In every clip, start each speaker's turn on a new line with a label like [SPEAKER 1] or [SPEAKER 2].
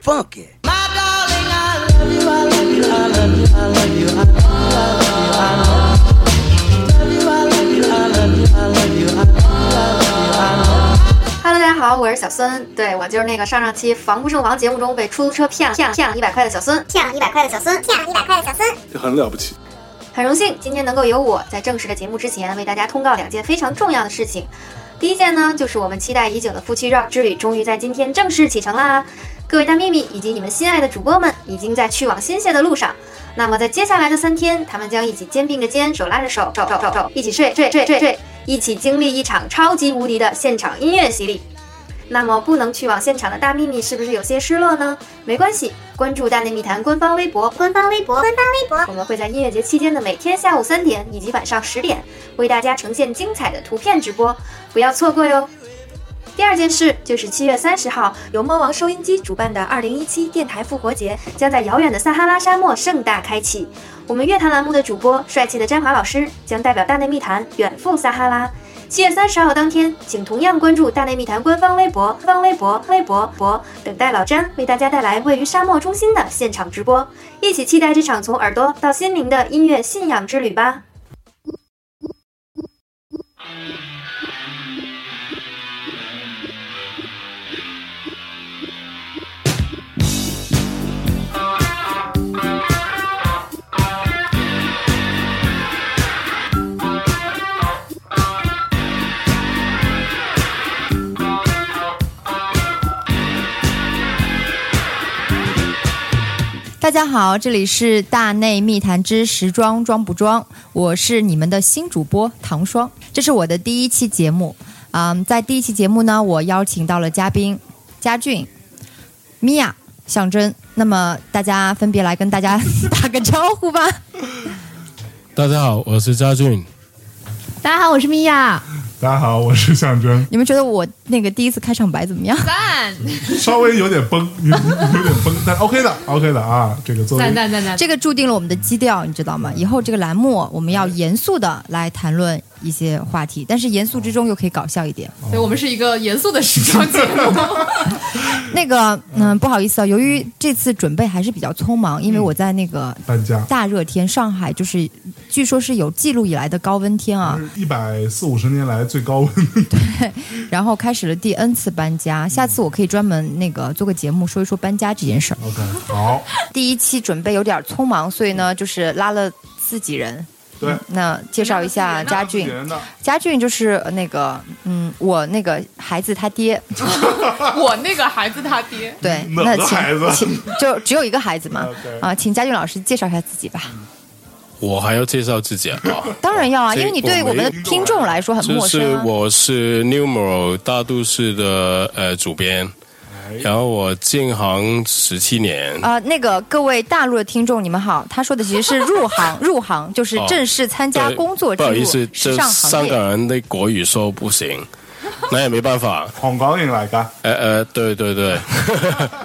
[SPEAKER 1] funky.
[SPEAKER 2] Hello，大家好，我是小孙，对我就是那个上上期防不胜防节目中被出租车骗了骗了骗了一百块的小孙，
[SPEAKER 3] 骗了一百块的小孙，骗了一百块的小孙。
[SPEAKER 4] 就很了不起。
[SPEAKER 2] 很荣幸今天能够由我在正式的节目之前为大家通告两件非常重要的事情。第一件呢，就是我们期待已久的夫妻绕之旅终于在今天正式启程啦！各位大秘密以及你们心爱的主播们已经在去往新鲜的路上。那么在接下来的三天，他们将一起肩并着肩，手拉着手，手手手手，一起睡睡睡睡睡，一起经历一场超级无敌的现场音乐洗礼。那么不能去往现场的大秘密是不是有些失落呢？没关系，关注大内密谈官方微博，
[SPEAKER 3] 官方微博，官方微博，
[SPEAKER 2] 我们会在音乐节期间的每天下午三点以及晚上十点，为大家呈现精彩的图片直播，不要错过哟。第二件事就是七月三十号，由猫王收音机主办的二零一七电台复活节将在遥远的撒哈拉沙漠盛大开启。我们乐坛栏目的主播帅气的詹华老师将代表大内密谈远赴撒哈拉。七月三十号当天，请同样关注大内密谈官方微博、方微博、微博博，等待老詹为大家带来位于沙漠中心的现场直播，一起期待这场从耳朵到心灵的音乐信仰之旅吧。
[SPEAKER 5] 大家好，这里是大内密谈之时装装不装，我是你们的新主播唐霜，这是我的第一期节目。嗯，在第一期节目呢，我邀请到了嘉宾佳俊、米娅、象征。那么大家分别来跟大家打个招呼吧。
[SPEAKER 6] 大家好，我是佳俊。
[SPEAKER 5] 大家好，我是米娅。
[SPEAKER 4] 大家好，我是象征，
[SPEAKER 5] 你们觉得我那个第一次开场白怎么样？
[SPEAKER 7] 赞
[SPEAKER 4] 稍微有点崩， 有有点崩，但 OK 的，OK 的啊。这个作为
[SPEAKER 7] 赞赞赞赞，
[SPEAKER 5] 这个注定了我们的基调，你知道吗？以后这个栏目我们要严肃的来谈论一些话题，但是严肃之中又可以搞笑一点。
[SPEAKER 7] 对我们是一个严肃的时装节 目，
[SPEAKER 5] 那个，嗯，不好意思啊，由于这次准备还是比较匆忙，因为
[SPEAKER 4] 嗯
[SPEAKER 5] 我在那个
[SPEAKER 4] 搬家，
[SPEAKER 5] 大热天，上海就是据说是有记录以来的高温天啊，
[SPEAKER 4] 一百四五十年来最高温。
[SPEAKER 5] 然后开始了第 N 次搬家。下次我可以专门那个做个节目说一说搬家这件事儿。
[SPEAKER 4] OK，好，
[SPEAKER 5] 第一期准备有点匆忙，所以呢，就是拉了自己人。
[SPEAKER 4] 对，
[SPEAKER 5] 那介绍一
[SPEAKER 4] 嗯
[SPEAKER 5] 下佳俊
[SPEAKER 4] 自己，人的
[SPEAKER 5] 佳俊就是呃那个，嗯，我那个孩子他爹，
[SPEAKER 7] 我那个孩子他爹，
[SPEAKER 5] 对，
[SPEAKER 4] 哪
[SPEAKER 5] 那
[SPEAKER 4] 个
[SPEAKER 5] 请
[SPEAKER 4] 孩子
[SPEAKER 5] 请就只有一个孩子 嘛
[SPEAKER 4] OK，
[SPEAKER 5] 啊，请佳俊老师介绍一下自己吧。
[SPEAKER 6] 我还要介绍自 己啊，
[SPEAKER 5] 当然要啊，
[SPEAKER 6] 这
[SPEAKER 5] 因为你对我们的听众来说很
[SPEAKER 6] 就
[SPEAKER 5] 陌
[SPEAKER 6] 是
[SPEAKER 5] 生、啊。
[SPEAKER 6] 我是 Numeral 大都市的呃主编，然后我进行十七年，
[SPEAKER 5] 啊、那个各位大陆的听众，你们好。他说的其实是入行， 入行就是正式参加
[SPEAKER 6] 哦对
[SPEAKER 5] 工作
[SPEAKER 6] 不
[SPEAKER 5] 进
[SPEAKER 6] 好意
[SPEAKER 5] 入
[SPEAKER 6] 思，
[SPEAKER 5] 时
[SPEAKER 6] 这
[SPEAKER 5] 尚行
[SPEAKER 6] 香
[SPEAKER 5] 业。
[SPEAKER 6] 港人的国语说不行，那也没办法。
[SPEAKER 4] 香港人来的，
[SPEAKER 6] 呃呃，对 对对，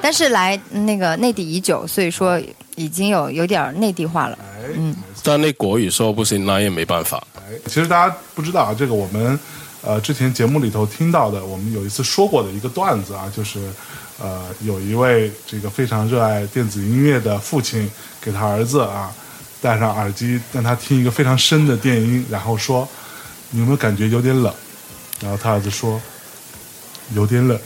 [SPEAKER 5] 但是来那个内地已久，所以说已经有有点儿内地化 了。
[SPEAKER 4] 哎，
[SPEAKER 6] 但那国语说不行，那也没办法。
[SPEAKER 4] 哎，其实大家不知道啊，这个我们呃之前节目里头听到的，我们有一次说过的一个段子啊，就是呃有一位这个非常热爱电子音乐的父亲给他儿子啊戴上耳机，让他听一个非常深的电音，然后说你有没有感觉有点冷？然后他儿子说有点冷。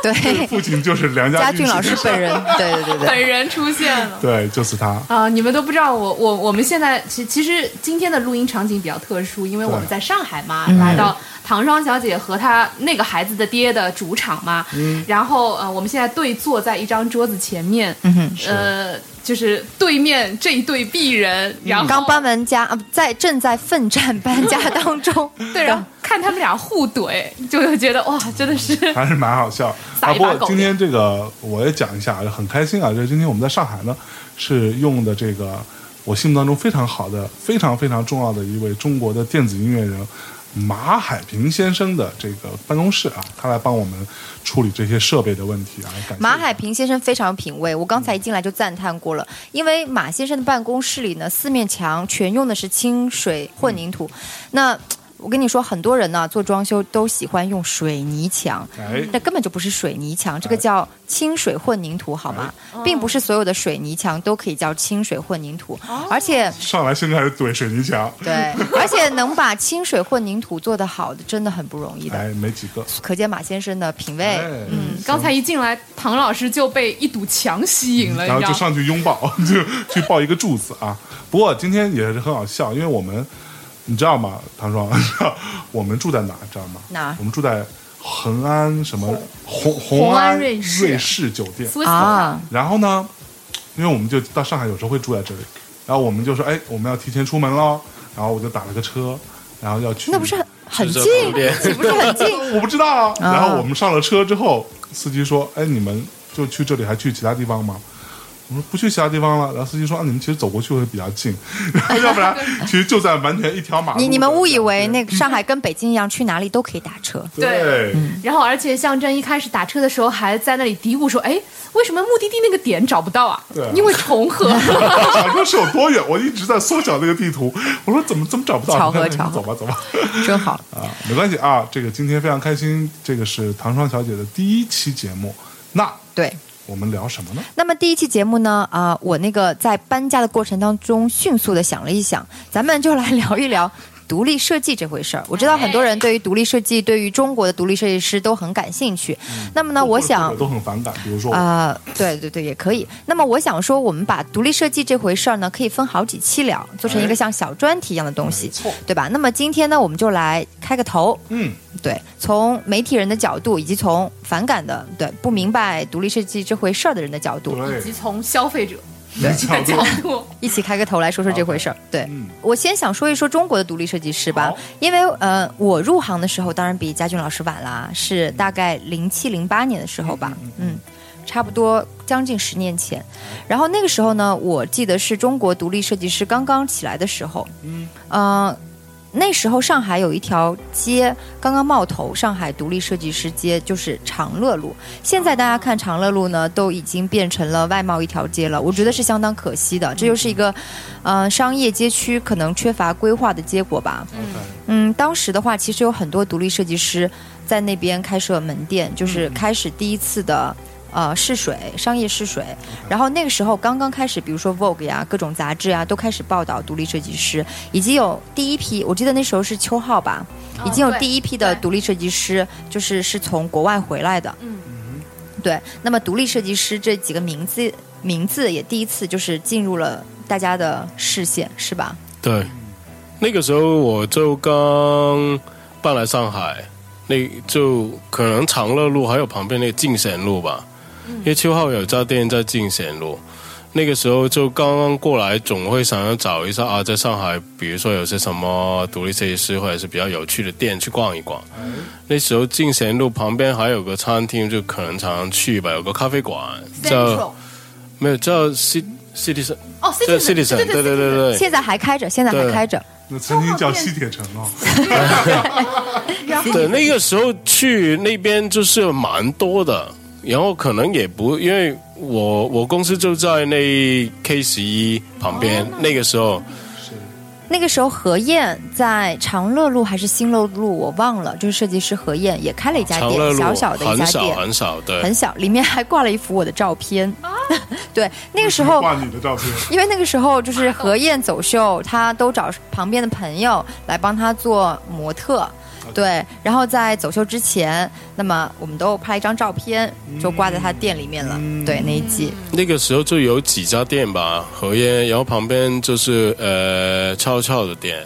[SPEAKER 5] 对，
[SPEAKER 4] 父亲就是梁
[SPEAKER 5] 佳
[SPEAKER 4] 家
[SPEAKER 5] 俊老师本人，对对对对。
[SPEAKER 7] 本人出现了。
[SPEAKER 4] 对，就是他。
[SPEAKER 7] 啊、你们都不知道我我我们现在其其实今天的录音场景比较特殊，因为我们在上海嘛，来到唐双小姐和她那个孩子的爹的主场嘛，然后呃，我们现在对坐在一张桌子前面，呃，就是嗯对面这一对璧人，然后
[SPEAKER 5] 刚搬完家啊，在正在奋战搬家当中。
[SPEAKER 7] 对，然后看他们俩互怼，就会觉得哇，真的是
[SPEAKER 4] 还是蛮好笑。
[SPEAKER 7] 撒
[SPEAKER 4] 啊，
[SPEAKER 7] 一
[SPEAKER 4] 不
[SPEAKER 7] 把
[SPEAKER 4] 过
[SPEAKER 7] 狗
[SPEAKER 4] 今天这个我也讲一下，很开心啊！就是今天我们在上海呢，是用的这个我心目当中非常好的、非常非常重要的一位中国的电子音乐人马海平先生的这个办公室啊，他来帮我们处理这些设备的问题啊。感谢
[SPEAKER 5] 马海平先生非常有品味，我刚才一进来就赞叹过了。因为马先生的办公室里呢，四面墙全用的是清水混凝土，那。我跟你说，很多人呢做装修都喜欢用水泥墙，
[SPEAKER 4] 哎，
[SPEAKER 5] 那根本就不是水泥墙，这个叫清水混凝土，好吗？并不是所有的水泥墙都可以叫清水混凝土，而且
[SPEAKER 4] 上来先开始怼水泥墙，
[SPEAKER 5] 对，而且能把清水混凝土做得好的，真的很不容易的。
[SPEAKER 4] 哎，没几个，
[SPEAKER 5] 可见马先生的品味。
[SPEAKER 4] 哎，
[SPEAKER 7] 嗯刚才一进来，唐老师就被一堵墙吸引了，
[SPEAKER 4] 嗯
[SPEAKER 5] 哎
[SPEAKER 4] 然
[SPEAKER 7] 你知道
[SPEAKER 4] 后就
[SPEAKER 7] 吗？
[SPEAKER 4] 上去拥抱， 就去抱一个柱子啊。不过今天也是很好笑，因为我们你知道吗，唐双， 我们住在哪儿知道吗？
[SPEAKER 5] 哪儿
[SPEAKER 4] 我们住在恒安什么红
[SPEAKER 7] 红
[SPEAKER 4] 红
[SPEAKER 7] 安
[SPEAKER 4] 安
[SPEAKER 7] 瑞士
[SPEAKER 4] 士酒店。
[SPEAKER 7] 苏
[SPEAKER 5] 啊，
[SPEAKER 4] 然后呢，因为我们就到上海有时候会住在这里，然后我们就说，哎，我们要提前出门喽。然后我就打了个车，然后要去，
[SPEAKER 5] 那不是很很近
[SPEAKER 6] 是这，旁边
[SPEAKER 5] 岂不是很近？
[SPEAKER 4] 我不知道啊。然后我们上了车之后，司机说：“哎，你们就去这里，还去其他地方吗？”我说：“不去其他地方了。”然后司机说：“啊，你们其实走过去会比较近， 要 不然其实就在完全一条马路。”
[SPEAKER 5] 你你们误以为那
[SPEAKER 4] 个
[SPEAKER 5] 个上海跟北京一样，去哪里都可以打车。
[SPEAKER 4] 对
[SPEAKER 7] 对然后，而且象征一开始打车的时候还在那里嘀咕说：“哎，为什么目的地那个点找不到啊？
[SPEAKER 4] 对啊
[SPEAKER 7] 因为重 合。
[SPEAKER 4] 想说是有多远，我一直在缩小那个地图。我说怎么怎么找不到？
[SPEAKER 5] 巧合
[SPEAKER 4] 你看
[SPEAKER 5] 巧合
[SPEAKER 4] 走吧走吧。
[SPEAKER 5] 真好，
[SPEAKER 4] 啊，没关系啊，这个今天非常开心，这个是唐双小姐的第一期节目。那
[SPEAKER 5] 对。
[SPEAKER 4] 我们聊什么呢？
[SPEAKER 5] 那么第一期节目呢，啊、我那个在搬家的过程当中迅速的想了一想，咱们就来聊一聊独立设计这回事儿。我知道很多人对于独立设计，对于中国的独立设计师都很感兴趣。那么呢，我想
[SPEAKER 4] 我都很反感，比如说我嗯
[SPEAKER 5] 啊、对对对，也可以。那么我想说，我们把独立设计这回事儿呢，可以分好几期聊，做成一个像小专题一样的东西，对吧？那么今天呢，我们就来开个头，
[SPEAKER 4] 嗯，
[SPEAKER 5] 对，从媒体人的角度，以及从反感的、对不明白独立设计这回事儿的人的角度，
[SPEAKER 4] 对
[SPEAKER 7] 以及从消费者
[SPEAKER 4] 对
[SPEAKER 7] 的角度，
[SPEAKER 5] 一起开个头来说说这回事儿。对、
[SPEAKER 4] 嗯
[SPEAKER 5] 我先想说一说中国的独立设计师吧
[SPEAKER 4] 好，
[SPEAKER 5] 因为呃，我入行的时候当然比佳俊老师晚啦，是大概零七零八年的时候吧，嗯。差不多将近十年前，然后那个时候呢，我记得是中国独立设计师刚刚起来的时候，
[SPEAKER 4] 嗯，
[SPEAKER 5] 呃，那时候上海有一条街刚刚冒头，上海独立设计师街就是长乐路。现在大家看长乐路呢，都已经变成了外贸一条街了，我觉得是相当可惜的。这就是一个，呃，商业街区可能缺乏规划的结果吧。
[SPEAKER 4] OK，
[SPEAKER 5] 嗯，当时的话，其实有很多独立设计师在那边开设门店，
[SPEAKER 7] 嗯
[SPEAKER 5] 就是开始第一次的。呃，试水，商业试水，
[SPEAKER 7] 嗯
[SPEAKER 5] 然后那个时候刚刚开始，比如说 Vogue 呀、各种杂志啊，都开始报道独立设计师，已经有第一批，我记得那时候是秋号吧，已经有
[SPEAKER 7] 哦对
[SPEAKER 5] 第一批的
[SPEAKER 7] 对
[SPEAKER 5] 独立设计师，就是是从国外回来的。
[SPEAKER 7] 嗯
[SPEAKER 5] 对。那么独立设计师这几个名字名字也第一次就是进入了大家的视线，是吧？
[SPEAKER 6] 对，那个时候我就刚搬来上海，那就可能长乐路还有旁边那个进贤路吧，
[SPEAKER 7] 嗯
[SPEAKER 6] 因为秋浩有家店在进贤路。那个时候就刚刚过来，总会想要找一下啊，在上海，比如说有些什么独立设计师或者是比较有趣的店去逛一逛。
[SPEAKER 7] 嗯
[SPEAKER 6] 那时候进贤路旁边还有个餐厅，就可能常常去吧，有个咖啡馆叫
[SPEAKER 7] Central
[SPEAKER 6] 没有叫 C Citizen，
[SPEAKER 7] 哦
[SPEAKER 6] 叫
[SPEAKER 7] ，Citizen，
[SPEAKER 6] Citizen，
[SPEAKER 7] 对对
[SPEAKER 6] 对对对对，
[SPEAKER 5] 现在还开着，现在还
[SPEAKER 6] 对
[SPEAKER 5] 开着。
[SPEAKER 4] 那曾经叫西铁城啊，
[SPEAKER 6] 对，那个时候去那边就是蛮多的，然后可能也不因为我我公司就在那 K 十一旁边，
[SPEAKER 5] 哦
[SPEAKER 6] 那个时候
[SPEAKER 5] 那个时候何燕在长乐路还是新乐路，我忘了，就是设计师何燕也开了一家
[SPEAKER 6] 长乐
[SPEAKER 5] 店，
[SPEAKER 6] 路
[SPEAKER 5] 小小的一
[SPEAKER 6] 很
[SPEAKER 5] 家
[SPEAKER 6] 少
[SPEAKER 5] 店，
[SPEAKER 6] 很少，对
[SPEAKER 5] 很小，里面还挂了一幅我的照片。对，那个时候
[SPEAKER 4] 挂你的照片，
[SPEAKER 5] 因为那个时候就是何燕走秀，她都找旁边的朋友来帮她做模特。对，然后在走秀之前，那么我们都拍一张照片，
[SPEAKER 6] 嗯
[SPEAKER 5] 就挂在她店里面了。对，那一季，
[SPEAKER 6] 那个时候就有几家店吧，合烟，然后旁边就是呃超超的店，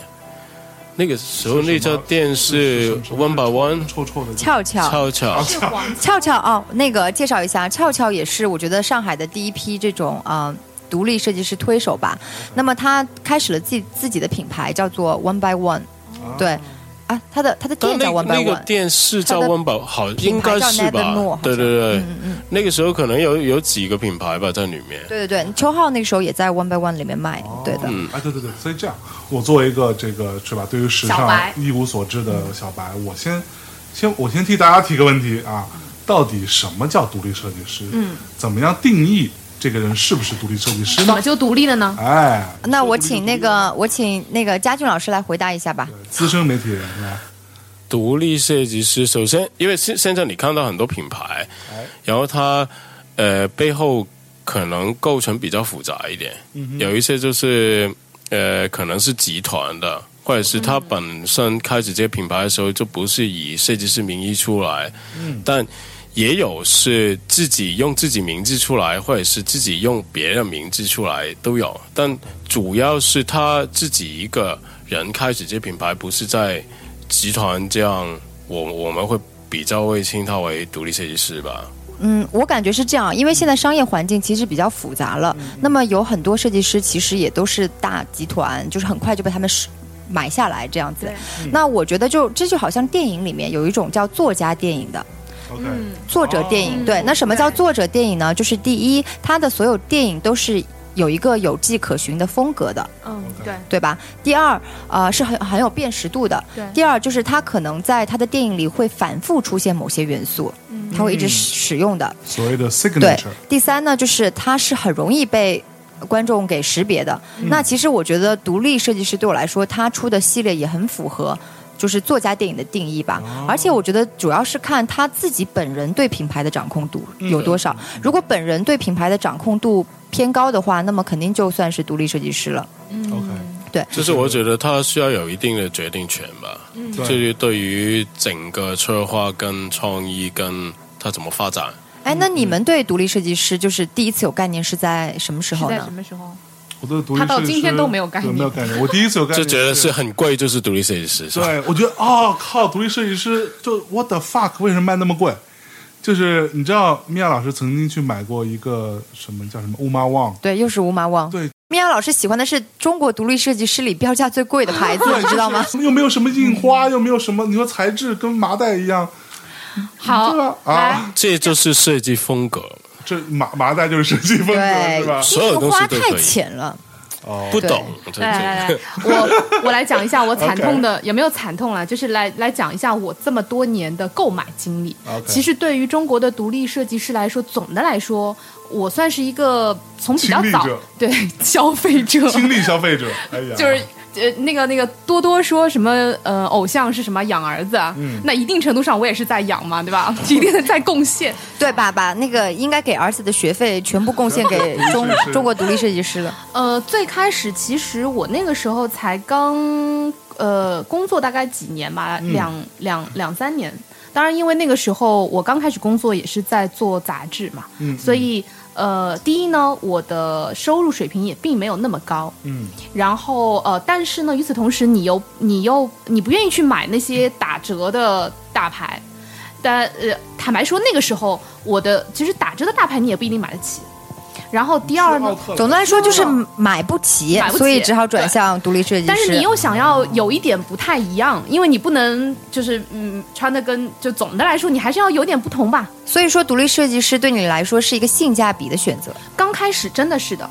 [SPEAKER 6] 那个时候那家店是
[SPEAKER 4] 什么
[SPEAKER 6] One by One
[SPEAKER 4] 臭臭的，
[SPEAKER 5] 俏俏，
[SPEAKER 6] 超超，
[SPEAKER 7] 是
[SPEAKER 4] 嗯
[SPEAKER 7] 黄
[SPEAKER 5] 俏俏哦，那个介绍一下，俏俏也是我觉得上海的第一批这种啊、呃独立设计师推手吧。那么她开始了自己自己的品牌，叫做 One by One。对，啊，她的她的
[SPEAKER 6] 但
[SPEAKER 5] 店
[SPEAKER 6] 那
[SPEAKER 5] 叫 One by
[SPEAKER 6] 那
[SPEAKER 5] One。
[SPEAKER 6] 个店是叫温宝，好，应该是
[SPEAKER 5] 品牌叫
[SPEAKER 6] 吧
[SPEAKER 5] Nevermore，好像？嗯
[SPEAKER 6] 对对对，那个时候可能有有几个品牌吧在里面。
[SPEAKER 5] 对对对，秋浩那个时候也在 One by One 里面卖，对
[SPEAKER 6] 嗯
[SPEAKER 5] 的。
[SPEAKER 4] 哎，对对对，所以这样，我作为一个这个是吧，对于时
[SPEAKER 7] 小
[SPEAKER 4] 尚
[SPEAKER 7] 白
[SPEAKER 4] 一无所知的小白，我先先我先替大家提个问题啊，到底什么叫独立设计师？嗯，怎么样定义这个人是不是独立设计师
[SPEAKER 7] 怎
[SPEAKER 4] 呢
[SPEAKER 7] 么？就独立了呢？
[SPEAKER 4] 哎，
[SPEAKER 5] 那我请那个我请那个佳俊老师来回答一下吧。
[SPEAKER 4] 资深媒体人啊是吧？
[SPEAKER 6] 独立设计师，首先，因为现现在你看到很多品牌，然后它呃背后可能构成比较复杂一点，有一些就是呃可能是集团的，或者是它本身开始这些品牌的时候就不是以设计师名义出来，但也有是自己用自己名字出来，或者是自己用别人名字出来都有，但主要是他自己一个人开始这品牌，不是在集团这样，我我们会比较会称他为独立设计师吧。
[SPEAKER 5] 嗯，我感觉是这样，因为现在商业环境其实比较复杂了，那么有很多设计师其实也都是大集团，就是很快就被他们收买下来这样子。那我觉得就这就好像电影里面有一种叫作家电影的。
[SPEAKER 4] OK，
[SPEAKER 7] 嗯
[SPEAKER 5] 作者电影，对，那什么叫作者电影呢？就是第一，它的所有电影都是有一个有迹可循的风格的，
[SPEAKER 7] 嗯，对，
[SPEAKER 5] 对吧？第二，呃，是很很有辨识度的。
[SPEAKER 7] 对
[SPEAKER 5] 第二就是它可能在它的电影里会反复出现某些元素，它会一直使用的。
[SPEAKER 4] 所谓
[SPEAKER 5] 对
[SPEAKER 4] 的 signature，，
[SPEAKER 5] 第三呢，就是它是很容易被观众给识别的。那其实我觉得独立设计师对我来说，他出的系列也很符合。就是作家电影的定义吧，而且我觉得主要是看他自己本人对品牌的掌控度有多少。如果本人对品牌的掌控度偏高的话，那么肯定就算是独立设计师了。
[SPEAKER 4] OK，
[SPEAKER 6] 就是我觉得他需要有一定的决定权吧，就
[SPEAKER 4] 对，
[SPEAKER 6] 是对于整个策划跟创意跟他怎么发展，
[SPEAKER 5] 哎，那你们对独立设计师就是第一次有概念是在什么时
[SPEAKER 7] 是
[SPEAKER 5] 候
[SPEAKER 7] 在
[SPEAKER 5] 呢
[SPEAKER 7] 什？么时候？
[SPEAKER 4] 我对独立
[SPEAKER 7] 他到
[SPEAKER 4] 设计
[SPEAKER 7] 今天
[SPEAKER 4] 师
[SPEAKER 7] 都没有概
[SPEAKER 4] 对
[SPEAKER 7] 念
[SPEAKER 4] 没有概念。我第一次有概
[SPEAKER 6] 就
[SPEAKER 4] 念，
[SPEAKER 6] 觉得是很贵，就是独立设计师。是吧
[SPEAKER 4] 对，我觉得哦靠，独立设计师就 what the fuck，为什么卖那么贵？就是你知道，米娅老师曾经去买过一个什么叫什么乌马旺，
[SPEAKER 5] 对，又是吴马旺。
[SPEAKER 4] 对，
[SPEAKER 5] 米娅老师喜欢的是中国独立设计师里标价最贵的牌子， 你知道吗？
[SPEAKER 4] 又没有什么印花，又没有什么，你说材质跟麻袋一样，
[SPEAKER 7] 好
[SPEAKER 4] 对吧，？
[SPEAKER 7] 来
[SPEAKER 4] 啊，，
[SPEAKER 6] 这就是设计风格，
[SPEAKER 4] 这麻麻袋就是设计风格是吧？
[SPEAKER 6] 所有东西
[SPEAKER 5] 花
[SPEAKER 6] 都
[SPEAKER 5] 太
[SPEAKER 6] 可以。
[SPEAKER 5] 浅了，
[SPEAKER 4] 哦，
[SPEAKER 6] 不懂，
[SPEAKER 7] 来来来， 来，我我来讲一下我惨痛的，有没有惨痛了？就是来来讲一下我这么多年的购买经历。
[SPEAKER 4] OK
[SPEAKER 7] 其实对于中国的独立设计师来说，总的来说，我算是一个从比较
[SPEAKER 4] 亲历
[SPEAKER 7] 早
[SPEAKER 4] 者
[SPEAKER 7] 对消费者，
[SPEAKER 4] 亲历消费者，哎呀，
[SPEAKER 7] 就是呃那个那个多多说什么呃偶像是什么养儿子啊，
[SPEAKER 4] 嗯
[SPEAKER 7] 那一定程度上我也是在养嘛，对吧？ 一定在贡献。
[SPEAKER 5] 对吧？把那个应该给儿子的学费全部贡献给中
[SPEAKER 4] 是是
[SPEAKER 5] 中国独立设计师了。
[SPEAKER 7] 呃，最开始其实我那个时候才刚呃工作大概几年吧，
[SPEAKER 4] 嗯
[SPEAKER 7] 两两两三年。当然，因为那个时候我刚开始工作也是在做杂志嘛，
[SPEAKER 4] 嗯
[SPEAKER 7] 所以呃，第一呢，我的收入水平也并没有那么高，
[SPEAKER 4] 嗯，
[SPEAKER 7] 然后呃，但是呢，与此同时，你又你又你不愿意去买那些打折的大牌，但呃，坦白说，那个时候我的其实打折的大牌你也不一定买得起。然后第二呢，
[SPEAKER 5] 总的来说就是买不起，
[SPEAKER 7] 哦买不起
[SPEAKER 5] 所以只好转向独立设计师。
[SPEAKER 7] 但是你又想要有一点不太一样，因为你不能就是嗯穿的跟就总的来说，你还是要有点不同吧。
[SPEAKER 5] 所以说独立设计师对你来说是一个性价比的选择。
[SPEAKER 7] 刚开始真的是的，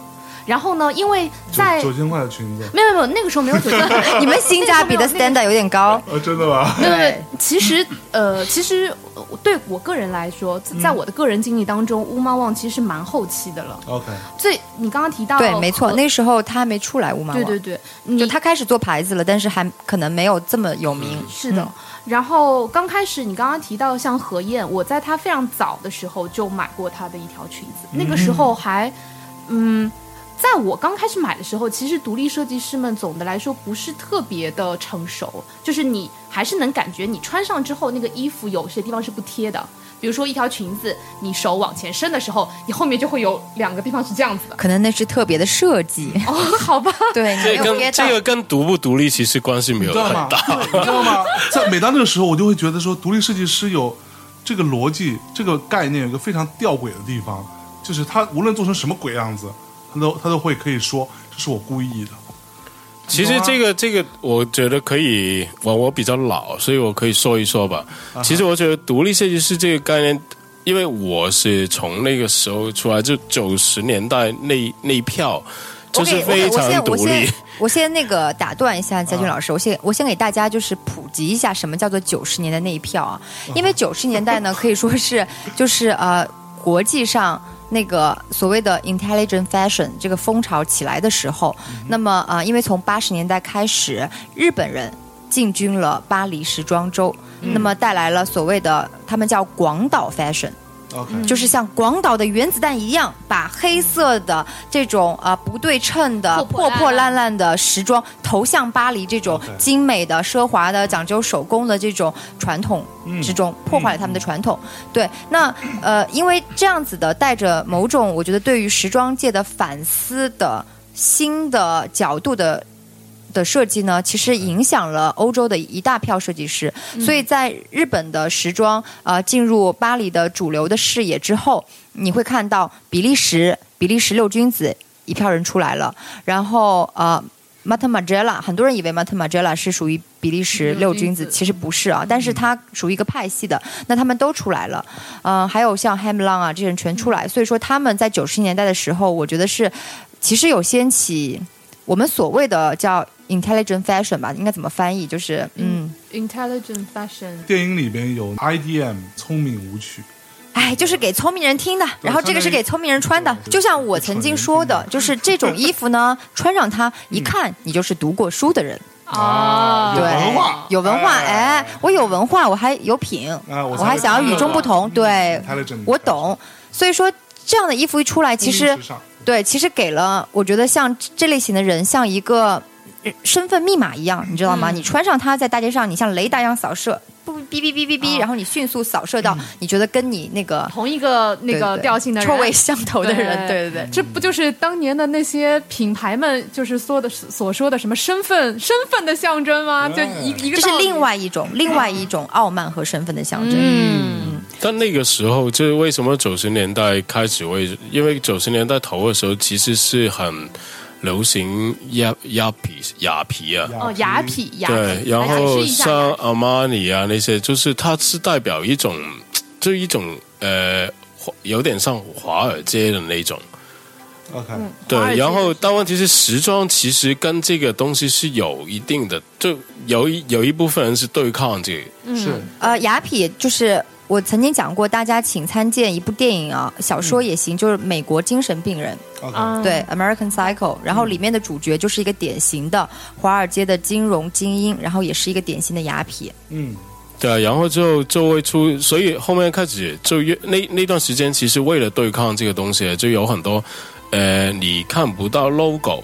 [SPEAKER 7] 然后呢，因为在
[SPEAKER 4] 九千块的裙子，
[SPEAKER 7] 没有没有那个时候没有酒店，
[SPEAKER 5] 你们性价 比的 standard 有点高，
[SPEAKER 4] 呃，真的吗？
[SPEAKER 7] 对对，其实呃，其实呃对我个人来说，在
[SPEAKER 5] 嗯
[SPEAKER 7] 在我的个人经历当中，乌猫旺其实蛮后期的了。
[SPEAKER 4] OK，
[SPEAKER 7] 最你刚刚提到
[SPEAKER 5] 对，没错，
[SPEAKER 7] 和
[SPEAKER 5] 那时候他还没出来，吴马
[SPEAKER 7] 哦对
[SPEAKER 5] 旺。
[SPEAKER 7] 对对，你
[SPEAKER 5] 就他开始做牌子了，但是还可能没有这么有名。嗯
[SPEAKER 7] 是的。然后刚开始你刚刚提到像何燕，我在她非常早的时候就买过她的一条裙子，那个时候还，嗯。在我刚开始买的时候，其实独立设计师们总的来说不是特别的成熟，就是你还是能感觉你穿上之后那个衣服有些地方是不贴的，比如说一条裙子，你手往前伸的时候，你后面就会有两个地方是这样子的。
[SPEAKER 5] 可能那是特别的设计，
[SPEAKER 7] 哦，好吧，
[SPEAKER 5] 对，你没
[SPEAKER 6] 这
[SPEAKER 5] 有 get
[SPEAKER 6] 跟
[SPEAKER 5] 到
[SPEAKER 6] 这。个跟独不独立其实关系没有
[SPEAKER 4] 你知道
[SPEAKER 6] 很
[SPEAKER 4] 吗？
[SPEAKER 6] 大。
[SPEAKER 4] 对你知道 吗？在每当这个时候，我就会觉得说，独立设计师有这个逻辑、这个概念有一个非常吊诡的地方，就是他无论做成什么鬼样子，他都他都会可以说这是我故意的。
[SPEAKER 6] 其
[SPEAKER 5] 啊
[SPEAKER 6] 实这个这个，我觉得可以，我我比较老，所以我可以说一说吧。
[SPEAKER 5] 啊
[SPEAKER 6] 其实我觉得独立设计师这个概念，因为我是从那个时候出来，就九十年代那那一票，就
[SPEAKER 5] 我
[SPEAKER 6] 是
[SPEAKER 5] 给
[SPEAKER 6] 非
[SPEAKER 5] 我
[SPEAKER 6] 常
[SPEAKER 5] 先
[SPEAKER 6] 独
[SPEAKER 5] 我
[SPEAKER 6] 立啊
[SPEAKER 5] 先。我先那个打断一下佳俊老师，我先我先给大家就是普及一下什么叫做九十
[SPEAKER 6] 嗯
[SPEAKER 5] 年代那一票啊，因为九十年代呢可以说是就是呃国际上那个所谓的 intelligent fashion 这个风潮起来的时候，
[SPEAKER 6] 嗯
[SPEAKER 5] 那么呃，因为从八十年代开始，日本人进军了巴黎时装周，
[SPEAKER 6] 嗯
[SPEAKER 5] 那么带来了所谓的他们叫广岛 fashion。
[SPEAKER 4] OK，
[SPEAKER 5] 就是像广岛的原子弹一样，把黑色的这种啊、呃不对称的、
[SPEAKER 7] 破破烂
[SPEAKER 5] 破
[SPEAKER 7] 烂
[SPEAKER 5] 破烂烂的时装投向巴黎这种
[SPEAKER 4] OK
[SPEAKER 5] 精美的、奢华的、讲究手工的这种传统之中，破坏了他们的传统。对，那呃，因为这样子的带着某种我觉得对于时装界的反思的新的角度的的设计呢，其实影响了欧洲的一大票设计师。所以在日本的时装呃进入巴黎的主流的视野之后，你会看到比利时、比利时六君子一票人出来了，然后呃。m a t a m a g e l a 很多人以为 m a t a m a g e l a 是属于比利时
[SPEAKER 7] 六
[SPEAKER 5] 六
[SPEAKER 7] 君
[SPEAKER 5] 君
[SPEAKER 7] 子
[SPEAKER 5] 子，其实不是啊，但是它属于一个派系的。那他们都出来了，嗯、还有像 Hamlon 啊这些人全出来，所以说他们在九十年代的时候，我觉得是其实有掀起我们所谓的叫 intelligent fashion 吧，应该怎么翻译？就是嗯，
[SPEAKER 7] ，intelligent fashion，
[SPEAKER 4] 电影里边有 IDM 聪明舞曲，
[SPEAKER 5] 哎，就是给聪明人听的，然后这个是给聪明人穿的。
[SPEAKER 4] 对
[SPEAKER 5] 就像我曾经说的，就是这种衣服呢，穿上它一看你就是读过书的人，
[SPEAKER 7] 哦，
[SPEAKER 5] 对，
[SPEAKER 4] 文化
[SPEAKER 5] 有文化，哎，我有文化，我还有品，
[SPEAKER 4] 啊我
[SPEAKER 5] 我
[SPEAKER 4] 才
[SPEAKER 5] 还想要与众不同，对
[SPEAKER 4] Intelligent，
[SPEAKER 5] 我懂。所以说，这样的衣服一出来，其
[SPEAKER 7] 嗯
[SPEAKER 5] 实
[SPEAKER 4] 时尚
[SPEAKER 5] 对，其实给了我觉得像这类型的人，像一个呃身份密码一样，你知道
[SPEAKER 7] 嗯
[SPEAKER 5] 吗？你穿上它在大街上，你像雷达一样扫射，不哔哔哔哔
[SPEAKER 7] 哦
[SPEAKER 5] 哔，然后你迅速扫射到你觉得跟你那个
[SPEAKER 7] 同一个嗯那
[SPEAKER 5] 对
[SPEAKER 7] 个
[SPEAKER 5] 对
[SPEAKER 7] 调性的人
[SPEAKER 5] 臭味相投的人，对对对。
[SPEAKER 7] 这不就是当年的那些品牌们就是说的所说的什么身份身份的象征吗？就
[SPEAKER 4] 嗯
[SPEAKER 7] 一一个
[SPEAKER 5] 这是
[SPEAKER 7] 道理
[SPEAKER 5] 另外一种，另外一种傲慢和身份的象征。
[SPEAKER 7] 嗯
[SPEAKER 6] 但那个时候，就是为什么九十年代开始为，因为九十年代头的时候其实是很流行亚亚皮雅皮啊，
[SPEAKER 7] 哦雅痞雅
[SPEAKER 6] 对
[SPEAKER 7] 痞，，
[SPEAKER 6] 然
[SPEAKER 7] 来解
[SPEAKER 6] 后
[SPEAKER 7] 释一下
[SPEAKER 6] 像阿玛尼啊那些，就是它是代表一种，就一种呃，华有点像华尔街的那种。
[SPEAKER 4] ，OK，
[SPEAKER 6] 对
[SPEAKER 7] 华尔，街
[SPEAKER 6] 然后但问题是，时装其实跟这个东西是有一定的，就有一有一部分人是对抗这个。
[SPEAKER 7] 嗯
[SPEAKER 4] 是
[SPEAKER 5] 呃，雅痞就是我曾经讲过，大家请参见一部电影啊，小说也行，就是美国精神病人。
[SPEAKER 4] OK，
[SPEAKER 7] 嗯
[SPEAKER 5] 对，《American Psycho》，然后里面的主角就是一个典型的华尔街的金融精英，然后也是一个典型的雅痞。
[SPEAKER 4] 嗯，
[SPEAKER 6] 对啊，然后就就会出，所以后面开始就越那那段时间，其实为了对抗这个东西，啊就有很多呃你看不到 logo，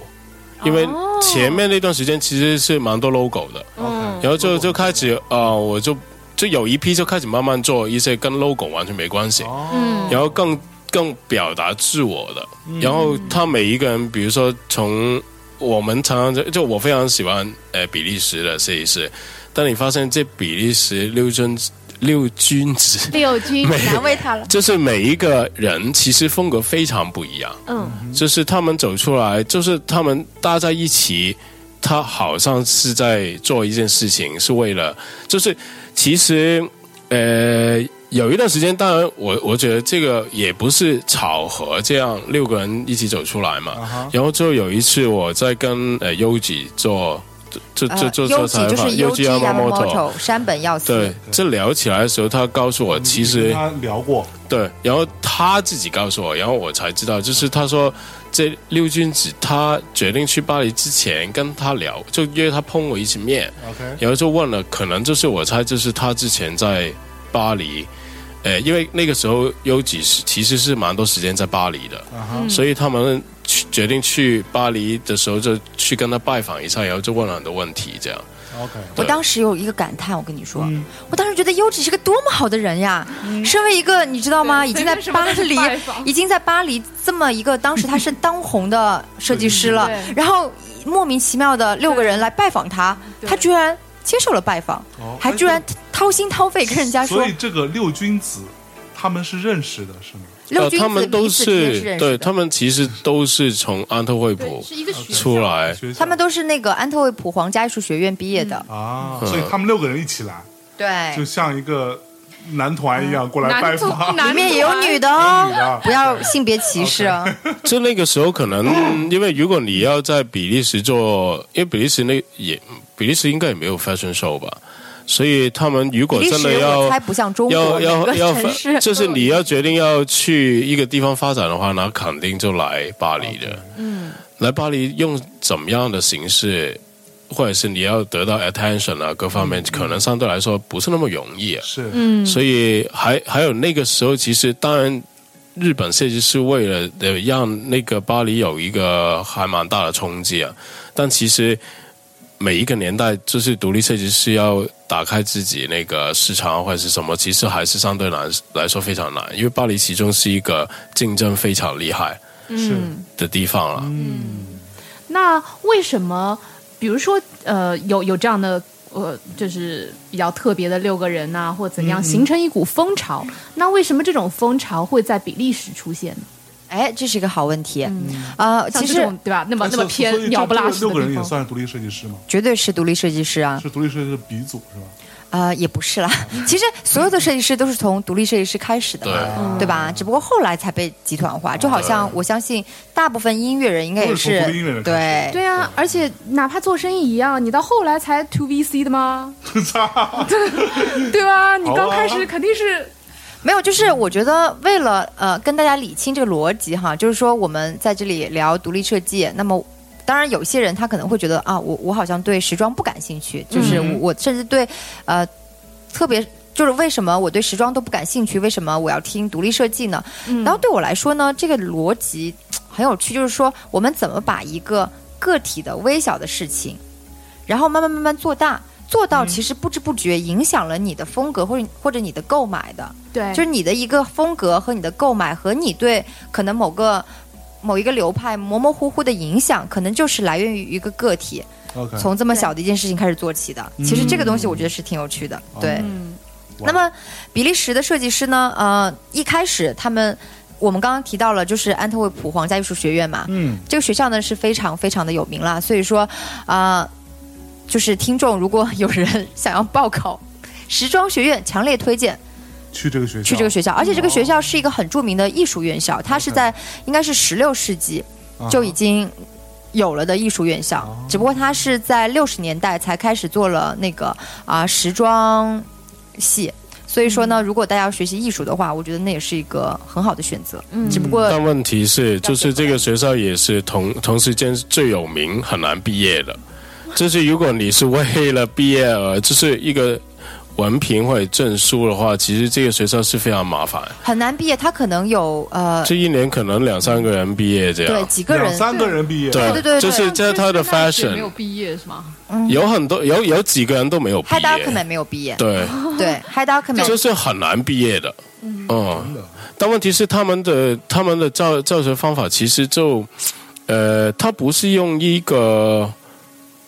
[SPEAKER 6] 因为前面那段时间其实是蛮多 logo 的，
[SPEAKER 7] 哦嗯
[SPEAKER 6] 然后就就开始啊、呃我就就有一批就开始慢慢做一些跟 logo 完全没关系，
[SPEAKER 7] 嗯
[SPEAKER 6] 然后更更表达自我的。然后他每一个人，比如说从我们常常就就我非常喜欢呃比利时的设计师，但你发现这比利时六君六君子，啊
[SPEAKER 7] 六军难为他了，
[SPEAKER 6] 就是每一个人其实风格非常不一样，
[SPEAKER 7] 嗯
[SPEAKER 6] 就是他们走出来，就是他们搭在一起。他好像是在做一件事情，是为了，就是其实，呃，有一段时间，当然我我觉得这个也不是巧合，这样六个人一起走出来嘛。然后就有一次我在跟呃 U G 做，就就就
[SPEAKER 5] 呃优
[SPEAKER 6] 做
[SPEAKER 5] 吉
[SPEAKER 6] 采
[SPEAKER 5] 就是
[SPEAKER 6] 访，U
[SPEAKER 5] Yuji
[SPEAKER 6] G 阿 m o t
[SPEAKER 5] Yamamoto 山本耀
[SPEAKER 6] 对
[SPEAKER 5] 司，，
[SPEAKER 6] 这聊起来的时候，他告诉我，其
[SPEAKER 4] 跟
[SPEAKER 6] 实
[SPEAKER 4] 他聊过，
[SPEAKER 6] 对，然后他自己告诉我，然后我才知道，就是他说这六君子他决定去巴黎之前跟他聊，就约他碰我一起面，
[SPEAKER 4] OK，
[SPEAKER 6] 然后就问了，可能就是我猜，就是他之前在巴黎，呃，因为那个时候有几时其实是蛮多时间在巴黎的，所以他们去决定去巴黎的时候就去跟他拜访一下，然后就问了很多问题，这样。
[SPEAKER 4] OK，
[SPEAKER 5] 我当时有一个感叹，我跟你说，我当时觉得优吉是个多么好的人呀！身为一个你知道吗，
[SPEAKER 7] 对
[SPEAKER 5] 已经在巴
[SPEAKER 7] 随便
[SPEAKER 5] 黎
[SPEAKER 7] 什么都是拜，访
[SPEAKER 5] 已经在巴黎这么一个当时他是当红的设计师了
[SPEAKER 7] 对，
[SPEAKER 5] 然后莫名其妙的六个人来拜访他，
[SPEAKER 7] 对
[SPEAKER 5] 他居然接受了拜访
[SPEAKER 4] 哦，
[SPEAKER 5] 还居然掏心掏肺跟人家说
[SPEAKER 4] 所以这个六君子他们是认识的，是吗？
[SPEAKER 5] 六君
[SPEAKER 6] 呃他
[SPEAKER 5] 子
[SPEAKER 6] 们
[SPEAKER 5] 彼
[SPEAKER 6] 都
[SPEAKER 5] 此之间是认识的，
[SPEAKER 6] 对他们其实都是从安特卫
[SPEAKER 7] 对，
[SPEAKER 6] 普
[SPEAKER 7] 是一个学
[SPEAKER 6] 出来，
[SPEAKER 4] 学校
[SPEAKER 5] 他们都是那个安特卫普皇家艺术学院毕业的，
[SPEAKER 4] 啊，所以他们六个人一起来，就
[SPEAKER 5] 对，
[SPEAKER 4] 像一个男团一样过
[SPEAKER 5] 嗯
[SPEAKER 4] 来拜
[SPEAKER 7] 男同
[SPEAKER 4] 访，
[SPEAKER 7] 男
[SPEAKER 5] 里面也有女
[SPEAKER 7] 的，
[SPEAKER 5] 的
[SPEAKER 4] 有女的
[SPEAKER 5] 哦
[SPEAKER 4] 啊，
[SPEAKER 5] 不要性别歧视啊。
[SPEAKER 6] 就那个时候可 能，因为如果你要在比利时做，因为比利时那也比利时应该也没有 fashion show 吧，所以他们如果
[SPEAKER 5] 比利
[SPEAKER 6] 真的
[SPEAKER 5] 时
[SPEAKER 6] 要
[SPEAKER 5] 我猜不像中
[SPEAKER 6] 要
[SPEAKER 5] 国每
[SPEAKER 6] 要
[SPEAKER 5] 个
[SPEAKER 6] 要
[SPEAKER 5] 城市，
[SPEAKER 6] 就是你要决定要去一个地方发展的话，那肯定就来巴黎
[SPEAKER 5] 哦
[SPEAKER 6] 的。嗯，来巴黎用怎么样的形式，或者是你要得到 attention 啊，各
[SPEAKER 5] 嗯
[SPEAKER 6] 方面可能相对来说不是那么容易啊。
[SPEAKER 4] 是，
[SPEAKER 6] 所以还还有那个时候，其实当然。日本设计是为了呃让那个巴黎有一个还蛮大的冲击啊，但其实每一个年代就是独立设计师要打开自己那个市场或者是什么，其实还是相对难来说非常难，因为巴黎始终是一个竞争非常厉害
[SPEAKER 7] 嗯，
[SPEAKER 6] 的地方了。
[SPEAKER 7] 那为什么？比如说，呃，有有这样的呃，就是比较特别的六个人呐、或怎
[SPEAKER 5] 嗯
[SPEAKER 7] 样，形成一股风潮。那为什么这种风潮会在比利时出现呢？
[SPEAKER 5] 哎，这是一个好问题。呃，
[SPEAKER 7] 嗯像
[SPEAKER 5] 其
[SPEAKER 7] 这
[SPEAKER 5] 实
[SPEAKER 7] 种对吧？那么
[SPEAKER 4] 哎
[SPEAKER 7] 那么
[SPEAKER 4] 所以所以
[SPEAKER 7] 偏
[SPEAKER 4] 这
[SPEAKER 7] 鸟不拉
[SPEAKER 4] 这
[SPEAKER 7] 屎
[SPEAKER 4] 六
[SPEAKER 7] 的
[SPEAKER 4] 个人
[SPEAKER 7] 地
[SPEAKER 4] 也
[SPEAKER 7] 方，
[SPEAKER 4] 算是独立设计师嘛，
[SPEAKER 5] 绝对是独立设计师啊，
[SPEAKER 4] 是独立设计师的鼻祖是吧？
[SPEAKER 5] 呃，也不是啦。
[SPEAKER 7] 嗯
[SPEAKER 5] 其实所有的设计师都是从独立设计师开始的
[SPEAKER 6] 对，
[SPEAKER 5] 嘛，
[SPEAKER 7] 嗯
[SPEAKER 5] 对吧？只不过后来才被集团化，就好像我相信大部分音乐人应该也
[SPEAKER 4] 都是从独立音乐人开
[SPEAKER 5] 对。
[SPEAKER 7] 对啊，而且哪怕做生意一样，你到后来才 to VC 的吗？对吧？你刚开始肯定是
[SPEAKER 5] 没有，就是我觉得为了呃跟大家理清这个逻辑哈，就是说我们在这里聊独立设计，那么。当然，有些人他可能会觉得啊，我我好像对时装不感兴趣，就是我,、甚至对，呃，特别就是为什么我对时装都不感兴趣？为什么我要听独立设计呢？然后对我来说呢，这个逻辑嘖很有趣，就是说我们怎么把一个个体的微小的事情，然后慢慢慢慢做大，做到其实不知不觉影响了你的风格或者或者你的购买的。
[SPEAKER 7] 对
[SPEAKER 5] 就是你的一个风格和你的购买和你对可能某个某一个流派模模糊糊的影响，可能就是来源于一个个体，
[SPEAKER 4] OK，
[SPEAKER 5] 从这么小的一件事情开始做起的。其实这个东西我觉得是挺有趣的，对。那么比利时的设计师呢，呃，一开始他们。我们刚刚提到了，就是安特卫普皇家艺术学院嘛，
[SPEAKER 4] 嗯，
[SPEAKER 5] 这个学校呢是非常非常的有名啦，所以说，啊、就是听众如果有人想要报考时装学院，强烈推荐，
[SPEAKER 4] 去这个学校，
[SPEAKER 5] 去
[SPEAKER 6] 哦
[SPEAKER 5] 这个学校，而且这个学校是一个很著名的艺术院校，它是
[SPEAKER 4] OK
[SPEAKER 5] 在应该是十六世纪
[SPEAKER 6] 嗯
[SPEAKER 4] 啊
[SPEAKER 5] 就已经有了的艺术院校，
[SPEAKER 6] 哦
[SPEAKER 5] 只不过它是在六十年代才开始做了那个啊、时装系。所以说
[SPEAKER 6] 嗯
[SPEAKER 5] 呢，如果大家要学习艺术的话，我觉得那也是一个很好的选择。嗯，只不过
[SPEAKER 6] 但问题是，就是这个学校也是同同时间最有名，很难毕业的。就是如果你是为了毕业而就是一个文凭或者证书的话，其实这个学校是非常麻烦，
[SPEAKER 5] 很难毕业，它可能有呃，
[SPEAKER 6] 这一年可能两三个人毕业这
[SPEAKER 5] 对
[SPEAKER 6] 样。
[SPEAKER 5] 几个
[SPEAKER 4] 两
[SPEAKER 5] 人，
[SPEAKER 4] 三个人毕业，
[SPEAKER 5] 对对对对
[SPEAKER 6] 就是在他的
[SPEAKER 7] 但是没有
[SPEAKER 6] fashion，
[SPEAKER 7] 毕业是吗？
[SPEAKER 6] 有很多有有几个人都没有毕
[SPEAKER 5] 嗨 d 克
[SPEAKER 6] 业，
[SPEAKER 5] 曼没有毕业，
[SPEAKER 6] 对，
[SPEAKER 5] 对嗨 d 克曼
[SPEAKER 6] 就是很难毕业的。嗯，但问题是他们的他们的教教学方法其实就，呃，他不是用一个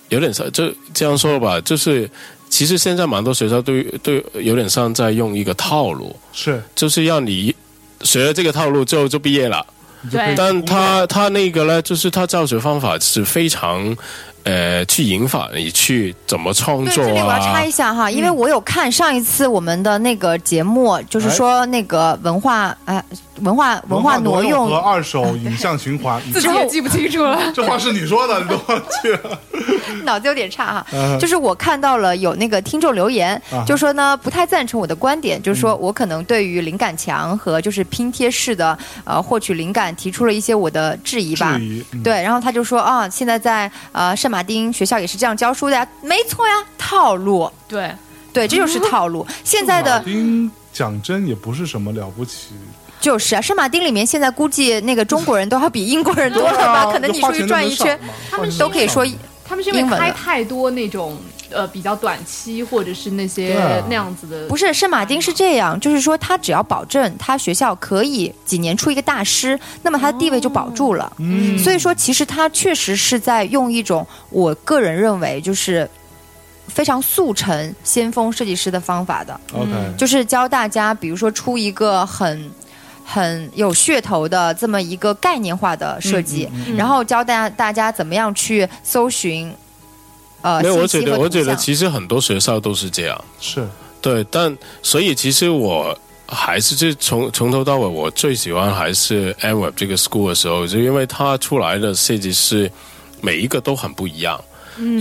[SPEAKER 6] 有点像就这样说吧，就是其实现在蛮多学校都都有点像在用一个套路，
[SPEAKER 4] 是，
[SPEAKER 6] 就是让你学了这个套路之后就毕业了。
[SPEAKER 4] 你就可
[SPEAKER 5] 哎
[SPEAKER 4] 以
[SPEAKER 7] 对
[SPEAKER 4] 去
[SPEAKER 6] 但
[SPEAKER 4] 工作
[SPEAKER 6] 他他那个呢，就是他教学方法是非常，呃，去引发你去怎么创
[SPEAKER 5] 对，
[SPEAKER 6] 作
[SPEAKER 5] 这里我要插
[SPEAKER 6] 啊
[SPEAKER 5] 一。下
[SPEAKER 4] 嗯
[SPEAKER 5] 哈，因为我有看上一次我们的那个节目，就是
[SPEAKER 4] 哎
[SPEAKER 5] 说那个文化呃文化文化挪
[SPEAKER 4] 用和
[SPEAKER 5] 用，
[SPEAKER 4] 二手影像循环，你
[SPEAKER 7] 自己
[SPEAKER 5] 之后
[SPEAKER 7] 也记不清楚了。
[SPEAKER 4] 这话是你说的，你都忘记了。
[SPEAKER 5] 脑子有点差哈。
[SPEAKER 4] 嗯
[SPEAKER 5] 就是我看到了有那个听众留言
[SPEAKER 4] 啊，
[SPEAKER 5] 就说呢不太赞成我的观点，就是
[SPEAKER 4] 嗯
[SPEAKER 5] 说我可能对于灵感墙和就是拼贴式的呃获取灵感提出了一些我的质疑吧
[SPEAKER 4] 质。疑，嗯，
[SPEAKER 5] 对，然后他就说啊，现在在呃圣马丁学校也是这样教书的呀，没错呀，套路，
[SPEAKER 7] 对，
[SPEAKER 5] 对，这
[SPEAKER 4] 嗯
[SPEAKER 5] 就是套路。 现在的
[SPEAKER 4] 马丁讲真也不是什么了不起，
[SPEAKER 5] 就是啊，圣马丁里面现在估计那个中国人都要比英国人多了吧？
[SPEAKER 4] 啊
[SPEAKER 5] 可能你出去转一圈，
[SPEAKER 4] 他们
[SPEAKER 5] 都可以说
[SPEAKER 7] 他们是因为
[SPEAKER 5] 英文
[SPEAKER 7] 开
[SPEAKER 5] 的
[SPEAKER 7] 太多那种呃比较短期或者是那些
[SPEAKER 4] 对啊
[SPEAKER 7] 那样子的，
[SPEAKER 5] 不是圣马丁是这样，就是说他只要保证他学校可以几年出一个大师，那么他的地位就保住了。
[SPEAKER 4] 嗯
[SPEAKER 5] 所以说，其实他确实是在用一种我个人认为就是非常速成先锋设计师的方法的。
[SPEAKER 4] OK，
[SPEAKER 5] 就是教大家，比如说出一个很。很有噱头的这么一个概念化的设计，然后教大家大家怎么样去搜寻，呃，
[SPEAKER 6] 没有，我
[SPEAKER 5] 信
[SPEAKER 6] 觉
[SPEAKER 5] 息
[SPEAKER 6] 得
[SPEAKER 5] 和
[SPEAKER 6] 我
[SPEAKER 5] 图
[SPEAKER 6] 觉得
[SPEAKER 5] 像
[SPEAKER 6] 其实很多学校都是这样。
[SPEAKER 4] 是
[SPEAKER 6] 对，但所以其实我还是就从从头到尾，我最喜欢还是 a n w e b 这个 school 的时候，就因
[SPEAKER 5] 嗯
[SPEAKER 6] 为它出来的设计师每一个都很不一样。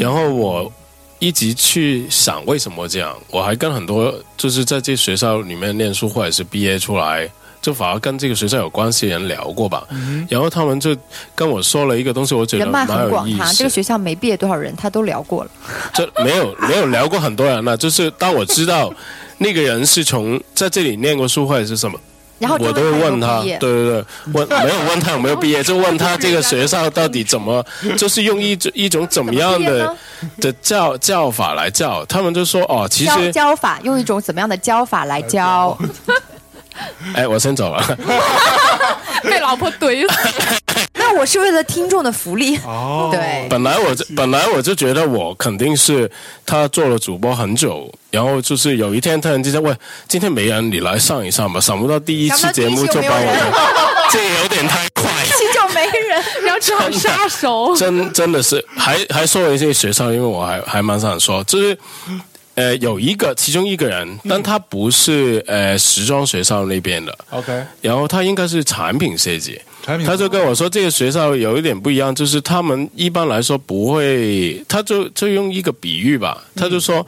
[SPEAKER 6] 然后我一直去想为什么这样。我还跟很多就是在这学校里面念书或者是毕业出来，就反而跟这个学校有关系的人聊过吧。然后他们就跟我说了一个东西，我觉
[SPEAKER 5] 嗯
[SPEAKER 6] 得
[SPEAKER 5] 人脉
[SPEAKER 6] 蛮
[SPEAKER 5] 很
[SPEAKER 6] 有
[SPEAKER 5] 广
[SPEAKER 6] 意
[SPEAKER 5] 哈，
[SPEAKER 6] 思
[SPEAKER 5] 这个。学校没毕业多少人，他都聊过了。
[SPEAKER 6] 这没有没有聊过很多人了、就是当我知道那个人是从在这里念过书或者是什么，
[SPEAKER 5] 然后周
[SPEAKER 6] 我都
[SPEAKER 5] 围还
[SPEAKER 6] 会
[SPEAKER 5] 有
[SPEAKER 6] 问他
[SPEAKER 5] 毕，业
[SPEAKER 6] 对对对，问没有问他有没有毕业，就问他这个学校到底怎么，就是用一种一种怎么样
[SPEAKER 5] 怎么毕业
[SPEAKER 6] 的
[SPEAKER 5] 呢
[SPEAKER 6] 的教教法来教，他们就说哦，其
[SPEAKER 5] 教
[SPEAKER 6] 实
[SPEAKER 5] 教法用一种怎么样的教法来教？
[SPEAKER 6] 哎，我先走了，
[SPEAKER 7] 被老婆怼死。
[SPEAKER 5] 那我是为了听众的福利，
[SPEAKER 4] 哦，
[SPEAKER 5] 对
[SPEAKER 6] 本来我就本来我就觉得我肯定是他做了主播很久，然后就是有一天突然之间，喂，今天没人，你来上一上吧。想不到第一期节目就把我， 这有点太快，，
[SPEAKER 5] 听众没人。
[SPEAKER 7] 然后只好杀手
[SPEAKER 6] 真真的是还还说了一些学校，因为我还还蛮想说，就是。呃，有一个，其中一个人，但他不是呃时装学校那边的，
[SPEAKER 4] ，OK，
[SPEAKER 6] 然后他应该是产品设计，
[SPEAKER 4] 产品
[SPEAKER 6] 他就跟我说这个学校有一点不一样，就是他们一般来说不会，他就就用一个比喻吧，
[SPEAKER 4] 嗯
[SPEAKER 6] 他就说、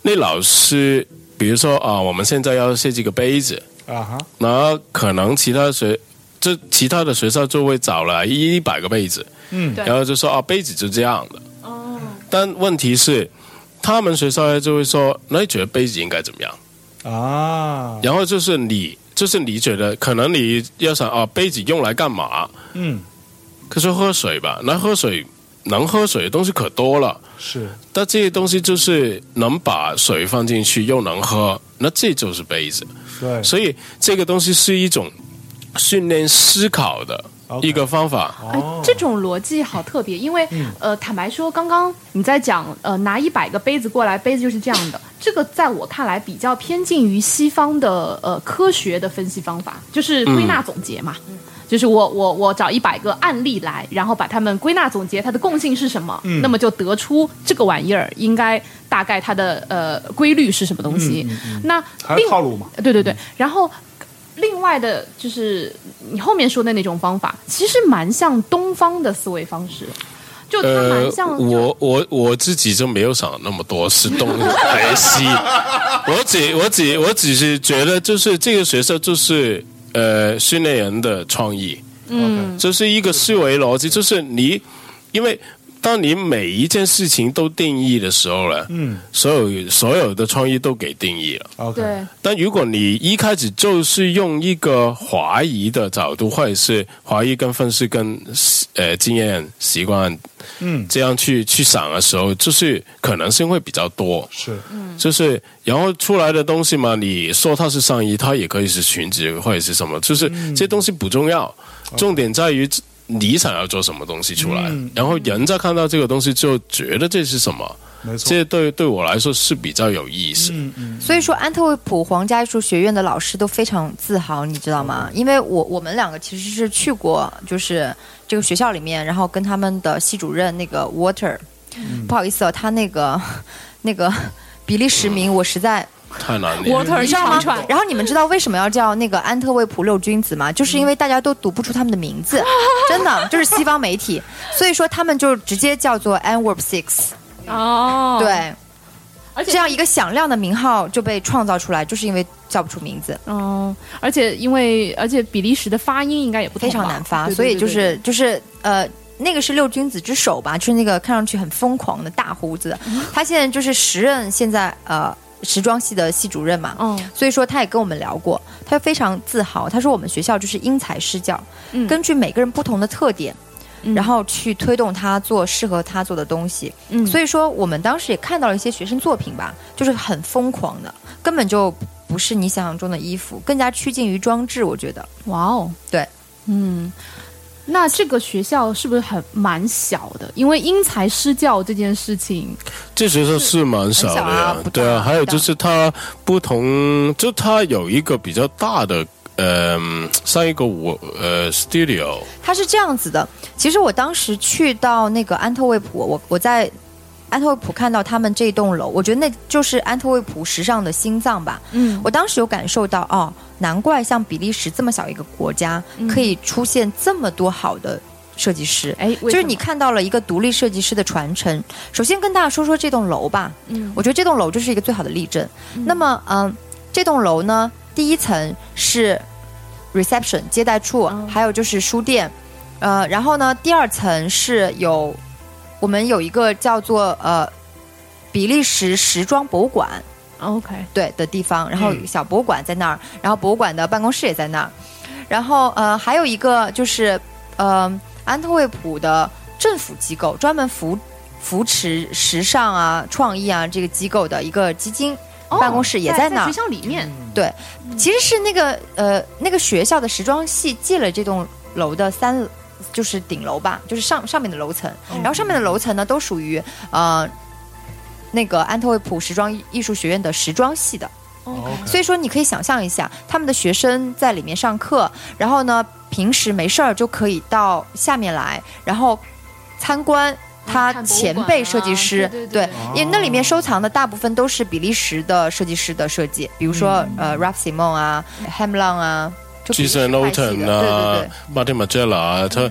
[SPEAKER 6] 那老师，比如说啊，我们现在要设计个杯子，
[SPEAKER 4] 啊哈，
[SPEAKER 6] 那可能其他学就其他的学校就会找来一百个杯子，
[SPEAKER 4] 嗯
[SPEAKER 7] 对
[SPEAKER 6] 然后就说啊杯子就这样的，哦，但问题是他们学校就会说，那你觉得杯子应该怎么样？
[SPEAKER 4] 啊，
[SPEAKER 6] 然后就是你，就是你觉得可能你要想啊，杯子用来干嘛？
[SPEAKER 4] 嗯，
[SPEAKER 6] 可是喝水吧，那喝水能喝水的东西可多了，
[SPEAKER 4] 是
[SPEAKER 6] 但这些东西就是能把水放进去又能喝，那这就是杯子。
[SPEAKER 4] 对，
[SPEAKER 6] 所以这个东西是一种训练思考的
[SPEAKER 4] OK
[SPEAKER 6] 一个方法。
[SPEAKER 7] 哎
[SPEAKER 4] 哦，，
[SPEAKER 7] 这种逻辑好特别，因为、呃，坦白说，刚刚你在讲呃，拿一百个杯子过来，杯子就是这样的。这个在我看来比较偏近于西方的呃科学的分析方法，就是归纳总结嘛。就是我我我找一百个案例来，然后把它们归纳总结，它的共性是什么，那么就得出这个玩意儿应该大概它的呃规律是什么东西。那
[SPEAKER 4] 还
[SPEAKER 7] 另
[SPEAKER 4] 是套路嘛，
[SPEAKER 7] 对对对，然后另外的就是你后面说的那种方法，其实蛮像东方的思维方式，就它蛮像、
[SPEAKER 6] 呃我我我自己就没有想那么多是东还是西， 我只我只我只是觉得就是这个学校就是呃训练人的创意，
[SPEAKER 4] 嗯，
[SPEAKER 6] 就是一个思维逻辑，就是你因为当你每一件事情都定义的时候呢，
[SPEAKER 4] 嗯
[SPEAKER 6] 所有所有的创意都给定义了。
[SPEAKER 4] ，OK，
[SPEAKER 7] 对
[SPEAKER 6] 但如果你一开始就是用一个怀疑的角度，或者是怀疑跟分析跟呃经验习惯，
[SPEAKER 4] 嗯
[SPEAKER 6] 这样去去想的时候，就是可能性会比较多。
[SPEAKER 4] 是，
[SPEAKER 6] 嗯就是然后出来的东西嘛，你说它是上衣，它也可以是裙子或者是什么，就是
[SPEAKER 4] 嗯
[SPEAKER 6] 这东西不重要，
[SPEAKER 4] 哦
[SPEAKER 6] 重点在于你想要做什么东西出来，
[SPEAKER 4] 嗯
[SPEAKER 6] 然后人在看到这个东西就觉得这是什么，
[SPEAKER 4] 没错，嗯
[SPEAKER 6] 这对对我来说是比较有意思。
[SPEAKER 5] 所以说，安特卫普皇家艺术学院的老师都非常自豪，你知道吗？因为我我们两个其实是去过，就是这个学校里面，然后跟他们的系主任那个 Water，、不好意思哦，他那个 那个比利时名我实在
[SPEAKER 6] 太难念了。
[SPEAKER 7] water 一长串，
[SPEAKER 5] 然后你们知道为什么要叫那个安特卫普六君子吗？就是因为大家都读不出他们的名 字，真的就是西方媒体，所以说他们就直接叫做 Antwerp Six。
[SPEAKER 7] 哦，，
[SPEAKER 5] 对，
[SPEAKER 7] 而
[SPEAKER 5] 这
[SPEAKER 7] 且
[SPEAKER 5] 样一个响亮的名号就被创造出来，就是因为叫不出名字，
[SPEAKER 7] 嗯，而且因为而且比利时的发音应该也不同
[SPEAKER 5] 非
[SPEAKER 7] 吧
[SPEAKER 5] 常难发，
[SPEAKER 7] 对对
[SPEAKER 5] 所以
[SPEAKER 7] 对
[SPEAKER 5] 就
[SPEAKER 7] 对
[SPEAKER 5] 是就是呃。那个是六君子之首吧，就是那个看上去很疯狂的大胡子，
[SPEAKER 7] 嗯
[SPEAKER 5] 他现在就是时任现在呃时装系的系主任嘛，
[SPEAKER 7] 嗯
[SPEAKER 5] 所以说他也跟我们聊过，他非常自豪，他说我们学校就是因材施教，
[SPEAKER 7] 嗯
[SPEAKER 5] 根据每个人不同的特点。
[SPEAKER 7] 嗯
[SPEAKER 5] 然后去推动他做适合他做的东西，
[SPEAKER 7] 嗯
[SPEAKER 5] 所以说我们当时也看到了一些学生作品吧，就是很疯狂的，根本就不是你想象中的衣服，更加趋近于装置。我觉得
[SPEAKER 7] 哇哦，
[SPEAKER 5] 对，
[SPEAKER 7] 嗯，那这个学校是不是很蛮小的？因为因材施教这件事情，
[SPEAKER 6] 这学校是蛮少的
[SPEAKER 5] 很小
[SPEAKER 6] 呀
[SPEAKER 5] 啊，不大
[SPEAKER 6] 对啊，还有
[SPEAKER 5] 不大
[SPEAKER 6] 就是它不同，就它有一个比较大的，呃，像一个我呃 studio，
[SPEAKER 5] 它是这样子的。其实我当时去到那个安特卫普，我我在安特卫普看到他们这栋楼，我觉得那就是安特卫普时尚的心脏吧。
[SPEAKER 7] 嗯
[SPEAKER 5] 我当时有感受到哦，难怪像比利时这么小一个国家，可以出现这么多好的设计师。
[SPEAKER 7] 嗯哎为
[SPEAKER 5] 就是
[SPEAKER 7] 什
[SPEAKER 5] 你
[SPEAKER 7] 么
[SPEAKER 5] 看到了一个独立设计师的传承。首先跟大家说说这栋楼吧，
[SPEAKER 7] 嗯
[SPEAKER 5] 我觉得这栋楼就是一个最好的例证。那么，嗯、这栋楼呢，第一层是 reception 接待处，
[SPEAKER 7] 嗯
[SPEAKER 5] 还有就是书店，呃，然后呢，第二层是有我们有一个叫做呃比利时时装博物馆，
[SPEAKER 7] OK，
[SPEAKER 5] 对的地方，然后
[SPEAKER 7] 嗯
[SPEAKER 5] 小博物馆在那儿，然后博物馆的办公室也在那儿，然后呃还有一个就是呃安特卫普的政府机构专门扶扶持时尚啊、创意啊这个机构的一个基金。
[SPEAKER 7] 哦
[SPEAKER 5] 办公室也
[SPEAKER 7] 在
[SPEAKER 5] 在那儿
[SPEAKER 7] 学校里面。
[SPEAKER 5] 其实是那个呃那个学校的时装系借了这栋楼的三。就是顶楼吧，就是上上面的楼层，
[SPEAKER 7] 哦
[SPEAKER 5] 然后上面的楼层呢都属于呃那个安特卫普时装艺术学院的时装系的，
[SPEAKER 7] 嗯
[SPEAKER 5] 所以说你可以想象一下，他们的学生在里面上课，然后呢平时没事儿就可以到下面来，然后参观。他
[SPEAKER 7] 看博物
[SPEAKER 5] 前
[SPEAKER 7] 馆
[SPEAKER 5] 辈
[SPEAKER 7] 啊
[SPEAKER 5] 设计师，
[SPEAKER 7] 对对对
[SPEAKER 5] 因为那里面收藏的大部分都是比利时的设计师的设计，比如说、
[SPEAKER 7] 嗯
[SPEAKER 5] 呃 Ralph Simon 啊、Hamlon 啊，就比利时
[SPEAKER 6] Jason
[SPEAKER 5] 派系的
[SPEAKER 6] Norton
[SPEAKER 5] 对对
[SPEAKER 6] 啊
[SPEAKER 5] 对。嗯
[SPEAKER 6] ，Martin m a g e l a 啊，他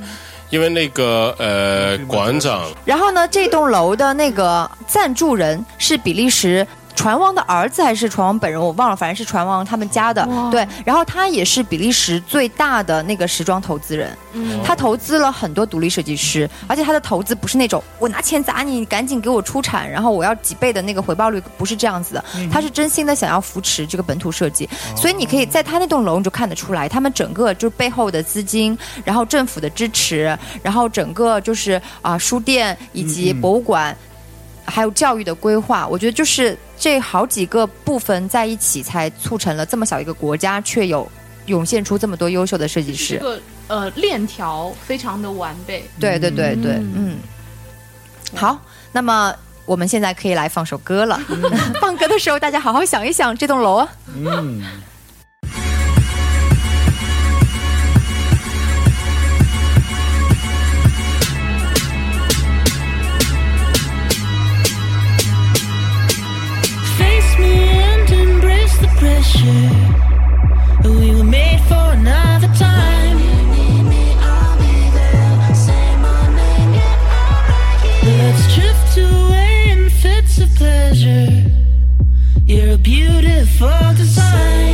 [SPEAKER 6] 因为那个呃馆长
[SPEAKER 5] 然后呢，这栋楼的那个赞助人是比利时。船王的儿子还是船王本人，我忘了，反正是船王他们家的。对，然后他也是比利时最大的那个时装投资人，
[SPEAKER 4] 嗯
[SPEAKER 5] 他投资了很多独立设计师，而且他的投资不是那种我拿钱砸你，你赶紧给我出产，然后我要几倍的那个回报率，不是这样子的。
[SPEAKER 4] 嗯
[SPEAKER 5] 他是真心的想要扶持这个本土设计，
[SPEAKER 4] 哦
[SPEAKER 5] 所以你可以在他那栋楼你就看得出来，他们整个就是背后的资金，然后政府的支持，然后整个就是啊、书店以及
[SPEAKER 4] 嗯嗯
[SPEAKER 5] 博物馆，还有教育的规划，我觉得就是这好几个部分在一起，才促成了这么小一个国家却有涌现出这么多优秀的设计
[SPEAKER 7] 这
[SPEAKER 5] 师。
[SPEAKER 7] 个呃链条非常的完备，
[SPEAKER 5] 对对对对，嗯，好，那么。我们现在可以来放首歌了。 放歌的时候，大家好好想一想这栋楼啊。
[SPEAKER 4] 嗯，
[SPEAKER 1] Face me and embrace the pressure. We were made for another time. Let's drift away in fits of pleasure. You're a beautiful design.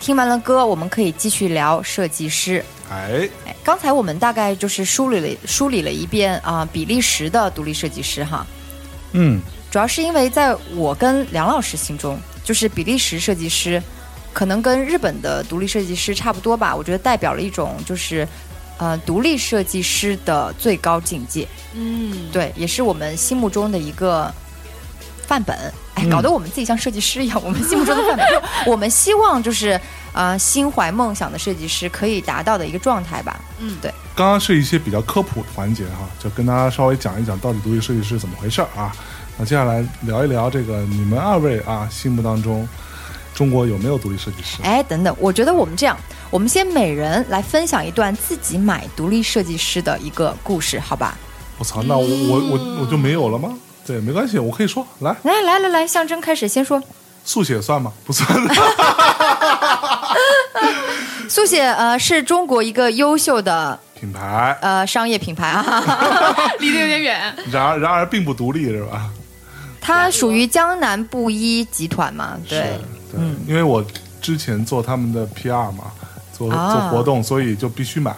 [SPEAKER 5] 听完了歌，我们可以继续聊设计师。
[SPEAKER 4] 哎，
[SPEAKER 5] 哎，刚才我们大概就是梳理了梳理了一遍啊、比利时的独立设计师哈，
[SPEAKER 4] 嗯，
[SPEAKER 5] 主要是因为在我跟梁老师心中，就是比利时设计师，可能跟日本的独立设计师差不多吧。我觉得代表了一种就是，呃，独立设计师的最高境界。
[SPEAKER 7] 嗯，
[SPEAKER 5] 对，也是我们心目中的一个范本。哎，搞得我们自己像设计师一样，我们心目中的范本，就我们希望就是呃，心怀梦想的设计师可以达到的一个状态吧。
[SPEAKER 7] 嗯
[SPEAKER 5] 对，
[SPEAKER 4] 刚刚是一些比较科普的环节哈，就跟大家稍微讲一讲到底独立设计师怎么回事儿啊。那接下来聊一聊这个你们二位啊心目当中中国有没有独立设计师？
[SPEAKER 5] 哎，等等，我觉得我们这样，我们先每人来分享一段自己买独立设计师的一个故事，好吧？
[SPEAKER 4] 我操，那我我我我就没有了吗？对，没关系，我可以说来
[SPEAKER 5] 来来来来，象征开始，先说
[SPEAKER 4] 速写算吗？不算。
[SPEAKER 5] 速写，呃，是中国一个优秀的
[SPEAKER 4] 品牌，
[SPEAKER 5] 呃商业品牌啊，
[SPEAKER 7] 离得有点远。
[SPEAKER 4] 然而然而并不独立是吧？
[SPEAKER 5] 它属于江南布衣集团嘛？对，
[SPEAKER 4] 对，
[SPEAKER 5] 嗯
[SPEAKER 4] 因为我之前做他们的 PR 嘛，做
[SPEAKER 5] 啊
[SPEAKER 4] 做活动，所以就必须买，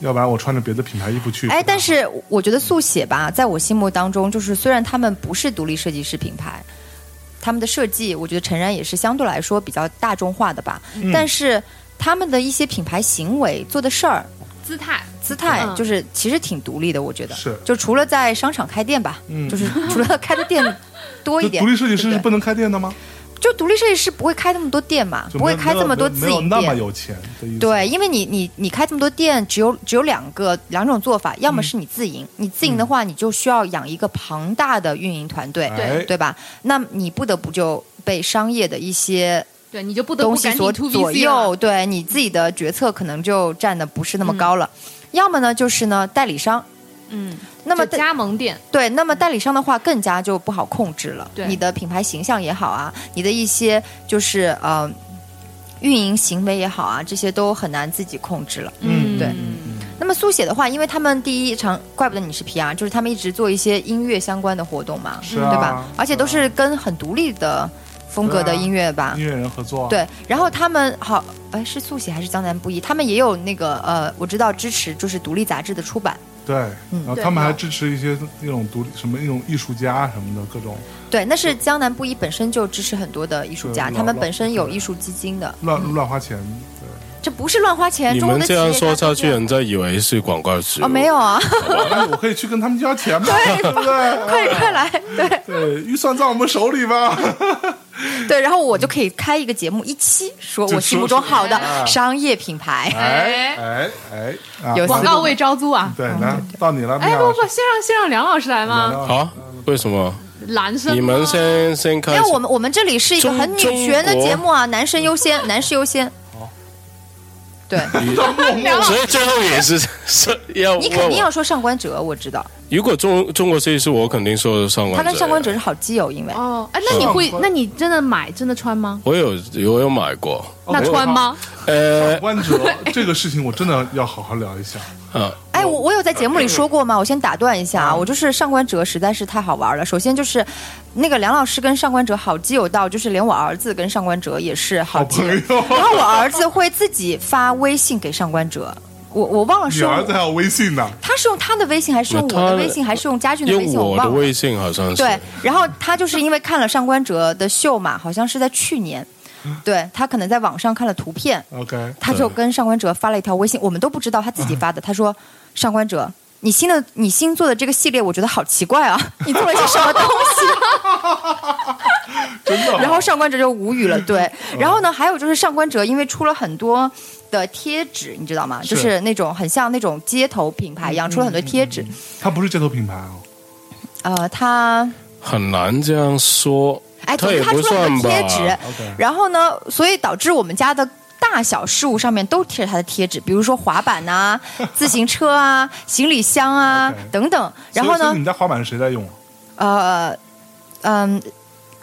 [SPEAKER 4] 要不然我穿着别的品牌衣服去。
[SPEAKER 5] 哎，但
[SPEAKER 4] 是
[SPEAKER 5] 是我觉得速写吧，在我心目当中，就是虽然他们不是独立设计师品牌，他们的设计，我觉得诚然也是相对来说比较大众化的吧，但是他们的一些品牌行为做的事儿。
[SPEAKER 7] 姿态，
[SPEAKER 5] 姿态
[SPEAKER 7] 嗯
[SPEAKER 5] 就是其实挺独立的，我觉得
[SPEAKER 4] 是
[SPEAKER 5] 就除了在商场开店吧，
[SPEAKER 4] 嗯
[SPEAKER 5] 就是除了开的 店多一
[SPEAKER 4] 就
[SPEAKER 5] 点，
[SPEAKER 4] 独立设计师
[SPEAKER 5] 对
[SPEAKER 4] 是
[SPEAKER 5] 不
[SPEAKER 4] 不能开店的吗？
[SPEAKER 5] 对就独立设计师不会开那么多店嘛，
[SPEAKER 4] 就
[SPEAKER 5] 不
[SPEAKER 4] 没
[SPEAKER 5] 会
[SPEAKER 4] 有
[SPEAKER 5] 开
[SPEAKER 4] 没有
[SPEAKER 5] 这么多
[SPEAKER 4] 没
[SPEAKER 5] 自
[SPEAKER 4] 有没有
[SPEAKER 5] 营
[SPEAKER 4] 那么
[SPEAKER 5] 店，
[SPEAKER 4] 有钱的意思。
[SPEAKER 5] 对，，因为你你你开这么多店，只有只有两个两种做法，要么是你自营，
[SPEAKER 4] 嗯
[SPEAKER 5] 你自营的话，你就需要养一个庞大的运营团队，
[SPEAKER 4] 哎
[SPEAKER 5] 对吧？那你不得不就被商业的一些
[SPEAKER 7] 对，你就不得不
[SPEAKER 5] 东西
[SPEAKER 7] 赶紧
[SPEAKER 5] 所
[SPEAKER 7] to
[SPEAKER 5] 左右，对你自己的决策可能就站的不是那么高
[SPEAKER 4] 嗯
[SPEAKER 5] 了。要么呢，就是呢代理商。
[SPEAKER 7] 嗯，
[SPEAKER 5] 那么
[SPEAKER 7] 就加盟店，
[SPEAKER 5] 对，那么代理商的话更加就不好控制了。
[SPEAKER 7] 对
[SPEAKER 5] 你的品牌形象也好啊，你的一些就是呃运营行为也好啊，这些都很难自己控制了。
[SPEAKER 4] 嗯
[SPEAKER 5] 对那么速写的话，因为他们第一场，怪不得你是 PR，就是他们一直做一些音乐相关的活动嘛，
[SPEAKER 4] 是啊
[SPEAKER 5] 对吧？而且都
[SPEAKER 4] 对
[SPEAKER 5] 是跟很独立的风格的音乐吧。
[SPEAKER 4] 音乐人合作啊。
[SPEAKER 5] 对，然后他们好，哎，是速写还是江南布衣？他们也有那个呃，我知道支持就是独立杂志的出版，
[SPEAKER 4] 对，
[SPEAKER 5] 嗯
[SPEAKER 4] 然后
[SPEAKER 7] 对
[SPEAKER 4] 他们还
[SPEAKER 7] 有
[SPEAKER 4] 支持一些那种独立什么那种艺术家啊什么的各种
[SPEAKER 5] 对，那是江南布衣本身就支持很多的艺术家，
[SPEAKER 4] 对
[SPEAKER 5] 他们
[SPEAKER 4] 老
[SPEAKER 5] 本身有艺术基金的，
[SPEAKER 4] 乱乱花钱。对
[SPEAKER 5] 这不是乱花钱。
[SPEAKER 6] 你
[SPEAKER 5] 中国的
[SPEAKER 6] 们这
[SPEAKER 5] 企业
[SPEAKER 6] 样
[SPEAKER 5] 家
[SPEAKER 6] 说
[SPEAKER 5] 都
[SPEAKER 6] 下
[SPEAKER 5] 这
[SPEAKER 6] 去，
[SPEAKER 5] 样
[SPEAKER 6] 人家以为是广告词
[SPEAKER 5] 哦，没有啊，
[SPEAKER 4] 那哎我可以去跟他们要 钱吗？对不
[SPEAKER 6] 哦
[SPEAKER 4] 对？
[SPEAKER 5] 快快来，对
[SPEAKER 4] 对，预算在我们手 里吧。
[SPEAKER 5] 对，然后我就可以开一个节目一期，说
[SPEAKER 4] 就
[SPEAKER 5] 我心目
[SPEAKER 4] 说
[SPEAKER 5] 中
[SPEAKER 4] 是
[SPEAKER 5] 好
[SPEAKER 4] 哎
[SPEAKER 5] 的
[SPEAKER 6] 啊
[SPEAKER 5] 商业品牌。
[SPEAKER 4] 哎哎哎，啊
[SPEAKER 5] 有嗯
[SPEAKER 7] 广告位招租啊。
[SPEAKER 4] 对，来到你了，米
[SPEAKER 7] 哎，
[SPEAKER 4] 娅
[SPEAKER 7] 不
[SPEAKER 4] 老师
[SPEAKER 7] 不，先让先让梁老师来吗？
[SPEAKER 6] 啊？为什么？
[SPEAKER 7] 男生吗，
[SPEAKER 6] 你们先先开
[SPEAKER 5] 因
[SPEAKER 6] 始
[SPEAKER 5] 为我们我们这里是一个
[SPEAKER 6] 中嗯哦
[SPEAKER 5] 很女权的节目啊，男生优先，男士优先。 对，
[SPEAKER 6] 所以最后也是 是要
[SPEAKER 5] 你肯定
[SPEAKER 6] 问
[SPEAKER 5] 要
[SPEAKER 6] 我。
[SPEAKER 5] 说上官哲，我知道，
[SPEAKER 6] 如果中中国设计师，我肯定说上官。
[SPEAKER 5] 他跟上官哲，是好基友，因为
[SPEAKER 7] 哦，哎，那你会，那你真的买真的穿吗？
[SPEAKER 6] 我有哦我有买过。
[SPEAKER 7] 那穿吗？
[SPEAKER 6] 呃
[SPEAKER 4] 弯折这个事情，我真的要好好聊一下。
[SPEAKER 6] 啊，
[SPEAKER 5] 哎，我我有在节目里说过吗？我先打断一下
[SPEAKER 4] 嗯
[SPEAKER 5] 啊，我就是上官哲实在是太好玩了。首先就是，那个梁老师跟上官哲好基友到，就是连我儿子跟上官哲也是好基友
[SPEAKER 4] 好朋友。
[SPEAKER 5] 然后我儿子会自己发微信给上官哲，我我忘了是
[SPEAKER 4] 你
[SPEAKER 5] 用
[SPEAKER 4] 儿子还哦有微信呢，
[SPEAKER 5] 他是用他的微信还是用我
[SPEAKER 6] 他
[SPEAKER 5] 的微信还是用家俊的
[SPEAKER 6] 用
[SPEAKER 5] 微信，我
[SPEAKER 6] 我的
[SPEAKER 5] 忘了
[SPEAKER 6] 微。信好像是。
[SPEAKER 5] 对，然后他就是因为看了上官哲的秀嘛，好像是在去年，对他可能在网上看了图片，
[SPEAKER 4] OK，
[SPEAKER 5] 他就跟上官哲发了一条微信，我们都不知道他自己发的。他说：“上官哲，你新的你新做的这个系列，我觉得好奇怪啊，你做了一些什么东西
[SPEAKER 4] 真的？”
[SPEAKER 5] 然后上官哲就无语了。对，然后呢，还有就是上官哲，因为出了很多的贴纸，你知道吗？
[SPEAKER 4] 是
[SPEAKER 5] 就是那种很像那种街头品牌一样，出了很多贴纸。
[SPEAKER 4] 他不是街头品牌哦，
[SPEAKER 5] 呃，他
[SPEAKER 6] 很难这样说。
[SPEAKER 5] 哎，总
[SPEAKER 6] 他
[SPEAKER 5] 之
[SPEAKER 6] 也
[SPEAKER 5] 他
[SPEAKER 6] 不
[SPEAKER 5] 出了
[SPEAKER 6] 算
[SPEAKER 5] 很多
[SPEAKER 6] 吧。
[SPEAKER 5] 贴纸啊
[SPEAKER 4] OK，
[SPEAKER 5] 然后呢，所以导致我们家的。大小事物上面都贴着他的贴纸，比如说滑板呐、自行车啊、 行李箱啊
[SPEAKER 4] OK
[SPEAKER 5] 等等。然后
[SPEAKER 4] 所以所以
[SPEAKER 5] 呢
[SPEAKER 4] 你，们家滑板是谁在用啊？
[SPEAKER 5] 呃，嗯、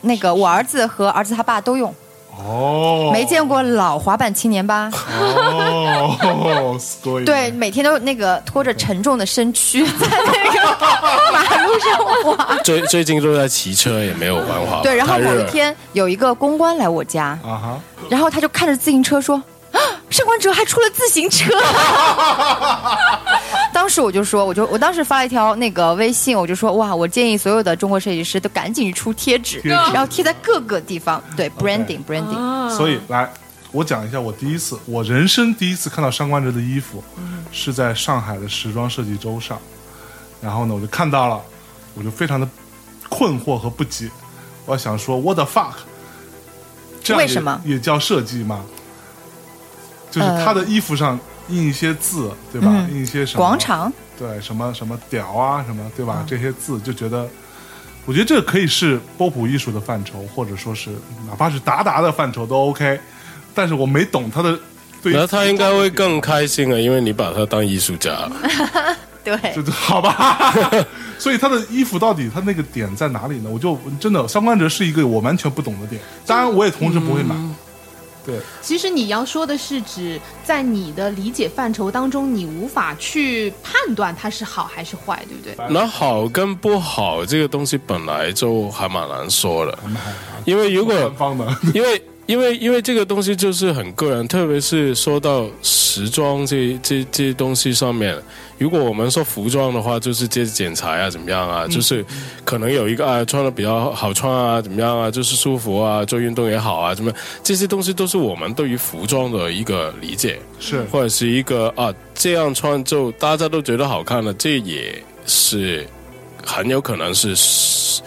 [SPEAKER 5] 那个我儿子和儿子他爸都用，
[SPEAKER 4] 哦，
[SPEAKER 5] 没见过老滑板青年吧？
[SPEAKER 4] 哦，Squid，
[SPEAKER 5] 对，，每天都那个拖着沉重的身躯在那个马路上 滑。
[SPEAKER 6] 最最近都在骑车，也没有玩滑。
[SPEAKER 5] 对，然后
[SPEAKER 6] 太热
[SPEAKER 5] 某一
[SPEAKER 6] 了
[SPEAKER 5] 天有一个公关来我家，
[SPEAKER 4] 啊哈，
[SPEAKER 5] 然后他就看着自行车说：“啊，上官哲还出了自行车。” 当时我就说，我就我当时发了一条那个微信，我就说哇，我建议所有的中国设计师都赶紧去出贴纸，啊
[SPEAKER 4] 贴纸
[SPEAKER 5] 然后贴在各个地方，对 branding branding，、
[SPEAKER 4] 所以来，我讲一下我第一次，我人生第一次看到上官哲的衣服，
[SPEAKER 5] 嗯
[SPEAKER 4] 是在上海的时装设计周上，然后呢，我就看到了，我就非常的困惑和不解，我想说 what the fuck，这样
[SPEAKER 5] 为
[SPEAKER 4] 也
[SPEAKER 5] 什么
[SPEAKER 4] 也叫设计吗？就是
[SPEAKER 5] 呃
[SPEAKER 4] 他的衣服上印一些字，对吧？
[SPEAKER 5] 嗯
[SPEAKER 4] 印一些什么
[SPEAKER 5] 广场，
[SPEAKER 4] 对什么什么屌啊什么，对
[SPEAKER 5] 嗯
[SPEAKER 4] 吧？这些字就觉得，我觉得这可以是波普艺术的范畴，或者说是哪怕是达达的范畴都 OK。但是我没懂他的，对，
[SPEAKER 6] 然后他应该会更开心啊了，因为你把他当艺术家。
[SPEAKER 5] 对，
[SPEAKER 4] 就就 好吧。所以他的衣服到底他那个点在哪里呢？我就真的相关者是一个我完全不懂的点，
[SPEAKER 5] 嗯
[SPEAKER 4] 当然我也同时不会买。对，
[SPEAKER 7] 其实你要说的是指在你的理解范畴当中，你无法去判断它是好还是坏，对不对？
[SPEAKER 6] 那好跟不好这个东西本来就还蛮难说的，因为如果
[SPEAKER 4] 官方的
[SPEAKER 6] 因为因为因为这个东西就是很个人，特别是说到时装这这这东西上面，如果我们说服装的话，就是接剪裁啊，怎么样啊，
[SPEAKER 5] 嗯
[SPEAKER 6] 就是可能有一个啊穿的比较好穿啊，怎么样啊，就是舒服啊，做运动也好啊，怎么样这些东西都是我们对于服装的一个理解，
[SPEAKER 4] 是
[SPEAKER 6] 或者是一个啊这样穿就大家都觉得好看的，这也是很有可能是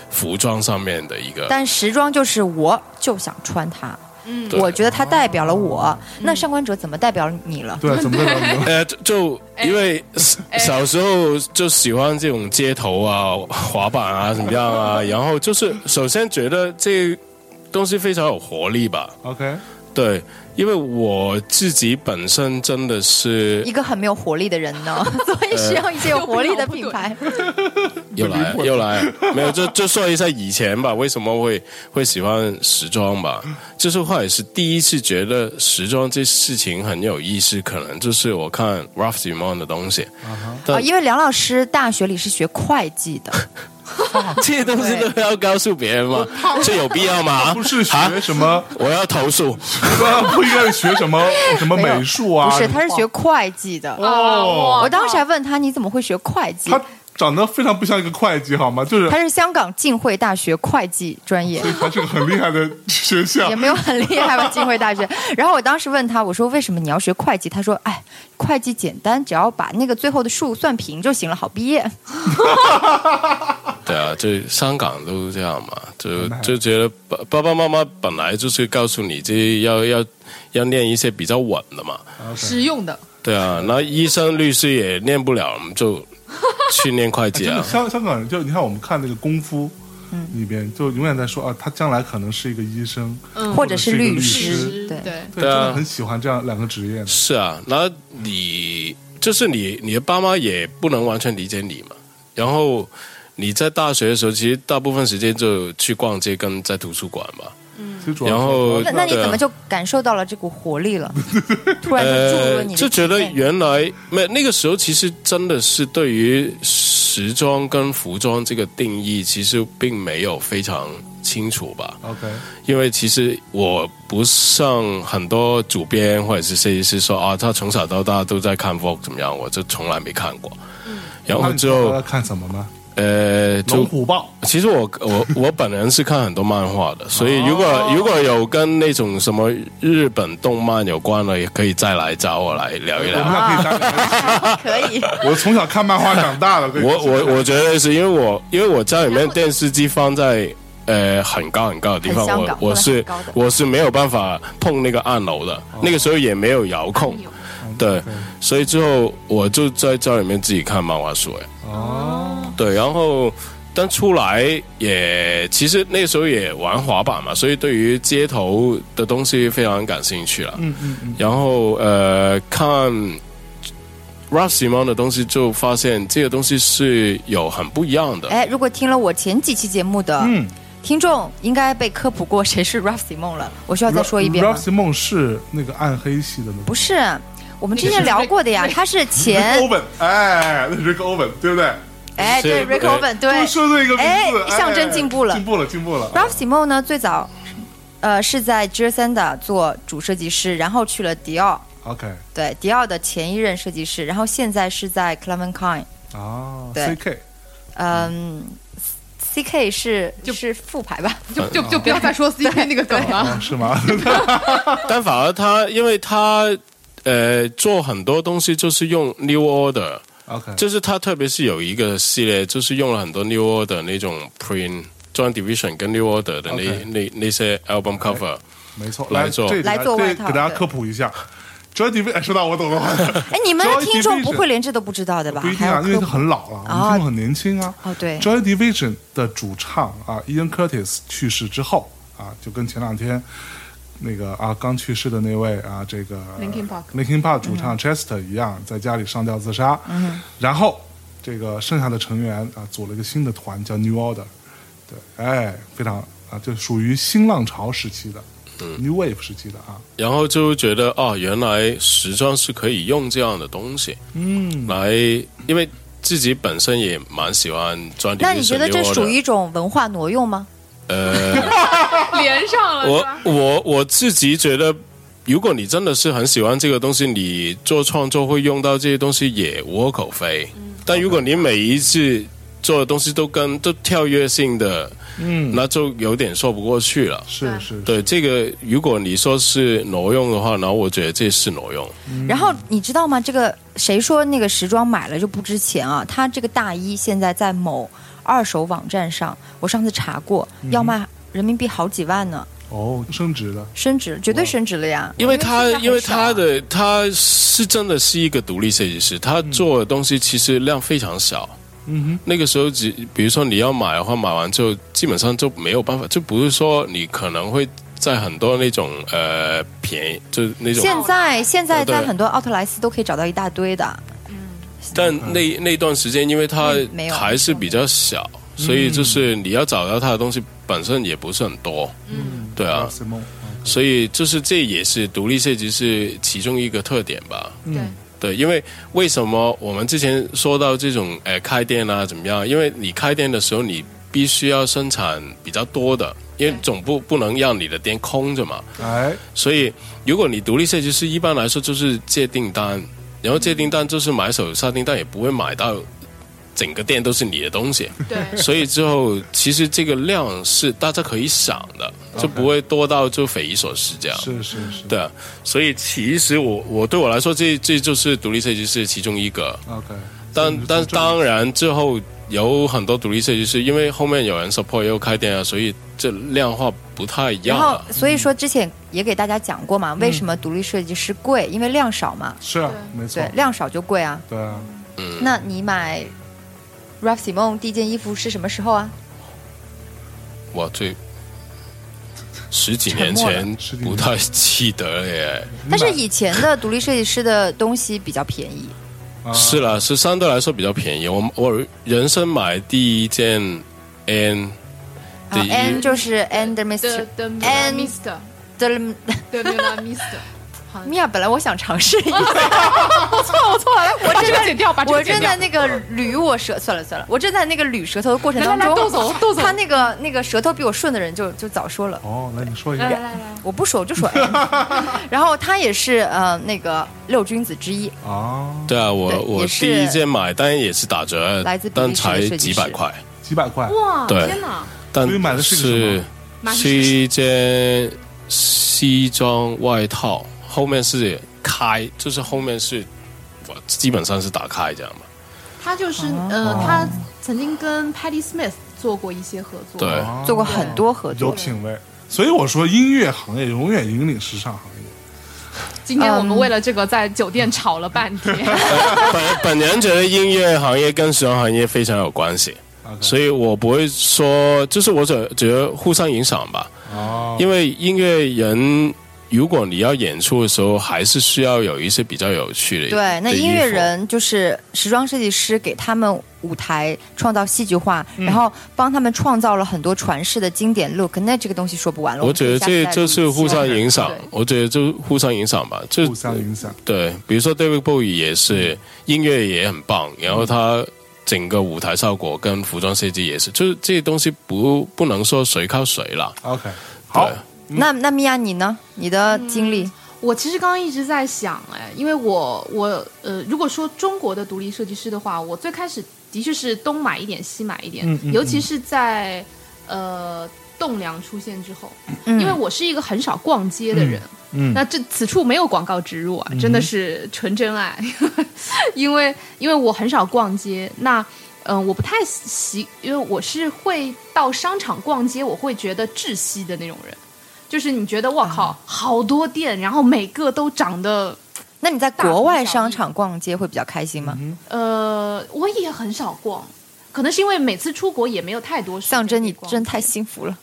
[SPEAKER 6] 服装上面的一个。
[SPEAKER 5] 但时装就是我就想穿它，
[SPEAKER 7] 嗯
[SPEAKER 6] 对
[SPEAKER 5] 我觉得它代表了我。那上官哲怎么代表你了？
[SPEAKER 4] 对，怎么怎么
[SPEAKER 6] 呃，就就因为小小时候就喜欢这种街头啊、滑板啊怎么样啊，然后就是首先觉得这东西非常有活力吧，
[SPEAKER 4] OK，
[SPEAKER 6] 对，因为我自己本身真的是
[SPEAKER 5] 一个很没有活力的人 呢，所以需要一些有活力的品牌。
[SPEAKER 6] 又来了又来了，没有就就说一下以前吧，为什么会会喜欢时装吧？就是或者是第一次觉得时装这事情很有意思，可能就是我看 Ralph Simon 的东西，
[SPEAKER 5] 啊，因为梁老师大学里是学会计的，
[SPEAKER 6] 这些东西都要告诉别人吗？这有必要吗？
[SPEAKER 4] 不是
[SPEAKER 6] 啊
[SPEAKER 4] 学什么，
[SPEAKER 6] 我要投诉。
[SPEAKER 4] 不应该是学什么什么
[SPEAKER 5] 没有
[SPEAKER 4] 美术啊？
[SPEAKER 5] 不是，
[SPEAKER 4] 什么
[SPEAKER 5] 他是啊学会计的。
[SPEAKER 4] 哦，
[SPEAKER 5] 我当时还问他你怎么会学会计
[SPEAKER 4] 他，长得非常不像一个会计，好吗？就是
[SPEAKER 5] 他是香港浸会大学会计专业。
[SPEAKER 4] 还是个很厉害的学校
[SPEAKER 5] 也。没有很厉害吧，浸会大学。然后我当时问他，我说为什么你要学会计？他说，哎，会计简单，只要把那个最后的数算平就行了，好毕业。
[SPEAKER 6] 对啊，就香港都这样嘛，就就觉得爸爸爸妈妈本来就是告诉你这要要要念一些比较稳的嘛。
[SPEAKER 7] 实用的，
[SPEAKER 6] 对啊，那医生、律师也念不了，我们就去念会计
[SPEAKER 4] 真的，
[SPEAKER 6] 啊。
[SPEAKER 4] 香香港人就你看我们看那个功夫。
[SPEAKER 5] 嗯
[SPEAKER 4] 里边就永远在说啊，他将来可能是一个医生，
[SPEAKER 5] 或者是律
[SPEAKER 4] 师
[SPEAKER 5] 师
[SPEAKER 7] 是
[SPEAKER 5] 嗯对
[SPEAKER 7] 对，
[SPEAKER 4] 对，
[SPEAKER 6] 对
[SPEAKER 4] 真
[SPEAKER 6] 啊
[SPEAKER 4] 的很喜欢这样两个职业呢。
[SPEAKER 6] 是啊，那你就是你，你的爸妈也不能完全理解你嘛。然后你在大学的时候，其实大部分时间就去逛街跟在图书馆嘛。
[SPEAKER 4] 其实主要
[SPEAKER 6] 然后
[SPEAKER 5] 那那你
[SPEAKER 6] 对啊
[SPEAKER 5] 怎么就感受到了这股活力了？突然就注入了你的体内、
[SPEAKER 6] 呃就觉得原来没有那个时候，其实真的是对于时装跟服装这个定义，其实并没有非常清楚吧。
[SPEAKER 4] OK，
[SPEAKER 6] 因为其实我不像很多主编或者是设计师说啊，他从小到大都在看 Vogue 怎么样，我就从来没看过。
[SPEAKER 5] 嗯
[SPEAKER 6] 然后
[SPEAKER 4] 那你
[SPEAKER 6] 之
[SPEAKER 4] 要
[SPEAKER 6] 后
[SPEAKER 4] 看什么呢？
[SPEAKER 6] 呃，就
[SPEAKER 4] 龙虎豹
[SPEAKER 6] 其实我我 我本人是看很多漫画的，所以如果、
[SPEAKER 5] 哦
[SPEAKER 6] 如果有跟那种什么日本动漫有关的，也可以再来找我来聊一
[SPEAKER 4] 我
[SPEAKER 6] 聊
[SPEAKER 4] 们。俩可以打两个
[SPEAKER 5] 可以。
[SPEAKER 4] 人。我从小看漫画长大的，
[SPEAKER 6] 我我我觉得是因为我因为我家里面电视机放在呃很高很高的地方
[SPEAKER 5] 很，香
[SPEAKER 6] 我
[SPEAKER 5] 港
[SPEAKER 6] 我
[SPEAKER 5] 放
[SPEAKER 6] 是
[SPEAKER 5] 得很高的
[SPEAKER 6] 我是没有办法碰那个按钮的，那个时候也没有遥控，对，所以之后我就在家里面自己看漫画书，哎，
[SPEAKER 4] 哦，
[SPEAKER 6] 对，然后。但出来也，其实那时候也玩滑板嘛，所以对于街头的东西非常感兴趣了。
[SPEAKER 4] 嗯嗯嗯，
[SPEAKER 6] 然后呃，看 r a s i m o n 的东西，就发现这个东西是有很不一样的。
[SPEAKER 5] 哎哎，如果听了我前几期节目的
[SPEAKER 4] 嗯
[SPEAKER 5] 听众应该被科普过谁是 Ralph Simon 了，我需 要再说一遍
[SPEAKER 4] r a
[SPEAKER 5] 吗
[SPEAKER 4] p？Simon 是那个暗黑系的那个
[SPEAKER 5] 不是，我们之前聊过的呀，他是
[SPEAKER 4] Rick
[SPEAKER 5] 前
[SPEAKER 4] Owen，哎，那是 Rick Owen，对不对？
[SPEAKER 5] 哎，对
[SPEAKER 6] 是
[SPEAKER 5] Rick Owen 对
[SPEAKER 4] 就是说对一个名
[SPEAKER 5] 哎
[SPEAKER 4] 字，哎
[SPEAKER 5] 象征进步了
[SPEAKER 4] 进步了，进步了。啊
[SPEAKER 5] Ralph Simon 呢，最早呃是在 g i r s a n d a 做主设计师，然后去了迪奥，
[SPEAKER 4] OK，
[SPEAKER 5] 对迪奥的前一任设计师，然后现在是在 Calvin Klein，
[SPEAKER 4] 啊
[SPEAKER 5] 对
[SPEAKER 4] ，CK，
[SPEAKER 5] 嗯，CK 是就是副牌吧？
[SPEAKER 7] 就就就不要再说 CP 那个梗了
[SPEAKER 4] 啊，。是吗？
[SPEAKER 6] 但反而他，因为他呃做很多东西就是用 New Order，
[SPEAKER 4] OK，
[SPEAKER 6] 就是他特别是有一个系列，就是用了很多 New Order 那种 print。John Division 跟 New Order 的那
[SPEAKER 4] OK
[SPEAKER 6] 那那些 album cover，
[SPEAKER 4] 没错，
[SPEAKER 6] 来
[SPEAKER 4] 来
[SPEAKER 6] 做
[SPEAKER 4] 这
[SPEAKER 5] 来做
[SPEAKER 4] 这
[SPEAKER 5] 外套
[SPEAKER 4] 给大家
[SPEAKER 5] 对
[SPEAKER 4] 科普一下。Joy Division，说到我懂的话，
[SPEAKER 5] 哎，你们的
[SPEAKER 4] Joy
[SPEAKER 5] 听众
[SPEAKER 4] Division
[SPEAKER 5] 不会连这都不知道的吧？
[SPEAKER 4] 不一定
[SPEAKER 5] 还有
[SPEAKER 4] 啊，因为
[SPEAKER 5] 科
[SPEAKER 4] 他
[SPEAKER 5] 普
[SPEAKER 4] 很老了，
[SPEAKER 5] 哦
[SPEAKER 4] 我们听众很年轻啊。
[SPEAKER 5] 哦对
[SPEAKER 4] Joy Division 的主唱啊，Ian Curtis 去世之后啊，就跟前两天那个啊刚去世的那位啊，这个
[SPEAKER 7] Linkin Park
[SPEAKER 4] Linkin Park 主唱 Chester 一样，在家里上吊自杀。嗯，然后这个剩下的成员啊，组了一个新的团叫 New Order。对，哎，非常啊，就属于新浪潮时期的、New
[SPEAKER 6] 嗯
[SPEAKER 4] Wave 时期的啊。
[SPEAKER 6] 然后就觉得哦，原来时装是可以用这样的东西，嗯，来，因为自己本身也蛮喜欢 John Division。
[SPEAKER 5] 那你觉得这
[SPEAKER 6] New Order
[SPEAKER 5] 属于一种文化挪用吗？
[SPEAKER 7] 连上了是
[SPEAKER 6] 我
[SPEAKER 7] 吧？
[SPEAKER 6] 我我自己觉得，如果你真的是很喜欢这个东西，你做创作会用到这些东西也无可厚非。
[SPEAKER 5] 嗯
[SPEAKER 6] 但如果你每一次做的东西都跟都跳跃性的，嗯，那就有点说不过去了。
[SPEAKER 4] 是是，
[SPEAKER 6] 对这个，如果你说是挪用的话，然后我觉得这是挪用。
[SPEAKER 5] 然后你知道吗？这个谁说那个时装买了就不值钱啊？他这个大衣现在在某二手网站上，我上次查过，
[SPEAKER 6] 嗯
[SPEAKER 5] 要卖人民币好几万呢，
[SPEAKER 4] 哦，升值的。
[SPEAKER 5] 升值，绝对升值了呀！
[SPEAKER 6] 因为
[SPEAKER 5] 哦
[SPEAKER 6] 他
[SPEAKER 5] 现在，很
[SPEAKER 6] 因为
[SPEAKER 5] 少啊
[SPEAKER 6] 他的他是真的是一个独立设计师，他做的东西其实量非常小。嗯哼，那个时候只比如说你要买的话，买完之后基本上就没有办法，就不是说你可能会在很多那种呃便宜，就是那种，
[SPEAKER 5] 现在现在
[SPEAKER 6] 对
[SPEAKER 5] 在很多奥特莱斯都可以找到一大堆的，
[SPEAKER 6] 但那那段时间因为它
[SPEAKER 5] 嗯没有
[SPEAKER 6] 还是比较小，所以就是你要找到它的东西本身也不是很多。嗯，对啊，
[SPEAKER 4] Simon，
[SPEAKER 6] 所以就是这也是独立设计是其中一个特点吧。
[SPEAKER 7] 对，
[SPEAKER 6] 对，因为为什么我们之前说到这种呃开店啊怎么样？因为你开店的时候，你必须要生产比较多的，因为总不不能让你的店空着嘛。
[SPEAKER 4] 哎，
[SPEAKER 6] 所以如果你独立设计师，一般来说就是借订单，然后借订单就是买手下订单，也不会买到整个店都是你的东西。
[SPEAKER 7] 对，
[SPEAKER 6] 所以之后其实这个量是大家可以想的，就不会多到就匪夷所思这样。
[SPEAKER 4] 是是是
[SPEAKER 6] 对啊，所以其实我我对我来说，这这就是独立设计师其中一个。
[SPEAKER 4] ，OK，
[SPEAKER 6] 但但当然之后有很多独立设计师，因为后面有人 support 又开店啊，所以这量化不太一
[SPEAKER 5] 然
[SPEAKER 6] 样啊
[SPEAKER 5] 后
[SPEAKER 6] 了。
[SPEAKER 5] 所以说之前也给大家讲过
[SPEAKER 6] 嗯
[SPEAKER 5] 嘛，为什么独立设计师贵？因为量少嘛，
[SPEAKER 4] 是啊，没错
[SPEAKER 5] 对，，量少就贵啊。
[SPEAKER 4] 对啊，
[SPEAKER 6] 嗯
[SPEAKER 5] 那你买 Ralph Simon 第一件衣服是什么时候啊？
[SPEAKER 6] 哇，这十几年
[SPEAKER 5] 沉
[SPEAKER 6] 前
[SPEAKER 4] 十几年
[SPEAKER 6] 不太记得了耶。
[SPEAKER 5] 但是以前的独立设计师的东西比较便宜，
[SPEAKER 4] 啊
[SPEAKER 6] 是啦，是相对来说比较便宜。我我人生买第一件 N
[SPEAKER 5] 啊
[SPEAKER 6] 的衣
[SPEAKER 5] ，N 就是 N 的
[SPEAKER 7] 的
[SPEAKER 5] Mister
[SPEAKER 7] 的
[SPEAKER 5] And-
[SPEAKER 7] Mister
[SPEAKER 5] 的
[SPEAKER 7] 的 Mister，
[SPEAKER 5] 米娅。本来我想尝试一下，我错了，我错了，我
[SPEAKER 7] 把
[SPEAKER 5] 正
[SPEAKER 7] 这个
[SPEAKER 5] 在
[SPEAKER 7] 剪哦掉，把这
[SPEAKER 5] 我
[SPEAKER 7] 个剪
[SPEAKER 5] 正
[SPEAKER 7] 掉
[SPEAKER 5] 在。那个捋我舌，算了算了，我正在那个捋舌头的过程当
[SPEAKER 7] 来来
[SPEAKER 5] 中，
[SPEAKER 7] 来豆总豆总
[SPEAKER 5] 他那个那个舌头比我顺的人就就早说了，
[SPEAKER 4] 哦，来你说一
[SPEAKER 7] 来来
[SPEAKER 4] 个
[SPEAKER 7] 来来，
[SPEAKER 5] 我不说我就说 N，然 后他也是呃那个六君子之一，
[SPEAKER 4] 啊，
[SPEAKER 6] 对啊，
[SPEAKER 5] 对
[SPEAKER 6] 我我
[SPEAKER 5] 也是
[SPEAKER 6] 第一件买，当然也是打折
[SPEAKER 5] 来自，比利
[SPEAKER 6] 但
[SPEAKER 5] 时的
[SPEAKER 6] 才
[SPEAKER 5] 设计
[SPEAKER 6] 几
[SPEAKER 5] 师
[SPEAKER 6] 百块。
[SPEAKER 4] 几百块，
[SPEAKER 7] 哇，
[SPEAKER 6] 对
[SPEAKER 7] 哦天哪！
[SPEAKER 6] 但
[SPEAKER 4] 所以买的是个什
[SPEAKER 6] 是
[SPEAKER 4] 么
[SPEAKER 7] 马戏
[SPEAKER 6] 是一件西装外套，后面是开，就是后面是，我基本上是打开这样嘛。
[SPEAKER 7] 他就是呃，他曾经跟 Patti Smith 做过一些合作。
[SPEAKER 6] 对，
[SPEAKER 4] 啊
[SPEAKER 5] 做过很多合
[SPEAKER 4] 有
[SPEAKER 5] 作，
[SPEAKER 4] 品位，所以我说音乐行业永远引领时尚行业。
[SPEAKER 7] 今天我们为了这个在酒店吵了半天。
[SPEAKER 6] 本本人觉得音乐行业跟时尚行业非常有关系，所以我不会说，就是我觉觉得互相影响吧。
[SPEAKER 4] 哦，
[SPEAKER 6] 因为音乐人如果你要演出的时候，还是需要有一些比较有趣的。
[SPEAKER 5] 对，那
[SPEAKER 6] 的衣
[SPEAKER 5] 音乐
[SPEAKER 6] 服
[SPEAKER 5] 人就是时装设计师，给他们舞台创造戏剧化，
[SPEAKER 6] 嗯
[SPEAKER 5] 然后帮他们创造了很多传世的经典 look。那这个东西说不完了，
[SPEAKER 6] 我觉得这这是互相影响
[SPEAKER 7] 对，
[SPEAKER 6] 我觉得就互相影响吧。就
[SPEAKER 4] 互相影响，
[SPEAKER 6] 对，比如说 David Bowie 也是音乐也很棒，然后他整个舞台效果跟服装设计也是，就是这些东西不不能说谁靠谁啦。
[SPEAKER 4] OK，好
[SPEAKER 6] 对，
[SPEAKER 5] 那那米娅你呢？你的经历？
[SPEAKER 7] 我其实刚刚一直在想，哎，因为我我呃，如果说中国的独立设计师的话，我最开始的确是东买一点西买一点，
[SPEAKER 4] 嗯嗯
[SPEAKER 7] 尤其是在呃栋梁出现之后，
[SPEAKER 5] 嗯
[SPEAKER 7] 因为我是一个很少逛街的人。
[SPEAKER 4] 嗯
[SPEAKER 7] 那这此处没有广告植入啊，真的是纯真爱， 因为因为我很少逛街，那嗯、呃我不太习，因为我是会到商场逛街，我会觉得窒息的那种人，就是你觉得哇靠，
[SPEAKER 5] 啊
[SPEAKER 7] 好多店，然后每个都长得
[SPEAKER 5] 那你在国外商场逛街会比较开心吗？
[SPEAKER 4] 嗯
[SPEAKER 7] 呃，我也很少逛，可能是因为每次出国也没有太多时间
[SPEAKER 5] 象征
[SPEAKER 7] 可以
[SPEAKER 5] 你
[SPEAKER 7] 逛
[SPEAKER 5] 真太幸福了。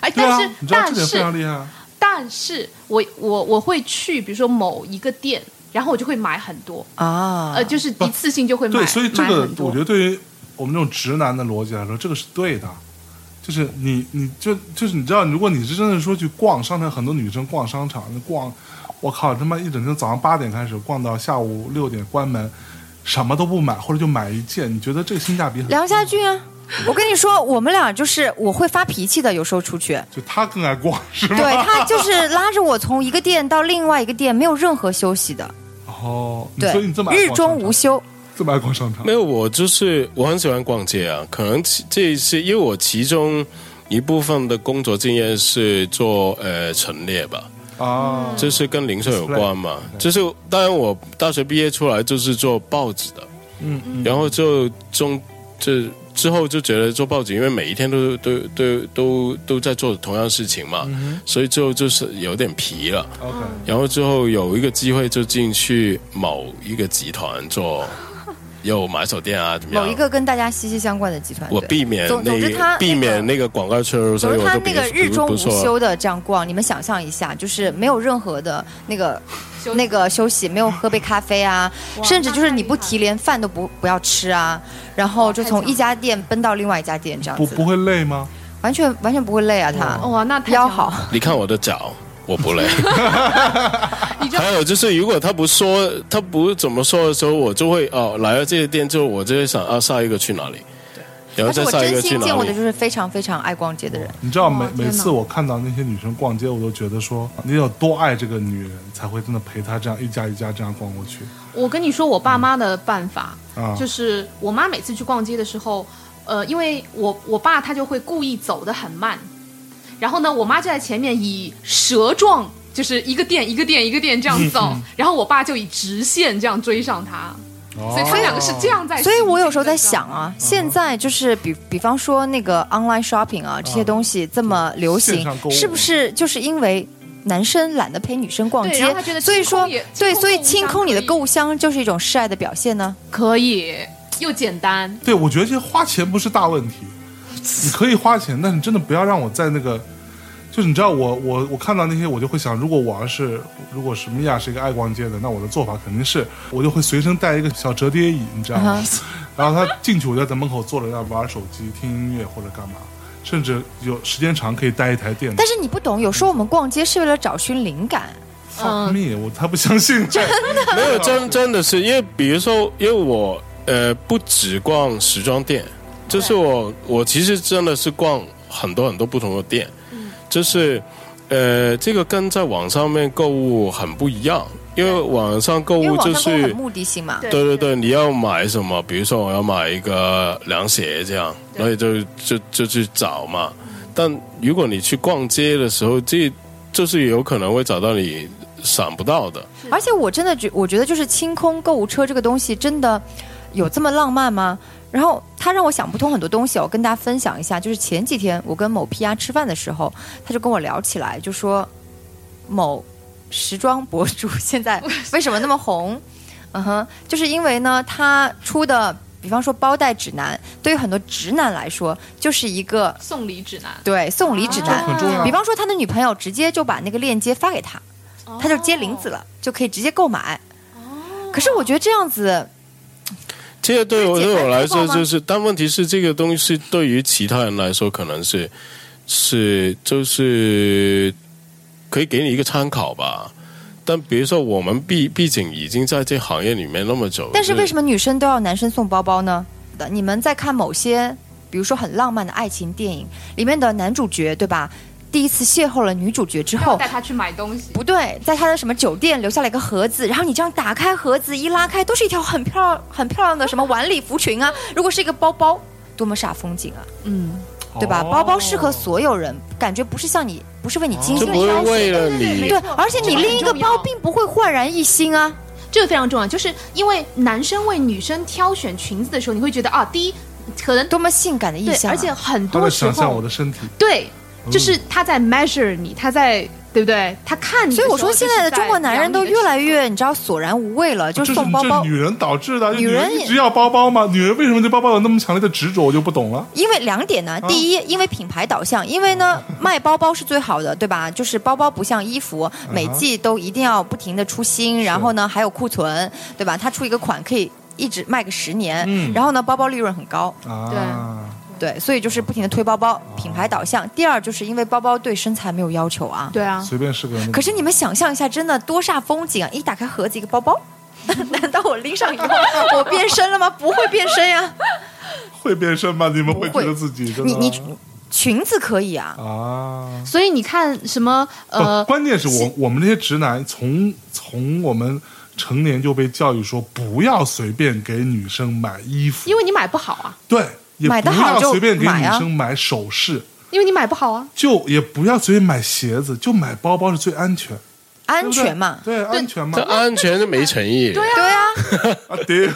[SPEAKER 7] 哎，
[SPEAKER 4] 对啊
[SPEAKER 7] 但是、，
[SPEAKER 4] 你知道这
[SPEAKER 7] 但
[SPEAKER 4] 点非常
[SPEAKER 7] 是
[SPEAKER 4] 厉害啊，
[SPEAKER 7] 但是我我我会去，比如说某一个店，然后我就会买很多，
[SPEAKER 5] 啊，
[SPEAKER 7] 呃，就是一次性就会买，
[SPEAKER 4] 对，所以这
[SPEAKER 7] 买
[SPEAKER 4] 个
[SPEAKER 7] 很多
[SPEAKER 4] 我觉得对于我们这种直男的逻辑来说，这个是对的。就是你，你就就是你知道，如果你是真的说去逛商场，很多女生逛商场，那逛，我靠，他妈一整天早上八点开始逛到下午六点关门，什么都不买，或者就买一件，你觉得这个性价比很？
[SPEAKER 5] 梁家 俊啊，我跟你说，我们俩就是我会发脾气的，有时候出去，
[SPEAKER 4] 就他更爱逛，是吗？
[SPEAKER 5] 对他就是拉着我从一个店到另外一个店，没有任何休息的，
[SPEAKER 4] 哦，你
[SPEAKER 5] 对
[SPEAKER 4] 所以你这么，爱
[SPEAKER 5] 日
[SPEAKER 4] 逛
[SPEAKER 5] 中
[SPEAKER 4] 商场
[SPEAKER 5] 无，休。
[SPEAKER 4] 这么爱逛商场
[SPEAKER 6] 没，有，我就是我很喜欢逛街啊。可能其这是因为我其中一部分的工作经验是做呃陈列吧，
[SPEAKER 4] 啊，
[SPEAKER 6] 就是跟零售有关嘛。就是当然我大学毕业出来就是做报纸的，嗯，然后就中这之后就觉得做报纸，因为每一天都都都都都在做同样的事情嘛，所以最后就是有点疲了。
[SPEAKER 4] OK，
[SPEAKER 6] 然后之后有一个机会就进去某一个集 团做，有买手店啊怎么样？
[SPEAKER 5] 某一个跟大家息息相关的集团，
[SPEAKER 6] 我
[SPEAKER 5] 对
[SPEAKER 6] 避免
[SPEAKER 5] 总总
[SPEAKER 6] 那
[SPEAKER 5] 之他
[SPEAKER 6] 个避免
[SPEAKER 5] 那个。
[SPEAKER 6] 那个广告切入，
[SPEAKER 5] 总
[SPEAKER 6] 所以
[SPEAKER 5] 之，
[SPEAKER 6] 我
[SPEAKER 5] 他
[SPEAKER 6] 就
[SPEAKER 5] 那
[SPEAKER 6] 比
[SPEAKER 5] 个日中
[SPEAKER 6] 不
[SPEAKER 5] 无
[SPEAKER 6] 说
[SPEAKER 5] 休的这样逛，你们想象一下，就是没有任何的那个
[SPEAKER 7] 休息
[SPEAKER 5] 那个休息，没有喝杯咖啡啊，甚至就是你不提连饭都不不要吃啊，然后就从一家店奔到另外一家店这样
[SPEAKER 4] 不
[SPEAKER 5] 子，
[SPEAKER 4] 不会累吗？
[SPEAKER 5] 完全完全不会累啊，他
[SPEAKER 7] 哇，哦那太
[SPEAKER 5] 腰
[SPEAKER 7] 强了
[SPEAKER 5] 好，
[SPEAKER 6] 你看我的脚，我不 累。
[SPEAKER 7] 你知道
[SPEAKER 6] 还有就是，如果他不说，他不怎么说的时候，我就会哦，来了这些店之后，我就会想啊，下一个去哪里，然后
[SPEAKER 5] 但是
[SPEAKER 6] 再
[SPEAKER 5] 我
[SPEAKER 6] 下一
[SPEAKER 5] 真
[SPEAKER 6] 个去
[SPEAKER 5] 心见
[SPEAKER 6] 哪
[SPEAKER 5] 过的
[SPEAKER 6] 里
[SPEAKER 5] 就。是非常非常爱逛街的人，
[SPEAKER 4] 你知道每
[SPEAKER 7] 哇天哪
[SPEAKER 4] 每次我看到那些女生逛街，我都觉得说，你有多爱这个女人，才会真的陪她这样一家一家这样逛过去
[SPEAKER 7] 我跟你说，我爸妈的办法、
[SPEAKER 4] 啊。
[SPEAKER 7] 就是，我妈每次去逛街的时候，呃，因为我我爸他就会故意走得很慢，然后呢，我妈就在前面以蛇状，就是一个店一个店一个店这样走，然后我爸就以直线这样追上她，所以他们两个是这样在行进的。
[SPEAKER 5] 所以我有时候在想啊，现在就是比比方说那个 online shopping 啊，这些东西这么流
[SPEAKER 4] 线
[SPEAKER 5] 行
[SPEAKER 4] 上购，物
[SPEAKER 5] 是不是就是因为？男生懒得陪女生逛
[SPEAKER 7] 对
[SPEAKER 5] 街
[SPEAKER 7] 然后他觉得，
[SPEAKER 5] 所
[SPEAKER 7] 清
[SPEAKER 5] 以
[SPEAKER 7] 空
[SPEAKER 5] 说
[SPEAKER 7] 也
[SPEAKER 5] 对，
[SPEAKER 7] 清空
[SPEAKER 5] 所以
[SPEAKER 7] 购物
[SPEAKER 5] 清
[SPEAKER 7] 箱
[SPEAKER 5] 空你的
[SPEAKER 7] 可以
[SPEAKER 5] 购物箱就是一种示爱的表现呢。
[SPEAKER 7] 你可以又简单，
[SPEAKER 4] 对，我觉得这花钱不是大问 题，你可以花钱，但你真的不要让我在那个，就是你知道我我我看到那些，我就会想，如果我要是如果是米娅是一个爱逛街的，那我的做法肯定是，我就会随身带一个小折叠椅，你知 道吗？然后她进去，我就在门口坐着，要玩手机、听音乐或者干嘛，甚至有时间长可以带一台电脑
[SPEAKER 5] 但。是你不懂，有时候我们逛街是为了找寻灵感，
[SPEAKER 4] Fuck
[SPEAKER 5] 嗯
[SPEAKER 4] me！我才不相信。
[SPEAKER 6] 没有真真的是，因为比如说，因为我呃不只逛时装店，就是我我其实真的是逛很多很多不同的店，
[SPEAKER 5] 嗯
[SPEAKER 6] 就是呃这个跟在网上面购物很不一样，因为网上购
[SPEAKER 5] 因为
[SPEAKER 6] 物
[SPEAKER 5] 网
[SPEAKER 6] 就
[SPEAKER 5] 上购物
[SPEAKER 6] 是
[SPEAKER 5] 很目的性嘛。
[SPEAKER 6] 对对对，你要买什么？比如说我要买一个凉鞋这样，然后就就就去找嘛。但如果你去逛街的时候，这就是有可能会找到你想不到的。
[SPEAKER 5] 而且我真的觉，我觉得就是清空购物车这个东西，真的有这么浪漫吗？然后他让我想不通很多东西哦，我跟大家分享一下。就是前几天我跟某 PR 吃饭的时候，他就跟我聊起来，就说某时装博主现在 为什么那么红？嗯哼，就是因为呢，他出的，比方说包袋指南，对于很多直男来说，就是一个
[SPEAKER 7] 送礼指南。
[SPEAKER 5] 对送礼指
[SPEAKER 4] 这
[SPEAKER 5] 南。
[SPEAKER 4] 很重要
[SPEAKER 5] 比。方说，他的女朋友直接就把那个链接发给他，
[SPEAKER 4] 哦
[SPEAKER 5] 它就接零子了，就可以直接购买。可是我觉得这样子，
[SPEAKER 6] 这个对我
[SPEAKER 5] 这是
[SPEAKER 6] 对
[SPEAKER 5] 简单
[SPEAKER 6] 我来
[SPEAKER 5] 粗
[SPEAKER 6] 说
[SPEAKER 5] 暴吗
[SPEAKER 6] 就是，但问题是这个东西对于其他人来说可能是是就是可以给你一个参考吧。但比如说，我们毕毕竟已经在这行业里面那么久，
[SPEAKER 5] 但是为什
[SPEAKER 6] 么？
[SPEAKER 5] 么女生都要男生送包包呢？的你们在看某些，比如说很浪漫的爱情电影里面的男主角，对吧？第一次邂逅了女主角之
[SPEAKER 7] 要
[SPEAKER 5] 后，
[SPEAKER 7] 带他去买东西，
[SPEAKER 5] 不对，在他的什么酒店留下了一个盒子，然后你这样打开盒子一拉开，都是一条很漂亮、很漂亮的什么晚礼服裙啊。如果是一个包包，多么煞风景啊，
[SPEAKER 7] 嗯，
[SPEAKER 5] 对吧？
[SPEAKER 4] 哦
[SPEAKER 5] 包包适合所有人，感觉不是像你，不是为你精
[SPEAKER 6] 这
[SPEAKER 5] 心
[SPEAKER 6] 不是
[SPEAKER 5] 挑
[SPEAKER 6] 为
[SPEAKER 5] 选的。
[SPEAKER 6] 了你
[SPEAKER 5] 对，而且你拎一
[SPEAKER 7] 这个
[SPEAKER 5] 个
[SPEAKER 7] 很重
[SPEAKER 5] 包
[SPEAKER 7] 要
[SPEAKER 5] 并不会焕然一新啊。
[SPEAKER 7] 这个非常重要，就是因为男生为女生挑选裙子的时候，你会觉得啊，第一可能
[SPEAKER 5] 多么性感的意
[SPEAKER 7] 对，
[SPEAKER 5] 象、啊，
[SPEAKER 7] 而且很
[SPEAKER 4] 他
[SPEAKER 7] 多
[SPEAKER 4] 在
[SPEAKER 7] 时
[SPEAKER 4] 想象我
[SPEAKER 7] 候
[SPEAKER 4] 的身体，
[SPEAKER 7] 对，
[SPEAKER 4] 嗯
[SPEAKER 7] 就是他在 measure 你，他在对不对？他看你的时
[SPEAKER 5] 所以
[SPEAKER 7] 候
[SPEAKER 5] 我
[SPEAKER 7] 就是在量你的尺寸，
[SPEAKER 5] 说，现在的中国男人都越来越，你知道索然无味了，就
[SPEAKER 4] 啊这是
[SPEAKER 5] 送包
[SPEAKER 4] 这
[SPEAKER 5] 包
[SPEAKER 4] 是，女人导致的。
[SPEAKER 5] 女人
[SPEAKER 4] 人一直要包包吗？女人为什么对包包有那么强烈的执着？我就不懂了。
[SPEAKER 5] 因为两点
[SPEAKER 4] 啊
[SPEAKER 5] 呢，第一，因为品牌导向，因为 呢卖包包是最好的，对吧？就是包包不像衣
[SPEAKER 4] 啊
[SPEAKER 5] 服，每季都一定要不停的出新，然后呢还有库存，对吧？它出一个款可以一直卖个十年，
[SPEAKER 4] 嗯
[SPEAKER 5] 然后呢包包利润很高，
[SPEAKER 4] 啊，
[SPEAKER 5] 对，所以就是不停的推包包，品牌导向。第二，就是因为包包对身材没有要求啊。
[SPEAKER 7] 对啊，
[SPEAKER 4] 随便是个人的。
[SPEAKER 5] 可是你们想象一下，真的多煞风景啊！一打开盒子，一个包 包。难道我拎上以后 我变身了吗？不会变身呀、
[SPEAKER 4] 会变身吗？你们会
[SPEAKER 5] 不会
[SPEAKER 4] 觉得自己真的
[SPEAKER 5] 你你裙子可以啊，
[SPEAKER 4] 啊？
[SPEAKER 7] 所以你看什么
[SPEAKER 4] 不，
[SPEAKER 7] 呃，
[SPEAKER 4] 关键是我我们这些直男从从我们成年就被教育说不要随便给女生买衣服，
[SPEAKER 7] 因为你买不好啊，
[SPEAKER 4] 对，也
[SPEAKER 5] 买
[SPEAKER 4] 不
[SPEAKER 5] 得好
[SPEAKER 4] 要
[SPEAKER 5] 就
[SPEAKER 4] 随便给
[SPEAKER 5] 买
[SPEAKER 4] 女
[SPEAKER 5] 啊
[SPEAKER 4] 生买首饰，
[SPEAKER 7] 因为你买不好啊。
[SPEAKER 4] 就也不要随便买鞋子，就买包包是最安全，对
[SPEAKER 5] 安
[SPEAKER 4] 不对
[SPEAKER 5] 全嘛。
[SPEAKER 4] 对，安全嘛
[SPEAKER 6] 这，安全是没诚意，
[SPEAKER 5] 对啊，
[SPEAKER 4] 啊丢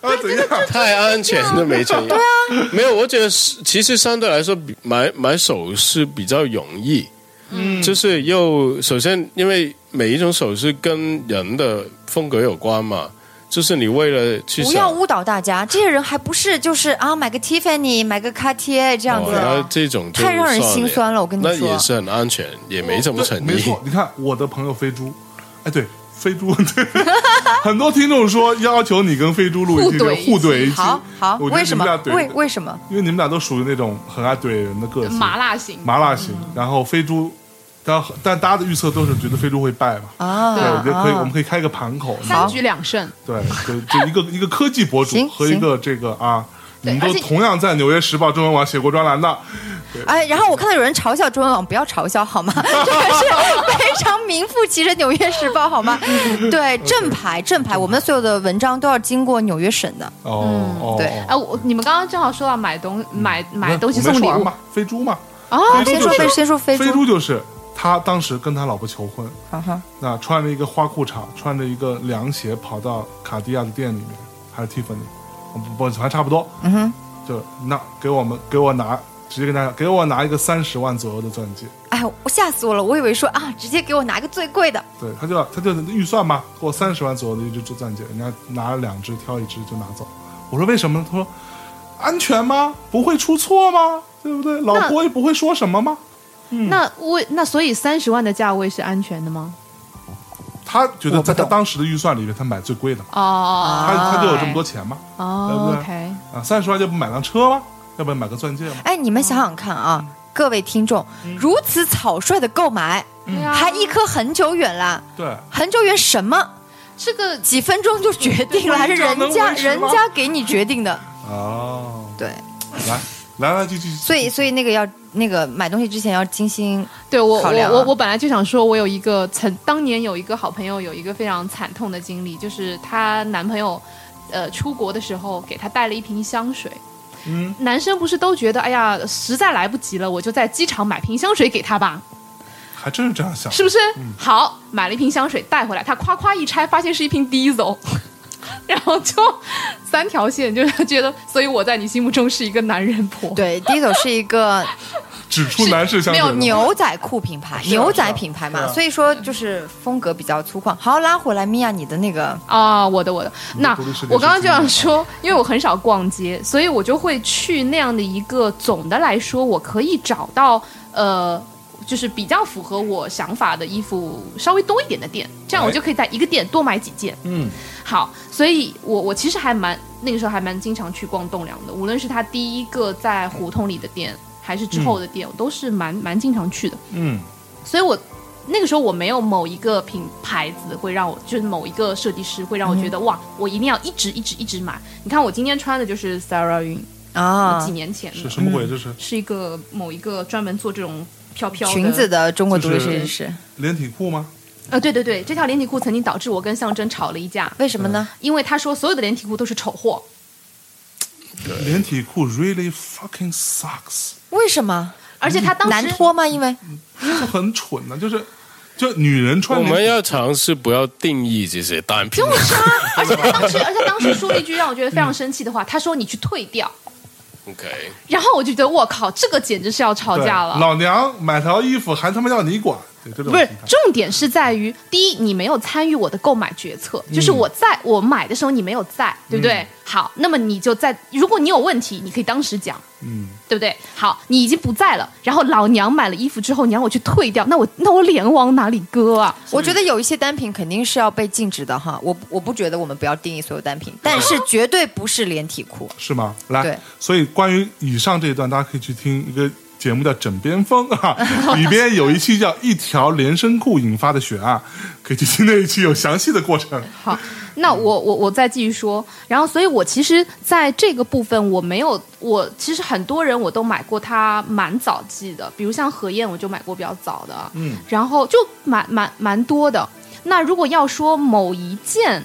[SPEAKER 4] 啊怎样？
[SPEAKER 6] 太安全就没诚意。对啊，没有，我觉得是其实相对来说比买买首饰比较容易。嗯，就是又首先，因为每一种首饰跟人的风格有关嘛，就是你为了去
[SPEAKER 5] 不要
[SPEAKER 6] 想
[SPEAKER 5] 误导大家，这些人还不是就是啊，买个 Tiffany，买个 Cartier 这样
[SPEAKER 6] 哦，
[SPEAKER 5] 子，啊
[SPEAKER 6] 然后这种就
[SPEAKER 5] 太让人
[SPEAKER 6] 算
[SPEAKER 5] 心酸了我跟你
[SPEAKER 6] 那
[SPEAKER 5] 说
[SPEAKER 6] 也是很安全，也没什么诚
[SPEAKER 4] 对没
[SPEAKER 6] 意。
[SPEAKER 4] 错，你看我的朋友飞猪，哎，对，飞猪， 对，很多听众说要求你跟飞猪录一期，
[SPEAKER 7] 互怼一期
[SPEAKER 4] 互怼一期。
[SPEAKER 5] 好好，
[SPEAKER 4] 我觉得
[SPEAKER 5] 为
[SPEAKER 4] 你
[SPEAKER 5] 什
[SPEAKER 4] 们
[SPEAKER 5] 么
[SPEAKER 4] 俩怼？
[SPEAKER 5] 为为什么？
[SPEAKER 4] 因为你们俩都属于那种很爱怼人的个性，
[SPEAKER 7] 麻辣型，
[SPEAKER 4] 麻辣型。然后飞猪，但但大家的预测都是觉得飞猪会败嘛。
[SPEAKER 5] 啊，
[SPEAKER 4] 对，我觉得可以，我们
[SPEAKER 5] 啊
[SPEAKER 4] 可以开个盘口。
[SPEAKER 7] 三局两胜，
[SPEAKER 4] 对，就就一个一个科技博主
[SPEAKER 5] 行
[SPEAKER 4] 和一个这个啊，你
[SPEAKER 7] 对
[SPEAKER 4] 们都
[SPEAKER 7] 而且
[SPEAKER 4] 同样在《纽约时报》中文网写过专栏的，
[SPEAKER 5] 哎，然后我看到有人嘲笑中文网，不要嘲笑好 吗？这个是非常名副其实，《纽约时报》好吗？嗯对，正牌正牌，我们所有的文章都要经过纽约省的。
[SPEAKER 4] 哦哦，
[SPEAKER 5] 嗯对
[SPEAKER 4] 哦
[SPEAKER 7] 哎，我你们刚刚正好说到买东买买东西
[SPEAKER 4] 我没
[SPEAKER 7] 送礼
[SPEAKER 4] 说啊完
[SPEAKER 7] 物
[SPEAKER 4] 嘛，飞猪嘛，
[SPEAKER 7] 哦，
[SPEAKER 4] 飞
[SPEAKER 5] 先
[SPEAKER 4] 猪就
[SPEAKER 5] 说
[SPEAKER 4] 是
[SPEAKER 5] 飞，先说飞
[SPEAKER 4] 飞
[SPEAKER 5] 猪，
[SPEAKER 4] 猪就是他当时跟他老婆求婚，
[SPEAKER 5] 啊哈，
[SPEAKER 4] 那穿着一个花裤衩，穿着一个凉鞋，跑到卡地亚的店里面，还是 Tiffany，哦不不，还差不多，
[SPEAKER 5] 嗯哼，
[SPEAKER 4] 就那给我们给我拿，直接跟大家给我拿一个三十万左右的钻戒，
[SPEAKER 5] 哎，我吓死我了，我以为说啊，直接给我拿一个最贵的，
[SPEAKER 4] 对，他就他就预算嘛，给我三十万左右的一只钻戒，人家拿了两只，挑一只就拿走。我说为什么呢？他说安全吗？不会出错吗？对不对？老婆也不会说什么吗？
[SPEAKER 7] 那为那所以三十万的价位是安全的吗？
[SPEAKER 4] 他觉得
[SPEAKER 5] 我不
[SPEAKER 4] 在他
[SPEAKER 5] 懂
[SPEAKER 4] 当时的预算里面，他买最贵的嘛，
[SPEAKER 7] 哦
[SPEAKER 5] 啊
[SPEAKER 4] 他他就有这么多钱嘛，
[SPEAKER 7] 哦
[SPEAKER 4] 对不对
[SPEAKER 7] ，OK，
[SPEAKER 4] 啊，三十万就不买辆车吗？要不然买个钻戒吗？
[SPEAKER 5] 哎，你们想想看啊，各位听众，如此草率的购买，
[SPEAKER 7] 对啊
[SPEAKER 5] 还一颗很久远啦，
[SPEAKER 4] 对，
[SPEAKER 5] 很久远什么？
[SPEAKER 7] 这个
[SPEAKER 5] 几分钟就决定了，还是人家人家给你决定的？
[SPEAKER 4] 哦，
[SPEAKER 5] 对，
[SPEAKER 4] 来来来，继续，
[SPEAKER 5] 所
[SPEAKER 7] 嗯
[SPEAKER 5] 以所以那个要那个买东西之前要精心，
[SPEAKER 7] 对我
[SPEAKER 5] 考
[SPEAKER 7] 我
[SPEAKER 5] 量啊
[SPEAKER 7] 我我本来就想说，我有一个曾当年有一个好朋友有一个非常惨痛的经历，就是她男朋友，呃，出国的时候给她带了一瓶香水。
[SPEAKER 4] 嗯，
[SPEAKER 7] 男生不是都觉得，哎呀，实在来不及了，我就在机场买瓶香水给她吧，
[SPEAKER 4] 还真是这样想，
[SPEAKER 7] 是不是？
[SPEAKER 5] 嗯
[SPEAKER 7] 好，买了一瓶香水带回来，她夸夸一拆，发现是一瓶 Diesel，然后就三条线，就是她觉得，所以我在你心目中是一个男人婆。
[SPEAKER 5] 对，第一种是一个
[SPEAKER 4] 指出男士相
[SPEAKER 7] 没有
[SPEAKER 4] 对论
[SPEAKER 5] 牛仔裤品牌，
[SPEAKER 4] 是啊
[SPEAKER 5] 牛仔品牌
[SPEAKER 4] 是
[SPEAKER 5] 嘛，
[SPEAKER 4] 啊
[SPEAKER 5] 所以说就是风格比较粗犷。好，拉回来，米娅，你的那个
[SPEAKER 7] 啊，我的我的，那
[SPEAKER 4] 嗯独立事件
[SPEAKER 7] 我刚刚
[SPEAKER 4] 是
[SPEAKER 7] 就
[SPEAKER 4] 自己
[SPEAKER 7] 想
[SPEAKER 4] 的
[SPEAKER 7] 说，因为我很少逛街，所以我就会去那样的一个总的来说，我可以找到呃就是比较符合我想法的衣服稍微多一点的店，这样我就可以在一个店多买几件。
[SPEAKER 4] 嗯，
[SPEAKER 7] 好，所以我我其实还蛮那个时候还蛮经常去逛栋梁的，无论是他第一个在胡同里的店，还是之后的店，我都是蛮蛮经常去的。
[SPEAKER 4] 嗯，
[SPEAKER 7] 所以我那个时候我没有某一个品牌子会让我，就是某一个设计师会让我觉得、哇，我一定要一直一直一直买。你看我今天穿的就是 Sarah 云、
[SPEAKER 5] 啊
[SPEAKER 7] 几，年前
[SPEAKER 4] 是
[SPEAKER 7] 的，
[SPEAKER 4] 什么鬼？这是
[SPEAKER 7] 是一个某一个专门做这种飘飘
[SPEAKER 5] 裙子
[SPEAKER 7] 的。嗯
[SPEAKER 5] 的中国独立
[SPEAKER 4] 就
[SPEAKER 5] 设
[SPEAKER 4] 是
[SPEAKER 5] 计师，
[SPEAKER 4] 连体裤吗？
[SPEAKER 7] 呃，对对对，这条连体裤曾经导致我跟象征吵了一架，
[SPEAKER 5] 为什么呢？
[SPEAKER 7] 因为他说所有的连体裤都是丑货。
[SPEAKER 4] 连体裤 really fucking sucks，
[SPEAKER 5] 为什么
[SPEAKER 7] 而且他当时嗯
[SPEAKER 5] 难脱吗？因为
[SPEAKER 4] 很蠢的、就是就女人穿
[SPEAKER 6] 我
[SPEAKER 4] 连
[SPEAKER 6] 们要尝试不要定义这些单品。
[SPEAKER 7] 就是啊，而且他当时，而且他当时说了一句让我觉得非常生气的话，他说你去退掉，
[SPEAKER 6] OK，
[SPEAKER 7] 然后我就觉得我靠，这个简直是要吵
[SPEAKER 4] 对
[SPEAKER 7] 架了。
[SPEAKER 4] 老娘买条衣服还他妈要你管，对这种
[SPEAKER 7] 不是
[SPEAKER 4] 心态，
[SPEAKER 7] 重点是在于，第一，你没有参与我的购买决策，
[SPEAKER 4] 嗯
[SPEAKER 7] 就是我在我买的时候你没有在，对不对？好，那么你就在，如果你有问题，你可以当时讲，
[SPEAKER 4] 嗯，
[SPEAKER 7] 对不对？好，你已经不在了，然后老娘买了衣服之后，你让我去退掉，那我那我脸往哪里搁啊？
[SPEAKER 5] 我觉得有一些单品肯定是要被禁止的哈，我我不觉得我们不要定义所有单
[SPEAKER 7] 嗯
[SPEAKER 5] 品，但是绝对不是连体裤。
[SPEAKER 4] 是吗？
[SPEAKER 5] 对
[SPEAKER 4] 来，所以关于以上这一段，大家可以去听一个节目叫《枕边风》 啊，里边有一期叫《一条连身裤引发的血案》，可以去听那一期，有详细的过程。
[SPEAKER 7] 好，那我我我再继续说，然后所以，我其实在这个部分我没有，我其实很多人我都买过它蛮早季的，比如像何燕，我就买过比较早的，
[SPEAKER 4] 嗯，
[SPEAKER 7] 然后就蛮蛮蛮多的。那如果要说某一件。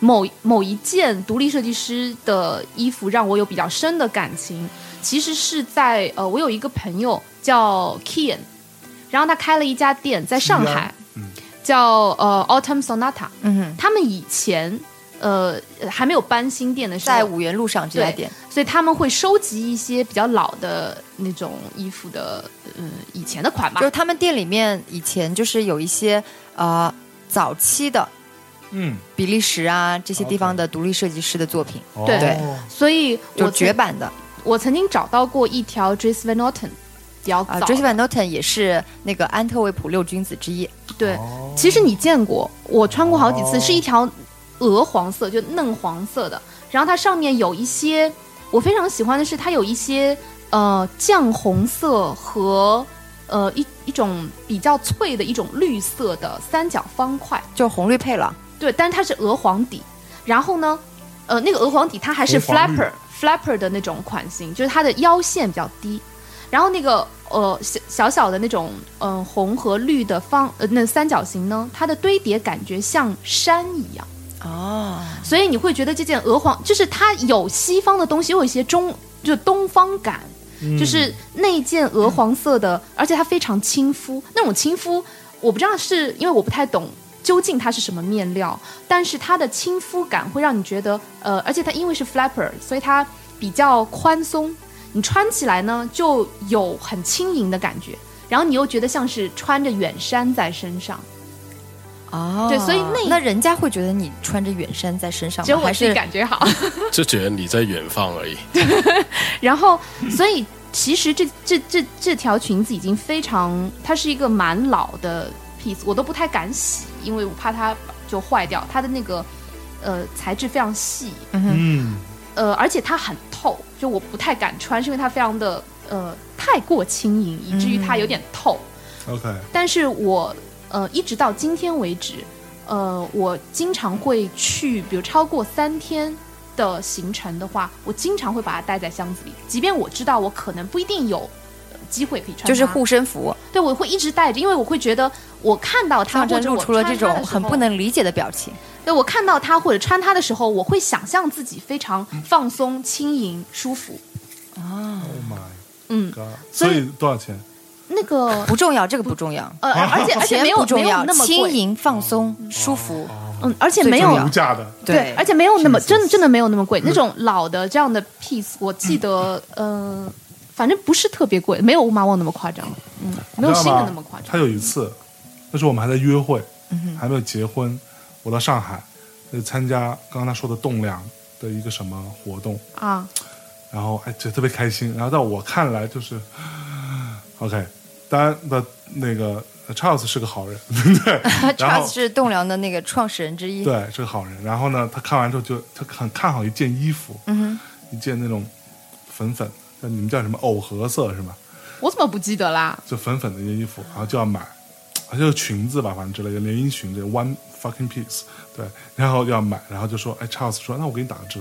[SPEAKER 7] 某某一件独立设计师的衣服让我有比较深的感情，其实是在呃，我有一个朋友叫 Kian，然后他开了一家店在上海，
[SPEAKER 4] 嗯
[SPEAKER 7] 叫呃 Autumn Sonata，
[SPEAKER 5] 嗯哼，
[SPEAKER 7] 他们以前呃呃还没有搬新店的时候，
[SPEAKER 5] 在五元路上这家店，
[SPEAKER 7] 所以他们会收集一些比较老的那种衣服的，嗯、以前的款吧
[SPEAKER 5] 就。是他们店里面以前就是有一些呃早期的
[SPEAKER 4] 嗯，
[SPEAKER 5] 比利时啊这些地方的独立设计师的作品，
[SPEAKER 4] 哦
[SPEAKER 7] 对
[SPEAKER 5] 对
[SPEAKER 7] 所以我
[SPEAKER 5] 就绝
[SPEAKER 7] 曾
[SPEAKER 5] 版的
[SPEAKER 7] 我曾经找到过一条 Dries Van Noten，比较
[SPEAKER 5] 啊
[SPEAKER 7] 早。
[SPEAKER 5] j e s s Van Noten 也是那个安特卫普六君子之一，
[SPEAKER 7] 对，其实你见过，我穿过好几次，
[SPEAKER 4] 哦
[SPEAKER 7] 是一条鹅黄色，就嫩黄色的，然后它上面有一些我非常喜欢的是它有一些呃酱红色和呃一一种比较脆的一种绿色的三角方块，
[SPEAKER 5] 就红绿配了，
[SPEAKER 7] 对，但是它是鹅黄底，然后呢，呃，那个鹅黄底它还是
[SPEAKER 4] 鹅黄绿
[SPEAKER 7] flapper flapper 的那种款型，就是它的腰线比较低，然后那个呃小小小的那种嗯、呃红和绿的方呃那三角形呢，它的堆叠感觉像山一样，
[SPEAKER 5] 哦，
[SPEAKER 7] 所以你会觉得这件鹅黄就是它有西方的东西，又有一些中就东方感。就是那件鹅黄色的，而且它非常亲肤，那种亲肤，我不知道是因为我不太懂究竟它是什么面料，但是它的亲肤感会让你觉得，呃，而且它因为是 flapper，所以它比较宽松，你穿起来呢就有很轻盈的感觉，然后你又觉得像是穿着远山在身上，
[SPEAKER 5] 哦，
[SPEAKER 7] 对所以那
[SPEAKER 5] 那人家会觉得你穿着远衫在身上
[SPEAKER 7] 只有
[SPEAKER 5] 吗？
[SPEAKER 7] 我
[SPEAKER 5] 还
[SPEAKER 7] 自己
[SPEAKER 5] 是
[SPEAKER 7] 感觉好。
[SPEAKER 6] 就觉得你在远方而已。
[SPEAKER 7] 然后，所以其实这这这这条裙子已经非常，它是一个蛮老的 piece，我都不太敢洗，因为我怕它就坏掉。它的那个呃材质非常细，
[SPEAKER 4] 嗯，
[SPEAKER 7] 呃，而且它很透，就我不太敢穿，是因为它非常的呃太过轻盈，以至于它有点透。
[SPEAKER 4] OK，
[SPEAKER 7] 但是我呃一直到今天为止，呃，我经常会去，比如超过三天的行程的话，我经常会把它带在箱子里，即便我知道我可能不一定有呃机会可以穿它，
[SPEAKER 5] 就是护身符，
[SPEAKER 7] 对我会一直带着，因为我会觉得我看到它
[SPEAKER 5] 象
[SPEAKER 7] 或
[SPEAKER 5] 征
[SPEAKER 7] 者
[SPEAKER 5] 露
[SPEAKER 7] 我
[SPEAKER 5] 出了
[SPEAKER 7] 穿
[SPEAKER 5] 这
[SPEAKER 7] 它的
[SPEAKER 5] 种
[SPEAKER 7] 时
[SPEAKER 5] 很
[SPEAKER 7] 候
[SPEAKER 5] 不能理解的表情。
[SPEAKER 7] 对我看到它或者穿它的时候，我会想象自己非常放松、轻盈、舒服。
[SPEAKER 4] Oh my
[SPEAKER 7] 嗯，
[SPEAKER 4] god，
[SPEAKER 7] 所
[SPEAKER 4] 所
[SPEAKER 7] 以
[SPEAKER 4] 以多少钱？
[SPEAKER 7] 那个
[SPEAKER 5] 不重要，这个不重要，哦
[SPEAKER 7] 呃，而且而且
[SPEAKER 5] 钱
[SPEAKER 7] 没有
[SPEAKER 5] 不重
[SPEAKER 7] 没有
[SPEAKER 5] 要，
[SPEAKER 7] 那么
[SPEAKER 5] 轻
[SPEAKER 7] 贵，
[SPEAKER 5] 盈、放松、舒服，
[SPEAKER 7] 嗯，而且
[SPEAKER 5] 最
[SPEAKER 7] 没
[SPEAKER 5] 重
[SPEAKER 7] 有
[SPEAKER 5] 要，
[SPEAKER 4] 无价的，
[SPEAKER 7] 对，而且没有那么真的真的没有那么
[SPEAKER 4] 嗯
[SPEAKER 7] 贵。那种老的这样的 piece，我记得，嗯、反正不是特别贵，没有乌马旺那么夸张，嗯，没有
[SPEAKER 4] 你知
[SPEAKER 7] 新
[SPEAKER 4] 道吗
[SPEAKER 7] 的那么夸张。嗯
[SPEAKER 4] 他有一次，那时候我们还在约会，还没有结婚，我到上海呃参加刚刚他说的栋梁的一个什么活动，
[SPEAKER 7] 啊，
[SPEAKER 4] 然 后哎，觉得特别开心。然后在我看来就是 OK，当然的，那个 Charles 是个好人，对然后
[SPEAKER 5] ，Charles 是栋梁的那个创始人之一。
[SPEAKER 4] 对是个好人。然后呢，他看完之后就他很看好一件衣服，嗯、一件那种粉粉，那你们叫什么藕荷色是吗？
[SPEAKER 7] 我怎么不记得啦？
[SPEAKER 4] 就粉粉的一件衣服，然后就要买，好像就是裙子吧，反正之类的连衣裙这 one fucking piece，对，然后要买，然后就说，哎，Charles 说，那我给你打个折，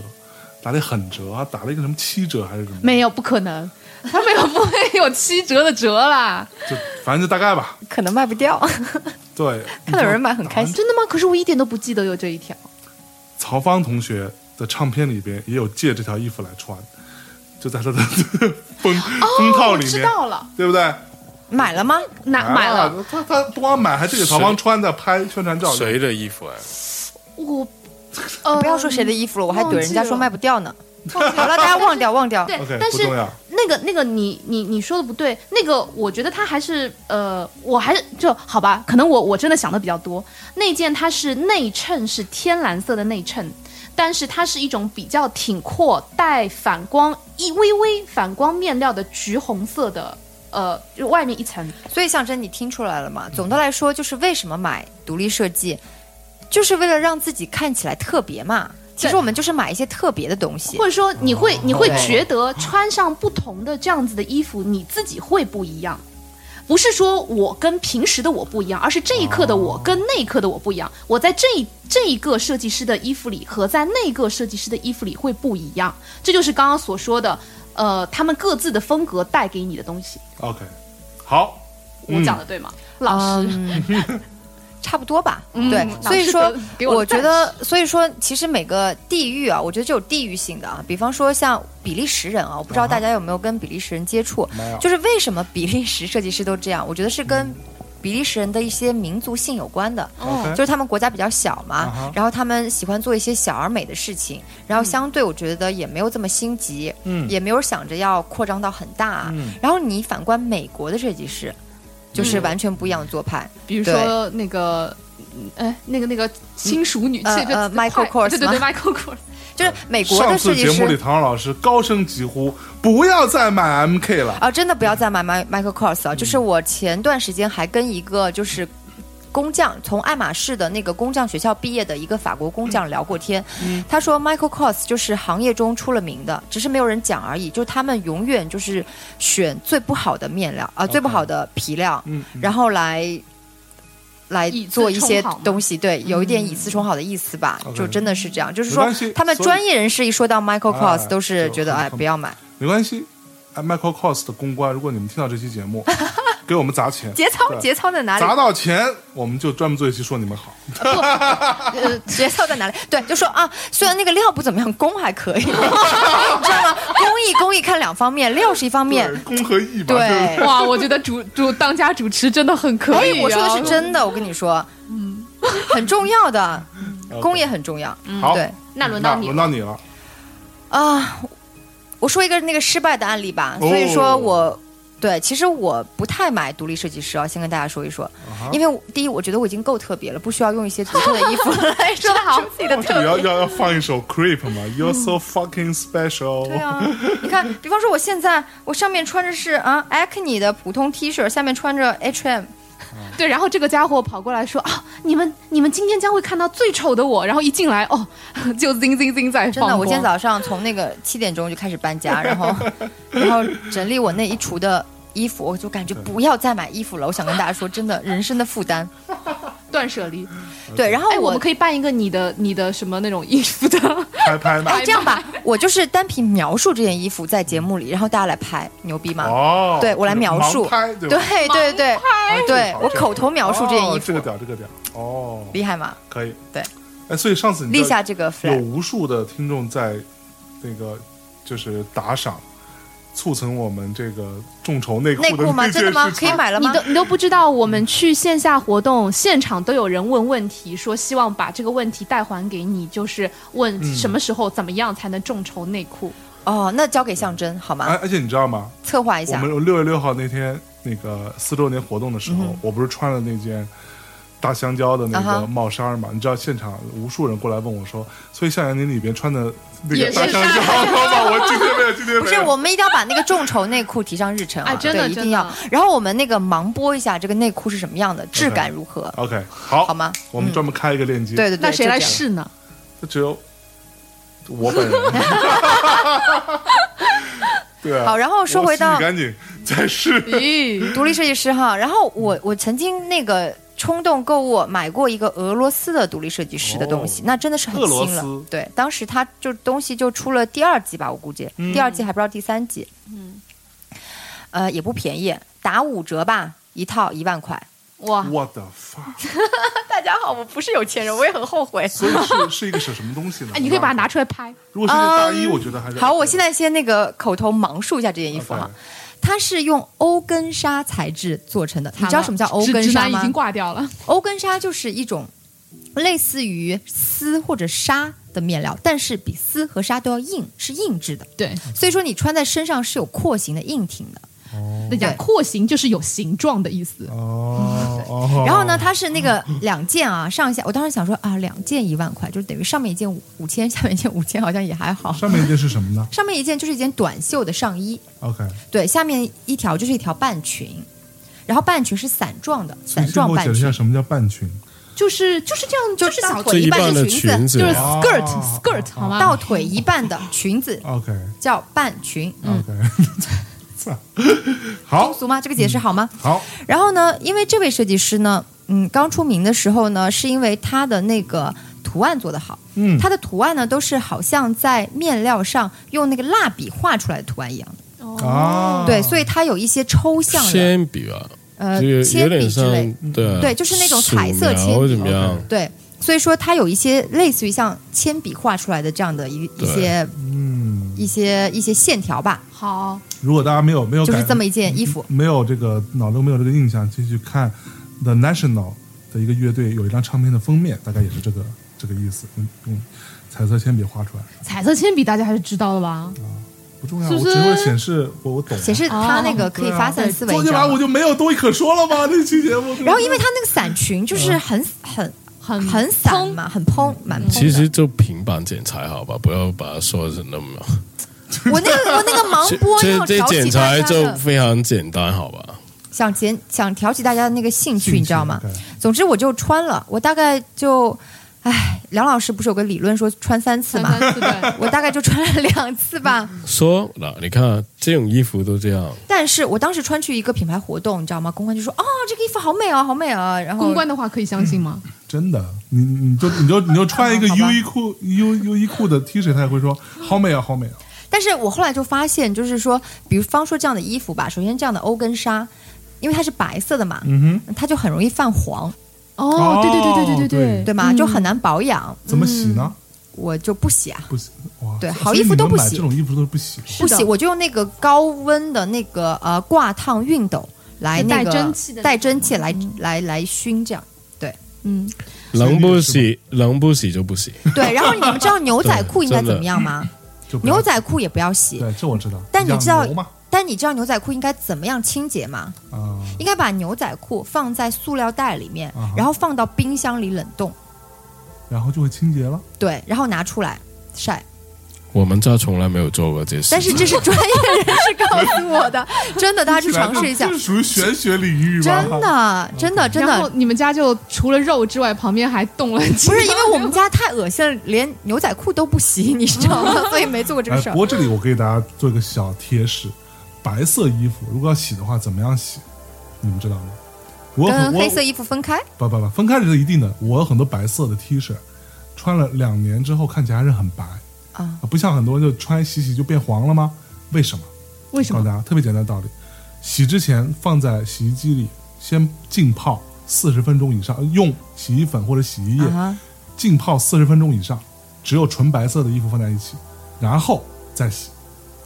[SPEAKER 4] 打了很折啊，打了一个什么七折还是什么，
[SPEAKER 7] 没有，不可能， 他没有不会有七折的折啦。
[SPEAKER 4] 就反正就大概吧，
[SPEAKER 5] 可能卖不 掉，
[SPEAKER 4] 对，
[SPEAKER 5] 看到有人买很开心。
[SPEAKER 7] 真的吗？可是我一点都不记得有这一条。
[SPEAKER 4] 曹芳同学的唱片里边也有借这条衣服来穿，就在他的 封、封套
[SPEAKER 7] 我
[SPEAKER 4] 里
[SPEAKER 7] 哦知
[SPEAKER 4] 面，
[SPEAKER 7] 道了，
[SPEAKER 4] 对不对？
[SPEAKER 5] 买了吗？
[SPEAKER 7] 拿买了，
[SPEAKER 4] 啊，他他不光买，还得给曹芳穿的拍宣传照。
[SPEAKER 6] 谁的衣服啊？
[SPEAKER 7] 我呃
[SPEAKER 5] 不要说谁的衣服嗯了，我还怼人家说卖不掉呢。好了，大家 忘掉，忘掉。
[SPEAKER 7] 对
[SPEAKER 4] OK，
[SPEAKER 7] 但
[SPEAKER 4] 不
[SPEAKER 7] 是
[SPEAKER 4] 重要
[SPEAKER 7] 那个那个你你你说的不对，那个我觉得他还是呃，我还是就好吧，可能我我真的想的比较多。那件它是内衬是天蓝色的内衬，但是它是一种比较挺阔、带反光、一微微反光面料的橘红色的。呃，就外面一层，
[SPEAKER 5] 所以象征，你听出来了吗？总的来说，就是为什么买独立设计，就是为了让自己看起来特别嘛。其实我们就是买一些特别的东西
[SPEAKER 7] 或。者说你会你会
[SPEAKER 5] 哦对
[SPEAKER 7] 觉得穿上不同的这样子的衣服，你自己会不一样。不是说我跟平时的我不一样，而是这一刻的我跟那一刻的我不一样。我在这一这一个设计师的衣服里和在那个设计师的衣服里会不一样。这就是刚刚所说的，呃，他们各自的风格带给你的东西。
[SPEAKER 4] ，OK，好，
[SPEAKER 7] 我讲的对吗，老师？
[SPEAKER 5] 嗯 差不多吧，
[SPEAKER 7] 嗯
[SPEAKER 5] 对，
[SPEAKER 7] 老
[SPEAKER 5] 所以
[SPEAKER 7] 师
[SPEAKER 5] 说
[SPEAKER 7] 的，给我
[SPEAKER 5] 我
[SPEAKER 7] 的赞
[SPEAKER 5] 觉得，所以说，其实每个地域啊，我觉得就有地域性的啊。比方说像比利时人啊，我不知道大家有没有跟比利时人接触
[SPEAKER 4] 没有，
[SPEAKER 5] 就是为什么比利时设计师都这样？我觉得是跟
[SPEAKER 7] 嗯
[SPEAKER 5] 比利时人的一些民族性有关的。
[SPEAKER 7] 哦
[SPEAKER 4] OK
[SPEAKER 5] 就是他们国家比较小嘛，
[SPEAKER 4] 啊哈
[SPEAKER 5] 然后他们喜欢做一些小而美的事情，然
[SPEAKER 7] 嗯
[SPEAKER 5] 后相对我觉得也没有这么心急，
[SPEAKER 4] 嗯
[SPEAKER 5] 也没有想着要扩张到很大。啊
[SPEAKER 4] 嗯
[SPEAKER 5] 然后你反观美国的设计师，就是完全不一样的做派，
[SPEAKER 7] 比如
[SPEAKER 5] 嗯
[SPEAKER 7] 说那个，哎，那个那个新熟女，
[SPEAKER 5] 呃
[SPEAKER 7] 这这
[SPEAKER 5] 呃
[SPEAKER 7] 这快
[SPEAKER 5] Michael Kors
[SPEAKER 7] 对对对
[SPEAKER 5] 吗
[SPEAKER 7] ，Michael Kors。
[SPEAKER 5] 就是美国
[SPEAKER 4] 上
[SPEAKER 5] 的
[SPEAKER 4] 次
[SPEAKER 5] 设计
[SPEAKER 4] 节目里，
[SPEAKER 5] 师。
[SPEAKER 4] 唐老师高声疾呼：“不要再买 MK 了。
[SPEAKER 5] 啊，真的不要再买迈 Michael Kors
[SPEAKER 4] 嗯
[SPEAKER 5] 啊！就是我前段时间还跟一个就是工匠，从爱马仕的那个工匠学校毕业的一个法国工匠聊过天，
[SPEAKER 4] 嗯
[SPEAKER 5] 他说 Michael Kors 就是行业中出了名的，只是没有人讲而已。就是他们永远就是选最不好的面料啊、最不好的皮料，
[SPEAKER 4] 嗯嗯
[SPEAKER 5] 然后来。来
[SPEAKER 7] 以次
[SPEAKER 5] 做一些
[SPEAKER 7] 充好嘛
[SPEAKER 5] 东西，对，有一点以次充好的意思吧，
[SPEAKER 4] 嗯 OK
[SPEAKER 5] 就真的是这样。就是
[SPEAKER 4] 没
[SPEAKER 5] 说
[SPEAKER 4] 关系，
[SPEAKER 5] 他们
[SPEAKER 4] 所以
[SPEAKER 5] 专业人士一说到 Michael
[SPEAKER 4] 哎
[SPEAKER 5] Kors，都是
[SPEAKER 4] 就
[SPEAKER 5] 觉得
[SPEAKER 4] 很
[SPEAKER 5] 哎，
[SPEAKER 4] 很
[SPEAKER 5] 不要买，”
[SPEAKER 4] 没关系啊，Michael Kors 的公关，如果你们听到这期 节目，给我们砸钱，
[SPEAKER 5] 节操
[SPEAKER 4] 对
[SPEAKER 5] 节操在哪里？
[SPEAKER 4] 砸到钱，我们就专门做一期说你们好。
[SPEAKER 5] 呃，节操在哪里？对，就说啊，虽然那个料不怎么样，工还可以，你知 道 吗？工艺工艺看两方面，料是一方面
[SPEAKER 4] 对，，公和义吧，就是
[SPEAKER 5] 对。
[SPEAKER 7] 哇，我觉得主主当家主持真的很可
[SPEAKER 5] 哎
[SPEAKER 7] 以、啊。，
[SPEAKER 5] 我说的是真的，我跟你说，嗯，很重要的，工也很重要，
[SPEAKER 4] 好，
[SPEAKER 5] 对
[SPEAKER 7] 那轮到你
[SPEAKER 4] 轮到你了。
[SPEAKER 5] 啊。我说一个那个失败的案例吧，
[SPEAKER 4] 哦
[SPEAKER 5] 所以说我。对，其实我不太买独立设计师啊，先跟大家说一说，因为我第一，我觉得我已经够特别了，不需要用一些独特的衣服 来说好自己的特
[SPEAKER 4] 这里要要要放一首 Creep 吗？You're so fucking special。
[SPEAKER 5] 对啊，你看，比方说我现在我上面穿着是啊 Acne 的普通 T 恤，下面穿着 H&M，
[SPEAKER 7] 对，然后这个家伙跑过来说啊，你们你们今天将会看到最丑的我，然后一进来哦，就 zing zing zing 在
[SPEAKER 5] 真
[SPEAKER 7] 放
[SPEAKER 5] 的，我今天
[SPEAKER 7] 光
[SPEAKER 5] 早上从那个七点钟就开始搬家， 然后然后整理我那一橱的衣服，我就感觉不要再买衣服了。我想跟大家说，真的，人生的负担。
[SPEAKER 7] 断舍离。
[SPEAKER 5] 对，然后
[SPEAKER 7] 哎，我
[SPEAKER 5] 哦我
[SPEAKER 7] 们可以办一个你的你的什么那种衣服的，
[SPEAKER 4] 拍拍嘛
[SPEAKER 5] 哎，这样吧，我就是单凭描述这件衣服在节目里，然后大家来拍，牛逼吗？
[SPEAKER 4] 哦，
[SPEAKER 5] 对我来描述
[SPEAKER 4] 盲拍对吧？
[SPEAKER 5] 对对对，
[SPEAKER 4] 啊这个
[SPEAKER 5] 对
[SPEAKER 4] 好
[SPEAKER 5] 我口头描述这件衣
[SPEAKER 4] 哦
[SPEAKER 5] 服
[SPEAKER 4] 这个，屌，这个屌，哦，
[SPEAKER 5] 厉害吗？
[SPEAKER 4] 可以，
[SPEAKER 5] 对。
[SPEAKER 4] 哎，所以上次你知
[SPEAKER 5] 立
[SPEAKER 4] 道
[SPEAKER 5] 下这个
[SPEAKER 4] 有
[SPEAKER 5] flag，
[SPEAKER 4] 无数的听众在那个就是打赏，促成我们这个众筹内
[SPEAKER 5] 内
[SPEAKER 4] 裤的
[SPEAKER 5] 裤吗？
[SPEAKER 4] 那
[SPEAKER 5] 真
[SPEAKER 4] 件
[SPEAKER 5] 的吗
[SPEAKER 4] 事？
[SPEAKER 5] 可以
[SPEAKER 4] 情。
[SPEAKER 5] 买了
[SPEAKER 7] 你
[SPEAKER 5] 吗
[SPEAKER 7] 都？你都不知道，我们去线下活动现场都有人问问题，说希望把这个问题代还给你，就是问什么时候怎么样才能众筹内裤。
[SPEAKER 5] 哦，那交给象征好
[SPEAKER 4] 哎
[SPEAKER 5] 吗？，
[SPEAKER 4] 而且你知道吗？
[SPEAKER 5] 策划一
[SPEAKER 4] 我
[SPEAKER 5] 下。
[SPEAKER 4] 们六月六号那天那个四周年活动的时候，我不是穿了那件大香蕉的
[SPEAKER 5] 嗯
[SPEAKER 4] 那
[SPEAKER 5] 啊哈
[SPEAKER 4] 个帽衫嘛？你知道现场无数人过来问我说：“所以校园你里边穿的那
[SPEAKER 7] 也
[SPEAKER 4] 个
[SPEAKER 7] 是
[SPEAKER 4] 大香蕉吗？我今天为了今天
[SPEAKER 5] 不
[SPEAKER 4] 没
[SPEAKER 5] 是，
[SPEAKER 4] 有
[SPEAKER 5] 我们一定要把那个众筹内裤提上日程啊，
[SPEAKER 7] 哎真的
[SPEAKER 5] 对，一
[SPEAKER 7] 真
[SPEAKER 5] 定要
[SPEAKER 7] 的。
[SPEAKER 5] 然后我们那个盲播一下这个内裤是什么样的，质感如何？
[SPEAKER 4] OK，好，
[SPEAKER 5] 好吗嗯
[SPEAKER 4] 我们专门开一个链接，
[SPEAKER 5] 对，对对，
[SPEAKER 7] 那谁
[SPEAKER 5] 就
[SPEAKER 7] 来
[SPEAKER 5] 这样？
[SPEAKER 7] 试 呢？
[SPEAKER 4] 这只有我本人。对啊，
[SPEAKER 5] 好然后说回到
[SPEAKER 4] 我洗洗赶紧 再试，
[SPEAKER 7] 咦，
[SPEAKER 5] 独立设计师哈。然后我我曾经那个冲动购物买过一个俄罗斯的独立设计师的东西，那真的是很
[SPEAKER 4] 哦俄罗
[SPEAKER 5] 新了
[SPEAKER 4] 斯。
[SPEAKER 5] 对，当时他就东西就出了第二季吧，我估计、
[SPEAKER 4] 嗯
[SPEAKER 5] 第二季还不知道第三季。嗯，呃，也不便宜，打五折吧，一套一万块。啊
[SPEAKER 7] 哇，
[SPEAKER 4] 我的 fuck，
[SPEAKER 5] 大家好，我不是有钱人，我也很后悔。
[SPEAKER 4] 所以是是一个是什么东西呢？
[SPEAKER 7] 哎，你可以把它拿出来拍。
[SPEAKER 4] 如果是一件大衣，我觉得还是
[SPEAKER 5] 嗯好，我现在先那个口头盲述一下这件衣服哈
[SPEAKER 4] OK，
[SPEAKER 5] 它是用欧根纱材质做成的。你知道什么叫欧根
[SPEAKER 7] 直直
[SPEAKER 5] 纱
[SPEAKER 7] 男已
[SPEAKER 5] 吗
[SPEAKER 7] 经？挂掉了。
[SPEAKER 5] 欧根纱就是一种类似于丝或者纱的面料，但是比丝和纱都要硬，是硬质的。
[SPEAKER 7] 对，
[SPEAKER 5] 所以说你穿在身上是有廓形的、硬挺的。
[SPEAKER 7] 那讲廓形就是有形状的意思。
[SPEAKER 4] 哦哦，
[SPEAKER 5] 然后呢，它是那个两件啊，上下。我当时想说啊，两件一万块，就是等于上面一件五五千，下面一件五千，好像也还好。
[SPEAKER 4] 上面一件是什么呢
[SPEAKER 5] 上面一件就是一件短袖的上衣，
[SPEAKER 4] ？OK，
[SPEAKER 5] 对，下面一条就是一条半裙，然后半裙是伞状的，
[SPEAKER 4] 你
[SPEAKER 5] 伞
[SPEAKER 4] 先给
[SPEAKER 5] 状
[SPEAKER 4] 我
[SPEAKER 5] 半
[SPEAKER 4] 解释一下
[SPEAKER 5] 裙，
[SPEAKER 4] 什么叫半裙，
[SPEAKER 7] 就是就是这样，就是小
[SPEAKER 6] 这
[SPEAKER 5] 腿
[SPEAKER 6] 一
[SPEAKER 5] 半
[SPEAKER 6] 半的
[SPEAKER 5] 是裙
[SPEAKER 6] 裙
[SPEAKER 5] 子，
[SPEAKER 6] 子
[SPEAKER 7] 就是
[SPEAKER 6] 啊
[SPEAKER 7] skirt
[SPEAKER 4] 哦
[SPEAKER 7] skirt 好吗？
[SPEAKER 5] 到腿一半的裙子
[SPEAKER 7] 哦
[SPEAKER 4] OK
[SPEAKER 5] 叫半裙。嗯，
[SPEAKER 4] OK，好
[SPEAKER 5] 通俗吗？这个解释好吗？
[SPEAKER 4] 好，
[SPEAKER 5] 然后呢，因为这位设计师呢，嗯，刚出名的时候呢，是因为他的那个图案做得好，
[SPEAKER 4] 嗯
[SPEAKER 5] 他的图案呢都是好像在面料上用那个蜡笔画出来的图案一样的，
[SPEAKER 7] 哦
[SPEAKER 4] 啊，
[SPEAKER 5] 对，所以它有一些抽象的，
[SPEAKER 6] 铅笔吧，
[SPEAKER 5] 呃
[SPEAKER 6] 这，个有
[SPEAKER 5] 铅笔
[SPEAKER 6] 点
[SPEAKER 5] 之
[SPEAKER 6] 像
[SPEAKER 5] 类，
[SPEAKER 6] 对啊
[SPEAKER 5] 对就是那种彩色铅笔
[SPEAKER 6] 素描怎么样？
[SPEAKER 5] 对。所以说，它有一些类似于像铅笔画出来的这样的一一
[SPEAKER 6] 对
[SPEAKER 5] 些
[SPEAKER 4] 嗯，
[SPEAKER 5] 一些一些线条吧，
[SPEAKER 7] 好，
[SPEAKER 4] 如果大家没有没有
[SPEAKER 5] 就是
[SPEAKER 4] 感
[SPEAKER 5] 这么一件衣服。
[SPEAKER 4] 没有这个脑中没有这个印象，继续看 The National 的一个乐队有一张唱片的封面，大概也是这个这个意思，用用彩色铅笔画出来，
[SPEAKER 7] 彩色铅笔大家还是知道的吧？
[SPEAKER 4] 不重要，
[SPEAKER 7] 是不是
[SPEAKER 4] 我只会显示我我懂、啊
[SPEAKER 5] 显示它那个可以发散思维，
[SPEAKER 4] 昨
[SPEAKER 5] 你知
[SPEAKER 4] 天晚
[SPEAKER 5] 道
[SPEAKER 4] 哦啊上我
[SPEAKER 5] 吗？
[SPEAKER 4] 就没有东西可说了 吗？这期节目，
[SPEAKER 5] 然后因为它那个伞裙
[SPEAKER 4] 嗯
[SPEAKER 5] 就是很很
[SPEAKER 7] 很
[SPEAKER 5] 很散嘛，很蓬，蛮蓬的。
[SPEAKER 6] 其实就平板剪裁好吧，不要把它说成那么。
[SPEAKER 5] 我那个我那 个盲波
[SPEAKER 6] 这
[SPEAKER 5] 哦要
[SPEAKER 6] 这
[SPEAKER 5] 挑
[SPEAKER 6] 剪
[SPEAKER 5] 起大
[SPEAKER 6] 裁
[SPEAKER 5] 家
[SPEAKER 6] 就
[SPEAKER 5] 的，
[SPEAKER 6] 非常简单好吧？
[SPEAKER 5] 想减想挑起大家的那个兴趣，
[SPEAKER 4] 趣
[SPEAKER 5] 你知道吗
[SPEAKER 4] 对？
[SPEAKER 5] 总之我就穿了，我大概就，唉，梁老师不是有个理论说穿三次
[SPEAKER 7] 三
[SPEAKER 5] 嘛
[SPEAKER 7] 三，四 对，
[SPEAKER 5] 我大概就穿了两次吧。
[SPEAKER 6] 说了，你看这种衣服都这样，
[SPEAKER 5] 但是我当时穿去一个品牌活动，你知道吗？公关就说：“哦，这个衣服好美哦，好美哦。”然后
[SPEAKER 7] 公关的话可以相信吗？
[SPEAKER 4] 真的，你你就你就你就穿一个
[SPEAKER 5] 好吧
[SPEAKER 4] 优衣库优优衣库的 T 恤，他也会说好美啊，好美啊。
[SPEAKER 5] 但是我后来就发现，就是说，比方说这样的衣服吧，首先这样的欧根纱，因为它是白色的嘛，
[SPEAKER 4] 嗯
[SPEAKER 5] 它就很容易泛黄，
[SPEAKER 7] 哦，对对对对对
[SPEAKER 4] 对
[SPEAKER 5] 对吗？就很难保养，
[SPEAKER 7] 嗯
[SPEAKER 4] 哼，怎么洗呢？
[SPEAKER 5] 我就不洗啊，
[SPEAKER 4] 不洗哇！
[SPEAKER 5] 嗯对
[SPEAKER 4] 所以
[SPEAKER 5] 好衣服都不
[SPEAKER 4] 你们买
[SPEAKER 5] 洗
[SPEAKER 4] 这种衣服都是不洗的。
[SPEAKER 5] 不洗，我就用那个高温的那个呃挂烫熨斗来
[SPEAKER 7] 就
[SPEAKER 5] 那
[SPEAKER 7] 带
[SPEAKER 5] 个
[SPEAKER 7] 蒸汽的那
[SPEAKER 5] 带蒸汽来来来熏这样。
[SPEAKER 7] 嗯，
[SPEAKER 6] 能不洗能不洗就不洗，
[SPEAKER 5] 对，然后你们知道牛仔裤应该怎么样吗？
[SPEAKER 4] 就不要
[SPEAKER 5] 牛仔裤也不要洗，
[SPEAKER 4] 对，这我知道。
[SPEAKER 5] 但你知道
[SPEAKER 4] 养牛吗？
[SPEAKER 5] 但你知道牛仔裤应该怎么样清洁吗？
[SPEAKER 4] 啊，
[SPEAKER 5] 应该把牛仔裤放在塑料袋里面
[SPEAKER 4] 啊哈，
[SPEAKER 5] 然后放到冰箱里冷冻，
[SPEAKER 4] 然后就会清洁了。
[SPEAKER 5] 对，然后拿出来晒。
[SPEAKER 6] 我们家从来没有做过这事。
[SPEAKER 5] 但是这是专业人士告诉我 的，真的，大家去尝试一下
[SPEAKER 4] 这，属于玄学领域吧？
[SPEAKER 5] 真的，真的，真
[SPEAKER 7] 然后
[SPEAKER 5] 的。
[SPEAKER 7] 你们家就除了肉之外，旁边还冻了几
[SPEAKER 5] 不是因为我们家太恶心了，连牛仔裤都不洗，你知 道吗？所以没做过这
[SPEAKER 4] 哎
[SPEAKER 5] 个事，儿
[SPEAKER 4] 不。过这里我给大家做一个小贴士：白色衣服如果要洗的话，怎么样洗？你们知道吗？我
[SPEAKER 5] 跟
[SPEAKER 4] 很我
[SPEAKER 5] 黑色衣服分开，
[SPEAKER 4] 不不不，分开是一定的。我有很多白色的 T 恤，穿了两年之后看起来还是很白
[SPEAKER 5] 啊，
[SPEAKER 4] 不像很多人就穿洗洗就变黄了吗？为什么？
[SPEAKER 7] 为什
[SPEAKER 4] 告诉
[SPEAKER 7] 么？
[SPEAKER 4] 大家特别简单的道理：洗之前放在洗衣机里先浸泡四十分钟以上，用洗衣粉或者洗衣液、
[SPEAKER 5] 啊
[SPEAKER 4] 浸泡四十分钟以上，只有纯白色的衣服放在一起，然后再洗。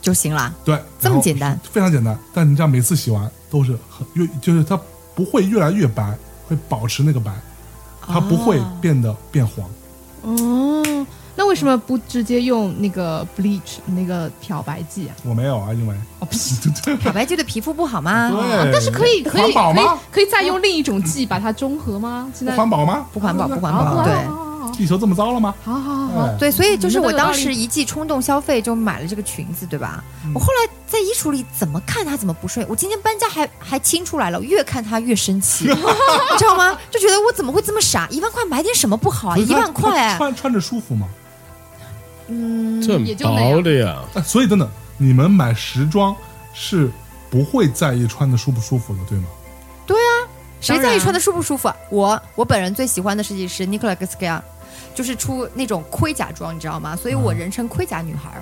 [SPEAKER 5] 就行了。
[SPEAKER 4] 对，
[SPEAKER 5] 这么
[SPEAKER 4] 然后
[SPEAKER 5] 简单，
[SPEAKER 4] 非常简单。但你这样每次洗完都是很越，就是它不会越来越白，会保持那个白，它不会变得变黄。
[SPEAKER 7] 哦，那为什么不直接用那个 bleach 那个漂白剂啊？
[SPEAKER 4] 我没有啊，因为哦，
[SPEAKER 5] 漂白剂对皮肤不好吗？
[SPEAKER 4] 对，但是
[SPEAKER 7] 啊可以可以
[SPEAKER 4] 环保
[SPEAKER 7] 可以
[SPEAKER 4] 吗？
[SPEAKER 7] 可以再用另一种剂把它中和吗？现在
[SPEAKER 4] 不环保吗？
[SPEAKER 5] 不环保，不环
[SPEAKER 7] 啊
[SPEAKER 5] 保。
[SPEAKER 7] 不
[SPEAKER 5] 对
[SPEAKER 7] 啊啊啊
[SPEAKER 4] 地球这么糟了吗？
[SPEAKER 7] 好好好，
[SPEAKER 4] 哎，
[SPEAKER 5] 对，所以就是我当
[SPEAKER 7] 你们都有道
[SPEAKER 5] 时一记冲动消费就买了这个裙子，对吧？我后来在衣橱里怎么看它怎么不顺眼，我今天搬家还还清出来了，越看它越生气，你知道吗？就觉得我怎么会这么傻？一万块买点什么不好啊？
[SPEAKER 4] 所以
[SPEAKER 5] 一
[SPEAKER 4] 它
[SPEAKER 5] 万块
[SPEAKER 4] 它
[SPEAKER 5] 哎，
[SPEAKER 4] 穿穿着舒服吗？
[SPEAKER 6] 这
[SPEAKER 7] 也
[SPEAKER 5] 嗯
[SPEAKER 6] 很
[SPEAKER 7] 就那样
[SPEAKER 6] 薄的呀，
[SPEAKER 4] 哎所以等等，你们买时装是不会在意穿的舒不舒服的，对吗？
[SPEAKER 5] 谁在
[SPEAKER 7] 当
[SPEAKER 5] 意
[SPEAKER 7] 然
[SPEAKER 5] 穿的舒不舒服啊？我我本人最喜欢的设计师 Nicola g a s c a r 就是出那种盔甲装，你知道吗？所以我人称盔甲女孩儿，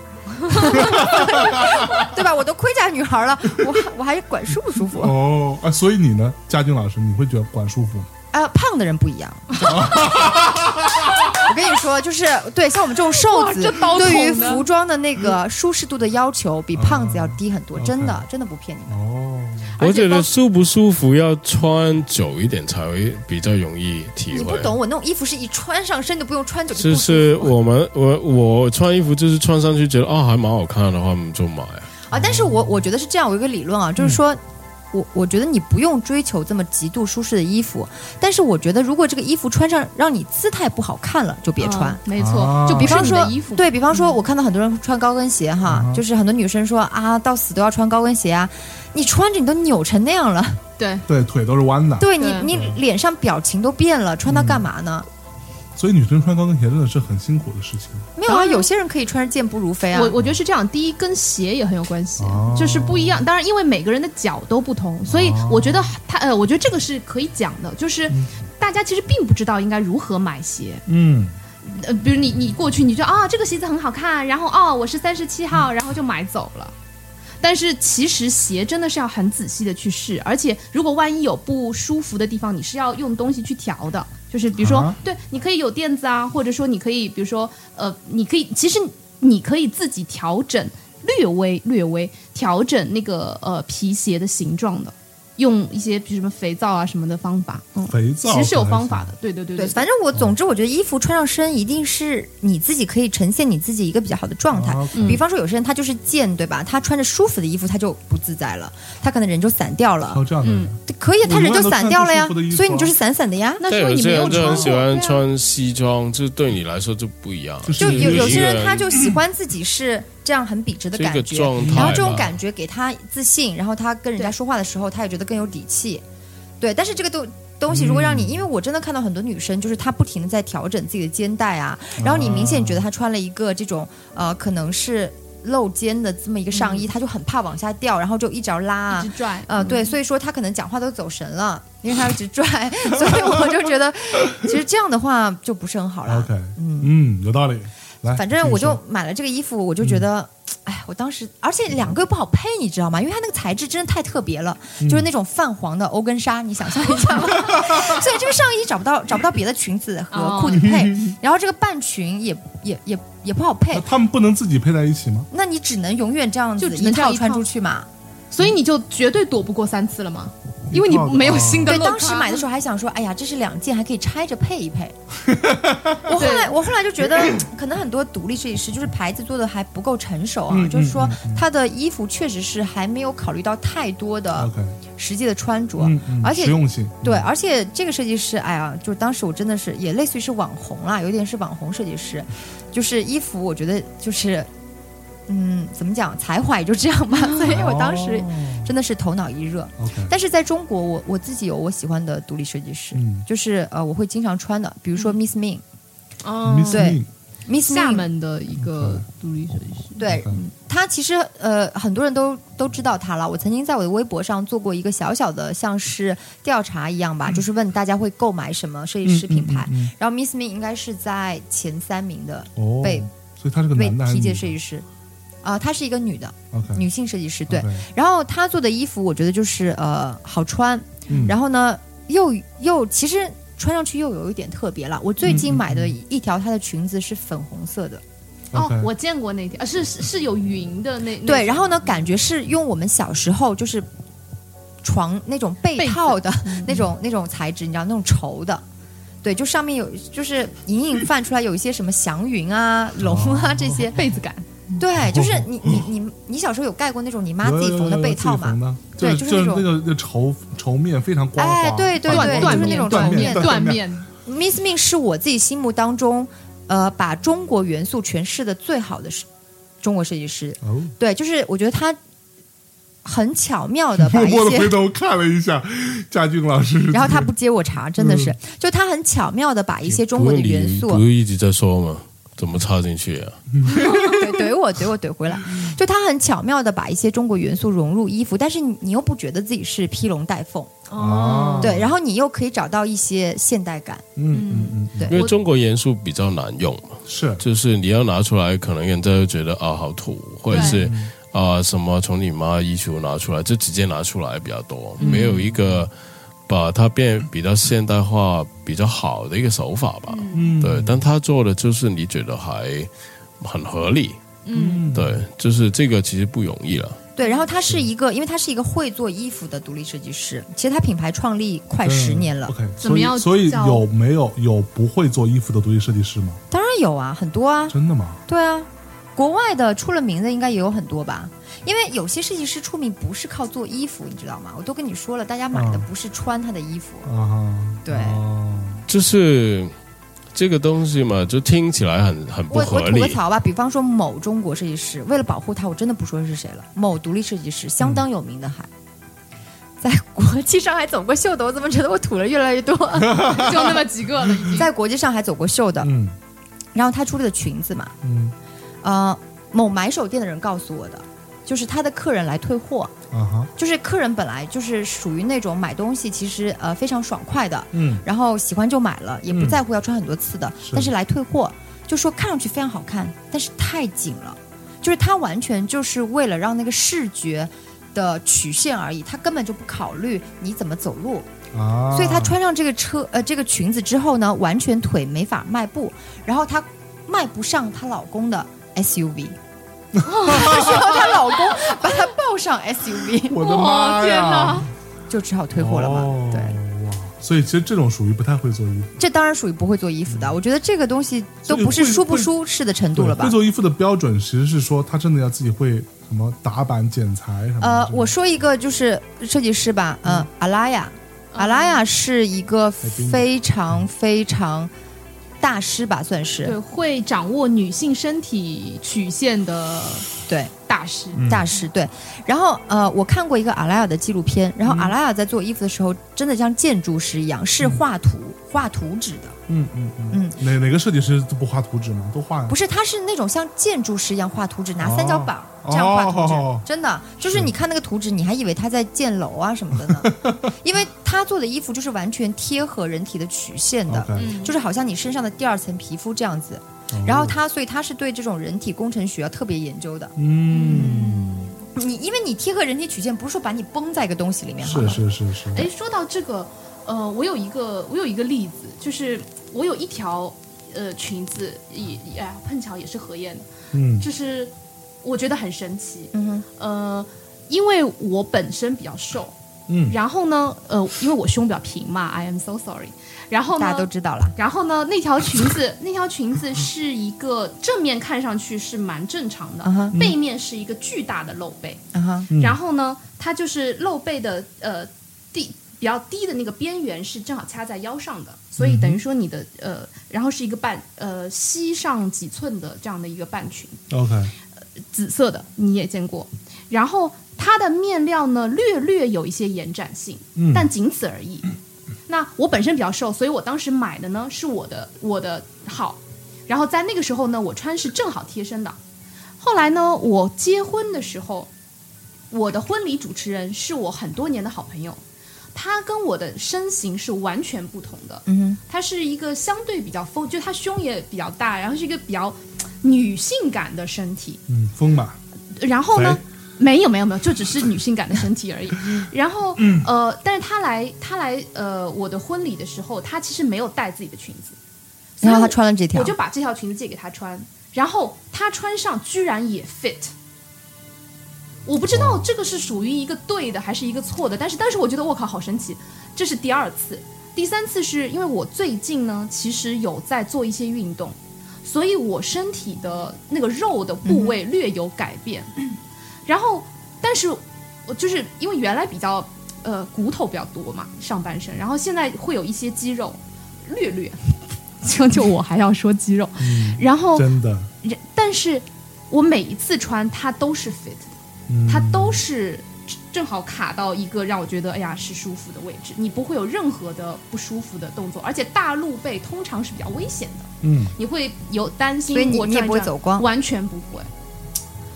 [SPEAKER 5] 对吧？我都盔甲女孩儿了，我还我还管舒不舒服？
[SPEAKER 4] 哦， 啊，所以你呢，嘉俊老师，你会觉得管舒服吗？
[SPEAKER 5] 啊，胖的人不一样。 我跟你说，就是对像我们这种瘦子
[SPEAKER 7] 哇这刀，
[SPEAKER 5] 对于
[SPEAKER 7] 捅的
[SPEAKER 5] 服装的那个舒适度的要求比胖子要低很多，真的，真的不骗你们。
[SPEAKER 4] 哦，
[SPEAKER 6] 我觉
[SPEAKER 5] 而且包
[SPEAKER 6] 得舒不舒服要穿久一点才会比较容易体
[SPEAKER 5] 你
[SPEAKER 6] 会啊
[SPEAKER 5] 不。懂，我那种衣服是一穿上身就不用穿久，
[SPEAKER 6] 就
[SPEAKER 5] 不舒
[SPEAKER 6] 是
[SPEAKER 5] 服
[SPEAKER 6] 我们我我穿衣服就是穿上去觉得啊还蛮好看的话，我们就买。
[SPEAKER 5] 啊。但是我我觉得是这样，我有一个理论啊，就是说。我我觉得你不用追求这么极度舒适的衣服，但是我觉得如果这个衣服穿上让你姿态不好看了，就别穿。
[SPEAKER 7] 嗯没错
[SPEAKER 4] 啊，
[SPEAKER 7] 就比
[SPEAKER 5] 比
[SPEAKER 7] 方
[SPEAKER 5] 方
[SPEAKER 7] 说
[SPEAKER 5] 说
[SPEAKER 7] 衣服，，嗯
[SPEAKER 5] 对比方说，我看到很多人穿高跟鞋哈，
[SPEAKER 4] 嗯
[SPEAKER 5] 就是很多女生说啊，到死都要穿高跟鞋啊，你穿着你都扭成那样了，
[SPEAKER 4] 啊对，腿都是弯的，
[SPEAKER 5] 对你
[SPEAKER 7] 对
[SPEAKER 5] 你脸上表情都变了，穿它
[SPEAKER 4] 嗯
[SPEAKER 5] 干嘛呢？
[SPEAKER 4] 所以女生穿高跟鞋真的是很辛苦的事情。
[SPEAKER 5] 没有
[SPEAKER 7] 当
[SPEAKER 5] 啊，
[SPEAKER 7] 然
[SPEAKER 5] 有些人可以穿着健步如飞啊
[SPEAKER 7] 我。我觉得是这样，第一跟鞋也很有关系
[SPEAKER 4] 哦，
[SPEAKER 7] 就是不一样。当然，因为每个人的脚都不同，所以我觉得他呃，我觉得这个是可以讲的，就是大家其实并不知道应该如何买鞋。
[SPEAKER 4] 嗯，
[SPEAKER 7] 呃，比如你你过去你就啊、这个鞋子很好看，然后哦我是三十七号，然后就买走了。但是其实鞋真的是要很仔细的去试，而且如果万一有不舒服的地方，你是要用东西去调的，就是比如说，
[SPEAKER 4] 啊
[SPEAKER 7] 对，你可以有垫子啊，或者说你可以，比如说，呃，你可以，其实你可以自己调整，略微略微调整那个呃皮鞋的形状的，用一些比如什么肥皂啊什么的方法，嗯，
[SPEAKER 4] 肥皂
[SPEAKER 7] 其实是有方
[SPEAKER 4] 可
[SPEAKER 7] 法
[SPEAKER 4] 能
[SPEAKER 7] 的，对对对
[SPEAKER 5] 对，反正我
[SPEAKER 4] 嗯
[SPEAKER 5] 总之我觉得衣服穿上身一定是你自己可以呈现你自己一个比较好的状态。
[SPEAKER 4] 啊
[SPEAKER 5] 比方说有些人他就是贱，对吧？他穿着舒服的衣服他就不自在了，他可能人就散掉
[SPEAKER 4] 还有
[SPEAKER 5] 了。
[SPEAKER 4] 这样的人，
[SPEAKER 5] 可以，他人
[SPEAKER 4] 我永远
[SPEAKER 5] 就
[SPEAKER 4] 都
[SPEAKER 5] 散
[SPEAKER 4] 穿
[SPEAKER 5] 掉
[SPEAKER 4] 不
[SPEAKER 5] 了
[SPEAKER 4] 舒
[SPEAKER 5] 呀
[SPEAKER 4] 服的衣，服
[SPEAKER 5] 所以你
[SPEAKER 4] 啊
[SPEAKER 5] 就是散散的呀。
[SPEAKER 7] 那
[SPEAKER 6] 但
[SPEAKER 7] 是因为
[SPEAKER 6] 有
[SPEAKER 7] 你
[SPEAKER 6] 些
[SPEAKER 7] 没有
[SPEAKER 6] 人就
[SPEAKER 7] 穿
[SPEAKER 6] 很喜
[SPEAKER 7] 过
[SPEAKER 6] 欢
[SPEAKER 7] 对啊
[SPEAKER 6] 穿西装，这对你来说就不一样。
[SPEAKER 4] 就是
[SPEAKER 5] 就有有些
[SPEAKER 6] 一个
[SPEAKER 5] 人他就喜欢自己是这样很笔直的
[SPEAKER 6] 这
[SPEAKER 5] 感
[SPEAKER 6] 个
[SPEAKER 5] 觉，
[SPEAKER 6] 状态吧，
[SPEAKER 5] 然后这种感觉给他自信，然后他跟人家说话的时候，他也觉得更有底气。对，但是这个东东西如果让你，
[SPEAKER 6] 嗯
[SPEAKER 5] 因为我真的看到很多女生，就是她不停的在调整自己的肩带啊，然后你明显觉得她穿了一个这种呃可能是露肩的这么一个上衣，她就很怕往下掉，然后就一直要拉啊，
[SPEAKER 7] 嗯一直嗯拽，
[SPEAKER 5] 呃，对，所以说他可能讲话都走神了，因为他一直拽， 所以我就觉得，其实这样的话就不是很好了。
[SPEAKER 4] OK，嗯，有道理。来，
[SPEAKER 5] 反正我
[SPEAKER 4] 继
[SPEAKER 5] 就
[SPEAKER 4] 续说嗯
[SPEAKER 5] 买了这个衣服，我就觉得，哎，我当时，而且两个又不好配，你知道吗？因为它那个材质真的太特别了，就是
[SPEAKER 4] 嗯
[SPEAKER 5] 那种泛黄的欧根纱，你想象一下吧。 所以这个上衣找不到找不到别的裙子
[SPEAKER 7] 哦
[SPEAKER 5] 和裤子配， 然后这个半裙也也也也不好配
[SPEAKER 4] 那，他们不能自己配在一起吗？
[SPEAKER 5] 那你只能永远这样子
[SPEAKER 7] 就只能这样
[SPEAKER 5] 套
[SPEAKER 7] 一
[SPEAKER 5] 穿
[SPEAKER 7] 套
[SPEAKER 5] 出去嘛。
[SPEAKER 7] 所以你就绝对躲不过三次了嘛，因为你没有新的哦
[SPEAKER 5] 对，
[SPEAKER 7] 落
[SPEAKER 5] 当时
[SPEAKER 7] 款
[SPEAKER 5] 买的时候还想说，哎呀，这是两件，还可以拆着配 一配。我后来，我后来就觉得，可能很多独立设计师就是牌子做的还不够成熟啊，
[SPEAKER 4] 嗯
[SPEAKER 5] 就是说他的衣服确实是还没有考虑到太多的
[SPEAKER 4] OK
[SPEAKER 5] 实际的穿着，
[SPEAKER 4] 嗯，嗯
[SPEAKER 5] 呃而且
[SPEAKER 4] 实用性，嗯
[SPEAKER 5] 对，而且这个设计师，哎呀，就是当时我真的是也类似于是网红啦，有点是网红设计师，就是衣服，我觉得就是，嗯，怎么讲，才华也就这样吧。所以我当时
[SPEAKER 4] 哦
[SPEAKER 5] 真的是头脑一热。
[SPEAKER 4] OK，
[SPEAKER 5] 但是在中国，我我自己有我喜欢的独立设计师，
[SPEAKER 4] 嗯
[SPEAKER 5] 就是呃，我会经常穿的，比如说 Miss Ming，Miss、
[SPEAKER 7] 哦
[SPEAKER 4] Miss
[SPEAKER 5] 对
[SPEAKER 4] Me，
[SPEAKER 7] 厦
[SPEAKER 5] Ming，
[SPEAKER 7] 门的一个独立设计师，
[SPEAKER 5] 对
[SPEAKER 4] OK
[SPEAKER 5] 她其实呃很多人都都知道她了。我曾经在我的微博上做过一个小小的像是调查一样吧，就是问大家会购买什么设计师品牌，
[SPEAKER 4] 嗯嗯嗯嗯
[SPEAKER 5] 然后 Miss Ming 应该是在前三名的
[SPEAKER 4] 哦，
[SPEAKER 5] 被
[SPEAKER 4] 所以他是个
[SPEAKER 5] 被
[SPEAKER 4] 男的还是
[SPEAKER 5] 提
[SPEAKER 4] 女嗯
[SPEAKER 5] 及
[SPEAKER 4] 的
[SPEAKER 5] 设计师，啊、她是一个女的
[SPEAKER 4] ？OK，
[SPEAKER 5] 女性设计师，对。
[SPEAKER 4] OK，
[SPEAKER 5] 然后她做的衣服，我觉得就是呃好穿，
[SPEAKER 4] 嗯
[SPEAKER 5] 然后呢又又其实穿上去又有一点特别了。我最近
[SPEAKER 4] 嗯嗯
[SPEAKER 5] 买的一条她的裙子是粉红色的，
[SPEAKER 7] 哦
[SPEAKER 4] OK，
[SPEAKER 7] 我见过那条，啊，是是是有云的那
[SPEAKER 4] 嗯
[SPEAKER 7] 那
[SPEAKER 5] 对，然后呢感觉是用我们小时候就是床那种被
[SPEAKER 7] 被子
[SPEAKER 5] 套的
[SPEAKER 4] 嗯
[SPEAKER 5] 那种那种材质，你知道那种绸的。对，就上面有，就是隐隐泛出来有一些什么祥云啊、龙
[SPEAKER 4] 哦
[SPEAKER 5] 啊这些。
[SPEAKER 7] 被子感，
[SPEAKER 5] 对，就是你你你你小时候有盖过那种你妈自己缝的被套吗？
[SPEAKER 4] 吗？就
[SPEAKER 5] 对就
[SPEAKER 4] 是
[SPEAKER 5] 是
[SPEAKER 4] 就是
[SPEAKER 5] 那
[SPEAKER 4] 那
[SPEAKER 5] 种
[SPEAKER 4] 个那个绸绸面非常光滑，
[SPEAKER 5] 哎，对对
[SPEAKER 4] 哦
[SPEAKER 7] 缎
[SPEAKER 5] 对，
[SPEAKER 7] 缎
[SPEAKER 5] 就是那
[SPEAKER 7] 面
[SPEAKER 5] 种
[SPEAKER 4] 缎
[SPEAKER 5] 绸
[SPEAKER 4] 面
[SPEAKER 5] 面
[SPEAKER 4] 对
[SPEAKER 7] 缎面
[SPEAKER 5] Miss Ming 是我自己心目当中，呃，把中国元素诠释的最好的是中国设计师。
[SPEAKER 4] 哦
[SPEAKER 5] 对，就是我觉得他很巧妙的把
[SPEAKER 4] 默
[SPEAKER 5] 一
[SPEAKER 4] 默的回
[SPEAKER 5] 些，
[SPEAKER 4] 头看了一下嘉俊老师，
[SPEAKER 5] 然后他不接我茬，真的是，
[SPEAKER 4] 嗯
[SPEAKER 5] 就他很巧妙的把一些中国的元
[SPEAKER 7] 啊
[SPEAKER 5] 素，
[SPEAKER 6] 不用一直在说嘛，怎么插进去啊？
[SPEAKER 5] 怼怼我，怼我，怼回来。就他很巧妙的把一些中国元素融入衣服，但是你你又不觉得自己是披龙带凤，
[SPEAKER 4] 啊，
[SPEAKER 5] 对，然后你又可以找到一些现代感。
[SPEAKER 4] 嗯嗯嗯，
[SPEAKER 6] 因为中国元素比较难用嘛，
[SPEAKER 4] 是
[SPEAKER 6] 就是你要拿出来，可能人家就觉得啊好土，或者是啊什么从你妈衣橱拿出来，就直接拿出来比较多，
[SPEAKER 7] 嗯
[SPEAKER 6] 没有一个把它变比较现代化、比较好的一个手法吧。
[SPEAKER 4] 嗯
[SPEAKER 6] 对，但他做的就是你觉得还很合理。嗯，对，就是这个其实不容易了。
[SPEAKER 5] 对，然后他是一个，因为他是一个会做衣服的独立设计师，其实他品牌创立快十年了，
[SPEAKER 4] OK，
[SPEAKER 7] 怎么样
[SPEAKER 4] 所以所以
[SPEAKER 7] 叫
[SPEAKER 4] 有没有有不会做衣服的独立设计师吗？
[SPEAKER 5] 当然有啊，很多啊，
[SPEAKER 4] 真的吗？
[SPEAKER 5] 对啊，国外的出了名的应该也有很多吧。因为有些设计师出名不是靠做衣服，你知道吗？我都跟你说了，大家买的
[SPEAKER 4] 嗯
[SPEAKER 5] 不是穿他的衣服，
[SPEAKER 6] 嗯
[SPEAKER 4] 啊哈，
[SPEAKER 5] 对
[SPEAKER 4] 哦
[SPEAKER 6] 就是这个东西嘛，就听起来很很不
[SPEAKER 5] 我我
[SPEAKER 6] 合
[SPEAKER 5] 吐个
[SPEAKER 6] 理。
[SPEAKER 5] 槽吧，比方说某中国设计师，为了保护他，我真的不说是谁了。某独立设计师相当有名的还，
[SPEAKER 6] 嗯
[SPEAKER 5] 在国际上还走过秀的，我怎么觉得我吐了越来越多？
[SPEAKER 7] 就那么几个了，已
[SPEAKER 6] 嗯
[SPEAKER 7] 经。
[SPEAKER 5] 在国际上还走过秀的，
[SPEAKER 4] 嗯
[SPEAKER 5] 然后他出了个裙子嘛，
[SPEAKER 4] 嗯
[SPEAKER 5] 呃，某买手店的人告诉我的，就是他的客人来退货，
[SPEAKER 4] 啊哈，
[SPEAKER 5] 就是客人本来就是属于那种买东西其实呃非常爽快的，
[SPEAKER 4] 嗯
[SPEAKER 5] 然后喜欢就买了，也不
[SPEAKER 4] 嗯
[SPEAKER 5] 在乎要穿很多次的，
[SPEAKER 4] 是
[SPEAKER 5] 但是来退货，就说看上去非常好看，但是太紧了，就是它完全就是为了让那个视觉的曲线而已，它根本就不考虑你怎么走路，
[SPEAKER 4] 啊，
[SPEAKER 5] 所以她穿上这个车呃这个裙子之后呢，完全腿没法迈步，然后她迈不上她老公的 SUV。她需要她老公把她抱上 SUV，
[SPEAKER 4] 我的
[SPEAKER 5] 哦
[SPEAKER 4] 妈
[SPEAKER 7] 天
[SPEAKER 4] 呀
[SPEAKER 7] 哪，
[SPEAKER 5] 就只好退货了嘛。
[SPEAKER 4] 哦
[SPEAKER 5] 对，
[SPEAKER 4] 哇，所以其实这种属于不太会做衣服。
[SPEAKER 5] 这当然属于不会做衣服的，我觉得这个东西都不是
[SPEAKER 4] 所以会
[SPEAKER 5] 舒不舒适的程度
[SPEAKER 4] 对
[SPEAKER 5] 了吧
[SPEAKER 4] 会？做衣服的标准其实是说，他真的要自己会什么打版、剪裁什么的。
[SPEAKER 5] 呃，我说一个就是设计师吧，嗯，阿拉雅，阿拉雅是一个非常非常大师吧，算
[SPEAKER 7] 对，
[SPEAKER 5] 是
[SPEAKER 7] 会掌握女性身体曲线的
[SPEAKER 5] 对
[SPEAKER 7] 大师。
[SPEAKER 4] 嗯
[SPEAKER 5] 大师对。然后呃，我看过一个阿拉雅的纪录片，然后
[SPEAKER 4] 嗯
[SPEAKER 5] 阿拉雅在做衣服的时候，真的像建筑师一样，是画图画图纸的，
[SPEAKER 4] 嗯嗯嗯
[SPEAKER 5] 嗯，
[SPEAKER 4] 哪哪个设计师都不画图纸吗？都画呀
[SPEAKER 5] 不是，他是那种像建筑师一样画图纸，拿
[SPEAKER 4] 哦
[SPEAKER 5] 三角板、这样画图纸，
[SPEAKER 4] 哦
[SPEAKER 5] 真的就是
[SPEAKER 4] 是
[SPEAKER 5] 你看那个图纸，你还以为他在建楼啊什么的 呢，因为他做的衣服就是完全贴合人体的曲线的
[SPEAKER 4] OK，
[SPEAKER 5] 就是好像你身上的第二层皮肤这样子。
[SPEAKER 4] 嗯
[SPEAKER 5] 然后他，所以他是对这种人体工程学啊要特别研究的。
[SPEAKER 4] 嗯，
[SPEAKER 5] 你因为你贴合人体曲线，不是说把你绷在一个东西里面嗯好
[SPEAKER 4] 是
[SPEAKER 5] 吗？
[SPEAKER 4] 是是是，
[SPEAKER 7] 哎，说到这个，呃，我有一个我有一个例子，就是我有一条呃裙子，也也哎呀碰巧也是何燕的，
[SPEAKER 4] 嗯
[SPEAKER 7] 就是我觉得很神奇，
[SPEAKER 5] 嗯哼，
[SPEAKER 7] 呃，因为我本身比较瘦，
[SPEAKER 4] 嗯
[SPEAKER 7] 然后呢，呃，因为我胸比较平嘛，I am so sorry，然后
[SPEAKER 5] 大家都
[SPEAKER 7] 呢。
[SPEAKER 5] 知道了。
[SPEAKER 7] 然后呢，那条裙子，那条裙子是一个正面看上去是蛮正常的
[SPEAKER 5] 嗯哼
[SPEAKER 7] 背面是一个巨大的露背。
[SPEAKER 5] 啊哈，
[SPEAKER 4] 嗯
[SPEAKER 7] 然后呢，它就是露背的呃低比较低的那个边缘是正好掐在腰上的，所
[SPEAKER 4] 嗯
[SPEAKER 7] 以等于说你的呃，然后是一个半呃膝上几寸的这样的一个半裙，
[SPEAKER 4] ，OK，
[SPEAKER 7] 紫色的你也见过。然后它的面料呢略略有一些延展性，
[SPEAKER 4] 嗯
[SPEAKER 7] 但仅此而已。那我本身比较瘦，所以我当时买的呢是我的我的号，然后在那个时候呢，我穿是正好贴身的。后来呢，我结婚的时候，我的婚礼主持人是我很多年的好朋友，他跟我的身形是完全不同的。
[SPEAKER 5] 嗯
[SPEAKER 7] 她是一个相对比较丰，就她胸也比较大，然后是一个比较嗯女性感的身体。
[SPEAKER 4] 嗯，丰满，
[SPEAKER 7] 然后呢
[SPEAKER 4] 哎？
[SPEAKER 7] 没有没有没有，就只是女性感的身体而已。然后，呃，但是她来她来呃我的婚礼的时候，她其实没有带自己的裙子，所
[SPEAKER 5] 然后
[SPEAKER 7] 以
[SPEAKER 5] 她
[SPEAKER 7] 我
[SPEAKER 5] 穿了这条
[SPEAKER 7] 我就把这条裙子借给她穿，然后她穿上居然也 fit。我不知道这个是属于一个对的还是一个错的，但是但是我觉得我靠好神奇，这是第二次，第三次是因为我最近呢其实有在做一些运动，所以我身体的那个肉的部位略有改变，然后但是我就是因为原来比较呃骨头比较多嘛上半身，然后现在会有一些肌肉，略 略，就就我还要说肌肉，然
[SPEAKER 5] 哦
[SPEAKER 7] 后
[SPEAKER 4] 嗯真的，
[SPEAKER 7] 人但是我每一次穿它都是 fit
[SPEAKER 4] 嗯
[SPEAKER 7] 的，它都是正正好卡到一个让我觉得哎呀是舒服的位置，你不会有任何的不舒服的动作，而且大露背通常是比较危险的，
[SPEAKER 4] 嗯，
[SPEAKER 7] 你会有担心
[SPEAKER 5] 所以你
[SPEAKER 7] 我
[SPEAKER 5] 你也
[SPEAKER 7] 转
[SPEAKER 5] 不会
[SPEAKER 7] 转
[SPEAKER 5] 走光
[SPEAKER 7] 完全不会，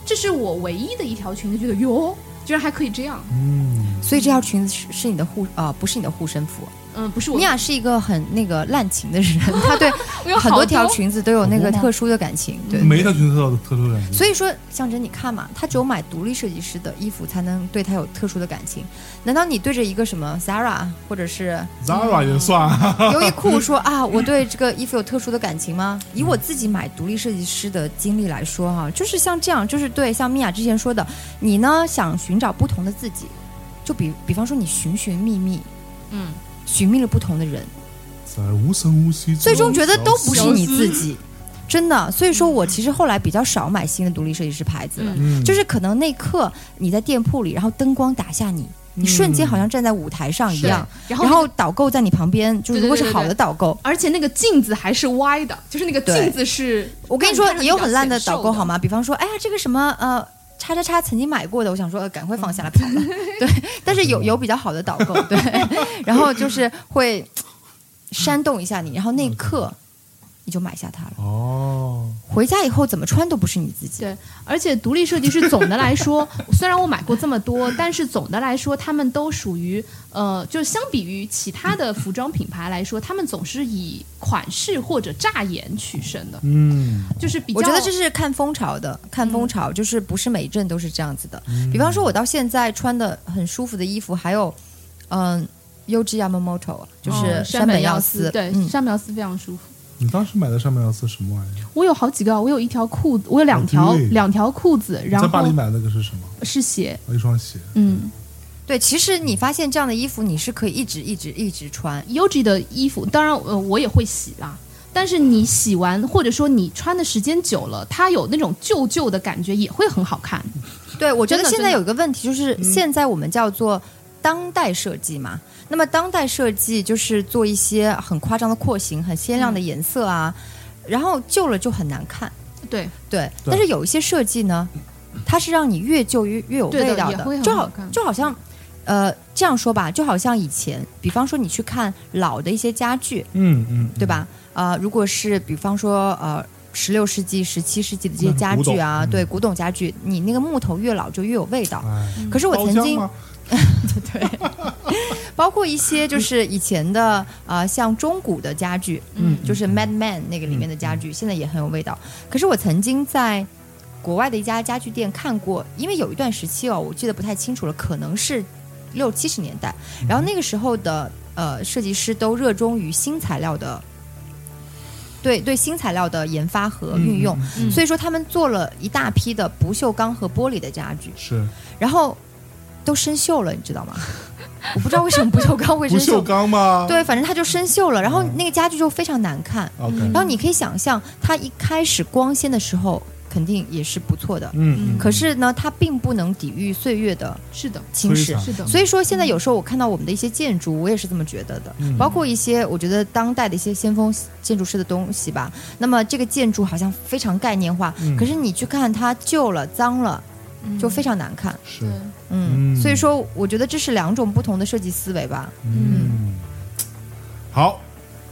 [SPEAKER 7] 这是我唯一的一条裙子，觉得哟居然还可以这样，
[SPEAKER 5] 所以这条裙子是是你的护啊、不是你的护身符。
[SPEAKER 7] 嗯，不是我
[SPEAKER 5] 米娅是一个很那个滥情的人，她对
[SPEAKER 7] 我有
[SPEAKER 5] 很
[SPEAKER 7] 好
[SPEAKER 5] 多条裙子都有那个
[SPEAKER 4] 好多吗
[SPEAKER 5] 特殊的感情。对，
[SPEAKER 4] 每一条裙子都有特殊感觉，
[SPEAKER 5] 所以说，象征，你看嘛，他只有买独立设计师的衣服，才能对他有特殊的感情。难道你对着一个什么 Zara 或者是
[SPEAKER 4] Zara 也算啊，
[SPEAKER 5] 优衣库说啊，我对这个衣服有特殊的感情吗？以我自己买独立设计师的经历来说哈、就是像这样，就是对像米娅之前说的，你呢想寻找不同的自己，就比比方说你寻寻觅觅，
[SPEAKER 7] 嗯，
[SPEAKER 5] 寻觅了不同的人，
[SPEAKER 4] 在无声无息中，
[SPEAKER 5] 最终觉得都不是你自己，真的。所以说我其实后来比较少买新的独立设计师牌子了，
[SPEAKER 4] 嗯，
[SPEAKER 5] 就是可能那一刻你在店铺里，然后灯光打下你，你瞬间好像站在舞台上一样，
[SPEAKER 7] 嗯对然后
[SPEAKER 5] 然后导购在你旁边，就是
[SPEAKER 7] 对对
[SPEAKER 5] 如果是
[SPEAKER 7] 对对
[SPEAKER 5] 好的导购，
[SPEAKER 7] 而且那个镜子还是歪的，就是那个
[SPEAKER 5] 对
[SPEAKER 7] 镜子是。
[SPEAKER 5] 我跟你说，也有很烂的导购好
[SPEAKER 7] 吗？
[SPEAKER 5] 吗？比方说，哎呀，这个什么呃。叉叉叉曾经买过的，我想说，呃赶快放下来跑 了。对，但是有有比较好的导购，对， 然后就是会煽动一下你，然后那一刻你就买下它了。
[SPEAKER 4] 哦，
[SPEAKER 5] 回家以后怎么穿都不是你自己。
[SPEAKER 7] 对，而且独立设计师总的来说， 虽然我买过这么多，但是总的来说，他们都属于呃，就是相比于其他的服装品牌来说，他们总是以款式或者炸眼取胜的，
[SPEAKER 4] 嗯，
[SPEAKER 7] 就是比较。嗯
[SPEAKER 5] 我觉得这是看风潮的，看风潮，就是不是每一阵都是这样子的。比方说，我到现在穿的很舒服的衣服，还有，嗯、u g Yamamoto，就是
[SPEAKER 7] 嗯山
[SPEAKER 5] 本
[SPEAKER 7] 耀
[SPEAKER 5] 司，
[SPEAKER 7] 对，
[SPEAKER 5] 嗯，
[SPEAKER 7] 山本耀司非常舒服。
[SPEAKER 4] 你当时买的上面要是什么玩意儿？
[SPEAKER 7] 我有好几个，我有一条裤子，我有两条
[SPEAKER 4] 哦对
[SPEAKER 7] 两条裤子，然
[SPEAKER 4] 在巴黎
[SPEAKER 7] 后
[SPEAKER 4] 买的那个是什么？
[SPEAKER 7] 是鞋，
[SPEAKER 4] 一双鞋，
[SPEAKER 7] 嗯，
[SPEAKER 5] 对。其实你发现这样的衣服，你是可以一直一直一 直穿。
[SPEAKER 7] Yuji 嗯的衣服，当然呃我也会洗啦。但是你洗完，或者说你穿的时间久了，它有那种旧旧的感觉，也会很好看。
[SPEAKER 5] 对，我觉得
[SPEAKER 7] 真的
[SPEAKER 5] 现
[SPEAKER 7] 真的嗯
[SPEAKER 5] 在有一个问题，就是现在我们叫做当代设计嘛。那么当代设计就是做一些很夸张的廓形、很
[SPEAKER 7] 嗯
[SPEAKER 5] 鲜亮的颜色啊，然后旧了就很难看。
[SPEAKER 7] 对，
[SPEAKER 5] 对，但是有一些设计呢，它是让你越旧越越有
[SPEAKER 7] 对的
[SPEAKER 5] 味道
[SPEAKER 7] 也会很
[SPEAKER 5] 就
[SPEAKER 7] 好
[SPEAKER 5] 好
[SPEAKER 7] 看
[SPEAKER 5] 就好像，呃，这样说吧，就好像以前，比方说你去看老的一些家具，
[SPEAKER 4] 嗯嗯，
[SPEAKER 5] 对吧？啊、如果是比方说呃。十六世纪、十七世纪的这些
[SPEAKER 4] 那
[SPEAKER 5] 家
[SPEAKER 4] 古
[SPEAKER 5] 具
[SPEAKER 4] 董
[SPEAKER 5] 啊，
[SPEAKER 4] 嗯
[SPEAKER 5] 对古董家具，你那个木头越老就越有味道。
[SPEAKER 4] 哎，
[SPEAKER 5] 可是我
[SPEAKER 4] 包
[SPEAKER 5] 曾
[SPEAKER 4] 浆
[SPEAKER 5] 经
[SPEAKER 4] 吗
[SPEAKER 5] 包括一些就是以前的呃，像中古的家具，
[SPEAKER 4] 嗯
[SPEAKER 5] 就是 Mad Men 那个里面的家具，现在也很有味道。可是我曾经在国外的一家家具店看过，因为有一段时期哦，我记得不太清楚了，可能是六七十年代，
[SPEAKER 4] 嗯
[SPEAKER 5] 然后那个时候的呃设计师都热衷于新材料的。对对，新材料的研发和运用，
[SPEAKER 7] 嗯
[SPEAKER 5] 所以说他们做了一大批的不锈钢和玻璃的家具，
[SPEAKER 4] 是
[SPEAKER 5] 然后都生锈了，你知道吗？我不知道为什么不锈钢会
[SPEAKER 4] 不
[SPEAKER 5] 生
[SPEAKER 4] 锈
[SPEAKER 5] 锈，
[SPEAKER 4] 钢嗯吗？
[SPEAKER 5] 对，反正它就生锈了，然后那个家具就非常难看。
[SPEAKER 4] ，OK，
[SPEAKER 5] 然后你可以想象，它一开始光鲜的时候肯定也是不错的，
[SPEAKER 4] 嗯，嗯
[SPEAKER 5] 可是呢，它并不能抵御岁月的
[SPEAKER 7] 是的，
[SPEAKER 5] 侵
[SPEAKER 4] 摧
[SPEAKER 5] 蚀
[SPEAKER 4] 残。
[SPEAKER 7] 是的。
[SPEAKER 5] 所以说，现在有时候我看到我们的一些建筑，我也是这么觉得的，包括一些我觉得当代的一些先锋建筑师的东西吧。那么这个建筑好像非常概念化，
[SPEAKER 4] 嗯
[SPEAKER 5] 可是你去看它旧了、脏了，
[SPEAKER 7] 嗯
[SPEAKER 5] 就非常难看。
[SPEAKER 4] 是
[SPEAKER 7] 对，
[SPEAKER 5] 嗯，
[SPEAKER 4] 嗯
[SPEAKER 5] 所以说我觉得这是两种不同的设计思维吧。
[SPEAKER 4] 嗯，好，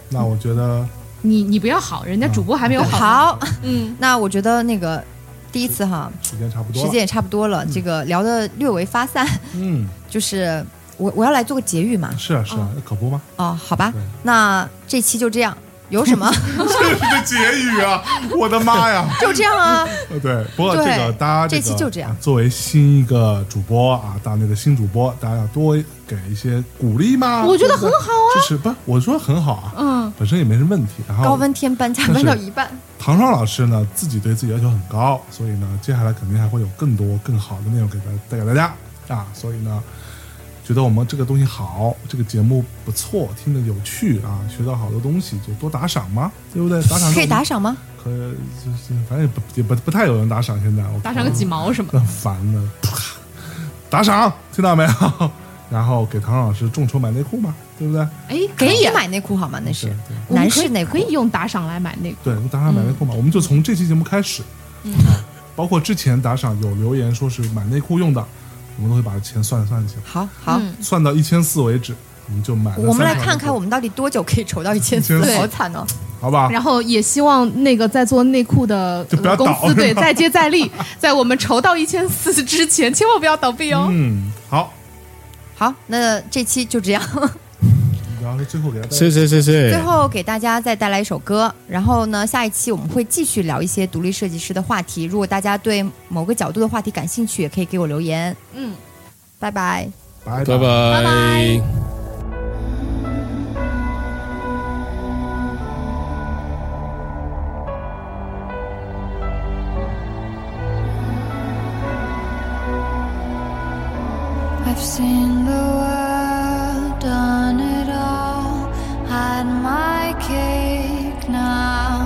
[SPEAKER 4] 那我觉得
[SPEAKER 7] 你你不要好，人家主播还没有好。
[SPEAKER 5] 好，
[SPEAKER 7] 嗯，
[SPEAKER 5] 那我觉得那个第一次哈，
[SPEAKER 4] 时间差不多
[SPEAKER 5] 时
[SPEAKER 4] 了，
[SPEAKER 5] 间也差不多了，这个聊的略为发散，
[SPEAKER 4] 嗯，
[SPEAKER 5] 就是我我要来做个结语嘛。
[SPEAKER 4] 是啊是啊，可不吗？
[SPEAKER 5] 哦，好吧
[SPEAKER 4] 对，
[SPEAKER 5] 那这期就这样，有什么
[SPEAKER 4] 这是个结语啊！我的妈呀！
[SPEAKER 5] 就这样啊。
[SPEAKER 4] 呃，对，不过这
[SPEAKER 5] 对
[SPEAKER 4] 个大家、这个、
[SPEAKER 5] 这期就这样
[SPEAKER 4] 啊作为新一个主播啊，大内的新主播，大家要多给一些鼓励嘛。
[SPEAKER 7] 我觉得
[SPEAKER 4] 对不对
[SPEAKER 7] 很好啊
[SPEAKER 4] 支持不？我说很好啊，
[SPEAKER 7] 嗯，
[SPEAKER 4] 本身也没什么问题。然后
[SPEAKER 5] 高温天搬家
[SPEAKER 4] 但
[SPEAKER 5] 搬
[SPEAKER 4] 是
[SPEAKER 5] 到一半，
[SPEAKER 4] 唐双老师呢，自己对自己要求很高，所以呢，接下来肯定还会有更多更好的内容给大带给大家啊。所以呢，觉得我们这个东西好，这个节目不错，听着有趣啊，学到好多东西，就多打赏嘛，对不对？打赏
[SPEAKER 5] 可以打，赏吗？
[SPEAKER 4] 可就是反正也不也不不太有人打赏，现在我
[SPEAKER 7] 打赏个几毛什么
[SPEAKER 5] 嗯
[SPEAKER 7] 的
[SPEAKER 4] 更烦 了，啪打赏听到没有？然后给唐老师众筹买内裤吧，对不对？
[SPEAKER 7] 哎，
[SPEAKER 5] 可
[SPEAKER 7] 可以
[SPEAKER 5] 以
[SPEAKER 7] 啊，
[SPEAKER 5] 买内裤好吗？那是
[SPEAKER 4] 对
[SPEAKER 7] 我们
[SPEAKER 5] 男
[SPEAKER 7] 可以
[SPEAKER 5] 士内裤
[SPEAKER 7] 可，以用打赏来买内裤。
[SPEAKER 4] 对，打赏买内裤
[SPEAKER 5] 嗯
[SPEAKER 4] 嘛，我们就从这期节目开始，啊包括之前打赏有留言说是买内裤用的，我们都会把钱算算进去，
[SPEAKER 5] 好好。
[SPEAKER 7] 嗯
[SPEAKER 4] 算到一千四为止，我们就买了。
[SPEAKER 5] 我们来看看我
[SPEAKER 4] 们，
[SPEAKER 5] 们到底多久可以筹到一千四，
[SPEAKER 4] 1400
[SPEAKER 5] 好惨哦！
[SPEAKER 4] 好吧？
[SPEAKER 7] 然后也希望那个在做内裤的
[SPEAKER 4] 就不要
[SPEAKER 7] 呃公
[SPEAKER 4] 倒是
[SPEAKER 7] 司对
[SPEAKER 4] 吧
[SPEAKER 7] 再接再厉，在我们筹到一千四之前，千万不要倒闭哦。
[SPEAKER 4] 嗯，好，
[SPEAKER 5] 好，那这期就这样。
[SPEAKER 4] 然后最后给大家
[SPEAKER 6] 谢谢谢谢。
[SPEAKER 5] 最后给大家再带来一首歌，然后呢，下一期我们会继续聊一些独立设计师的话题。如果大家对某个角度的话题感兴趣，也可以给我留言。
[SPEAKER 7] 嗯，
[SPEAKER 5] 拜拜。
[SPEAKER 4] 拜
[SPEAKER 6] 拜拜
[SPEAKER 7] 拜
[SPEAKER 8] I've seen the world, done it all, had my cake now.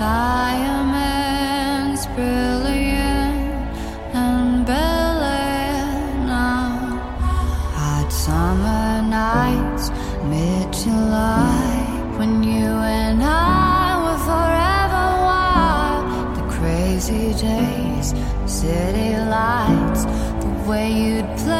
[SPEAKER 8] Diamonds brilliant and Bel Air now. Hot summer nights, mid July, when you and I were forever wild. The crazy days, city lights, the way you'd play.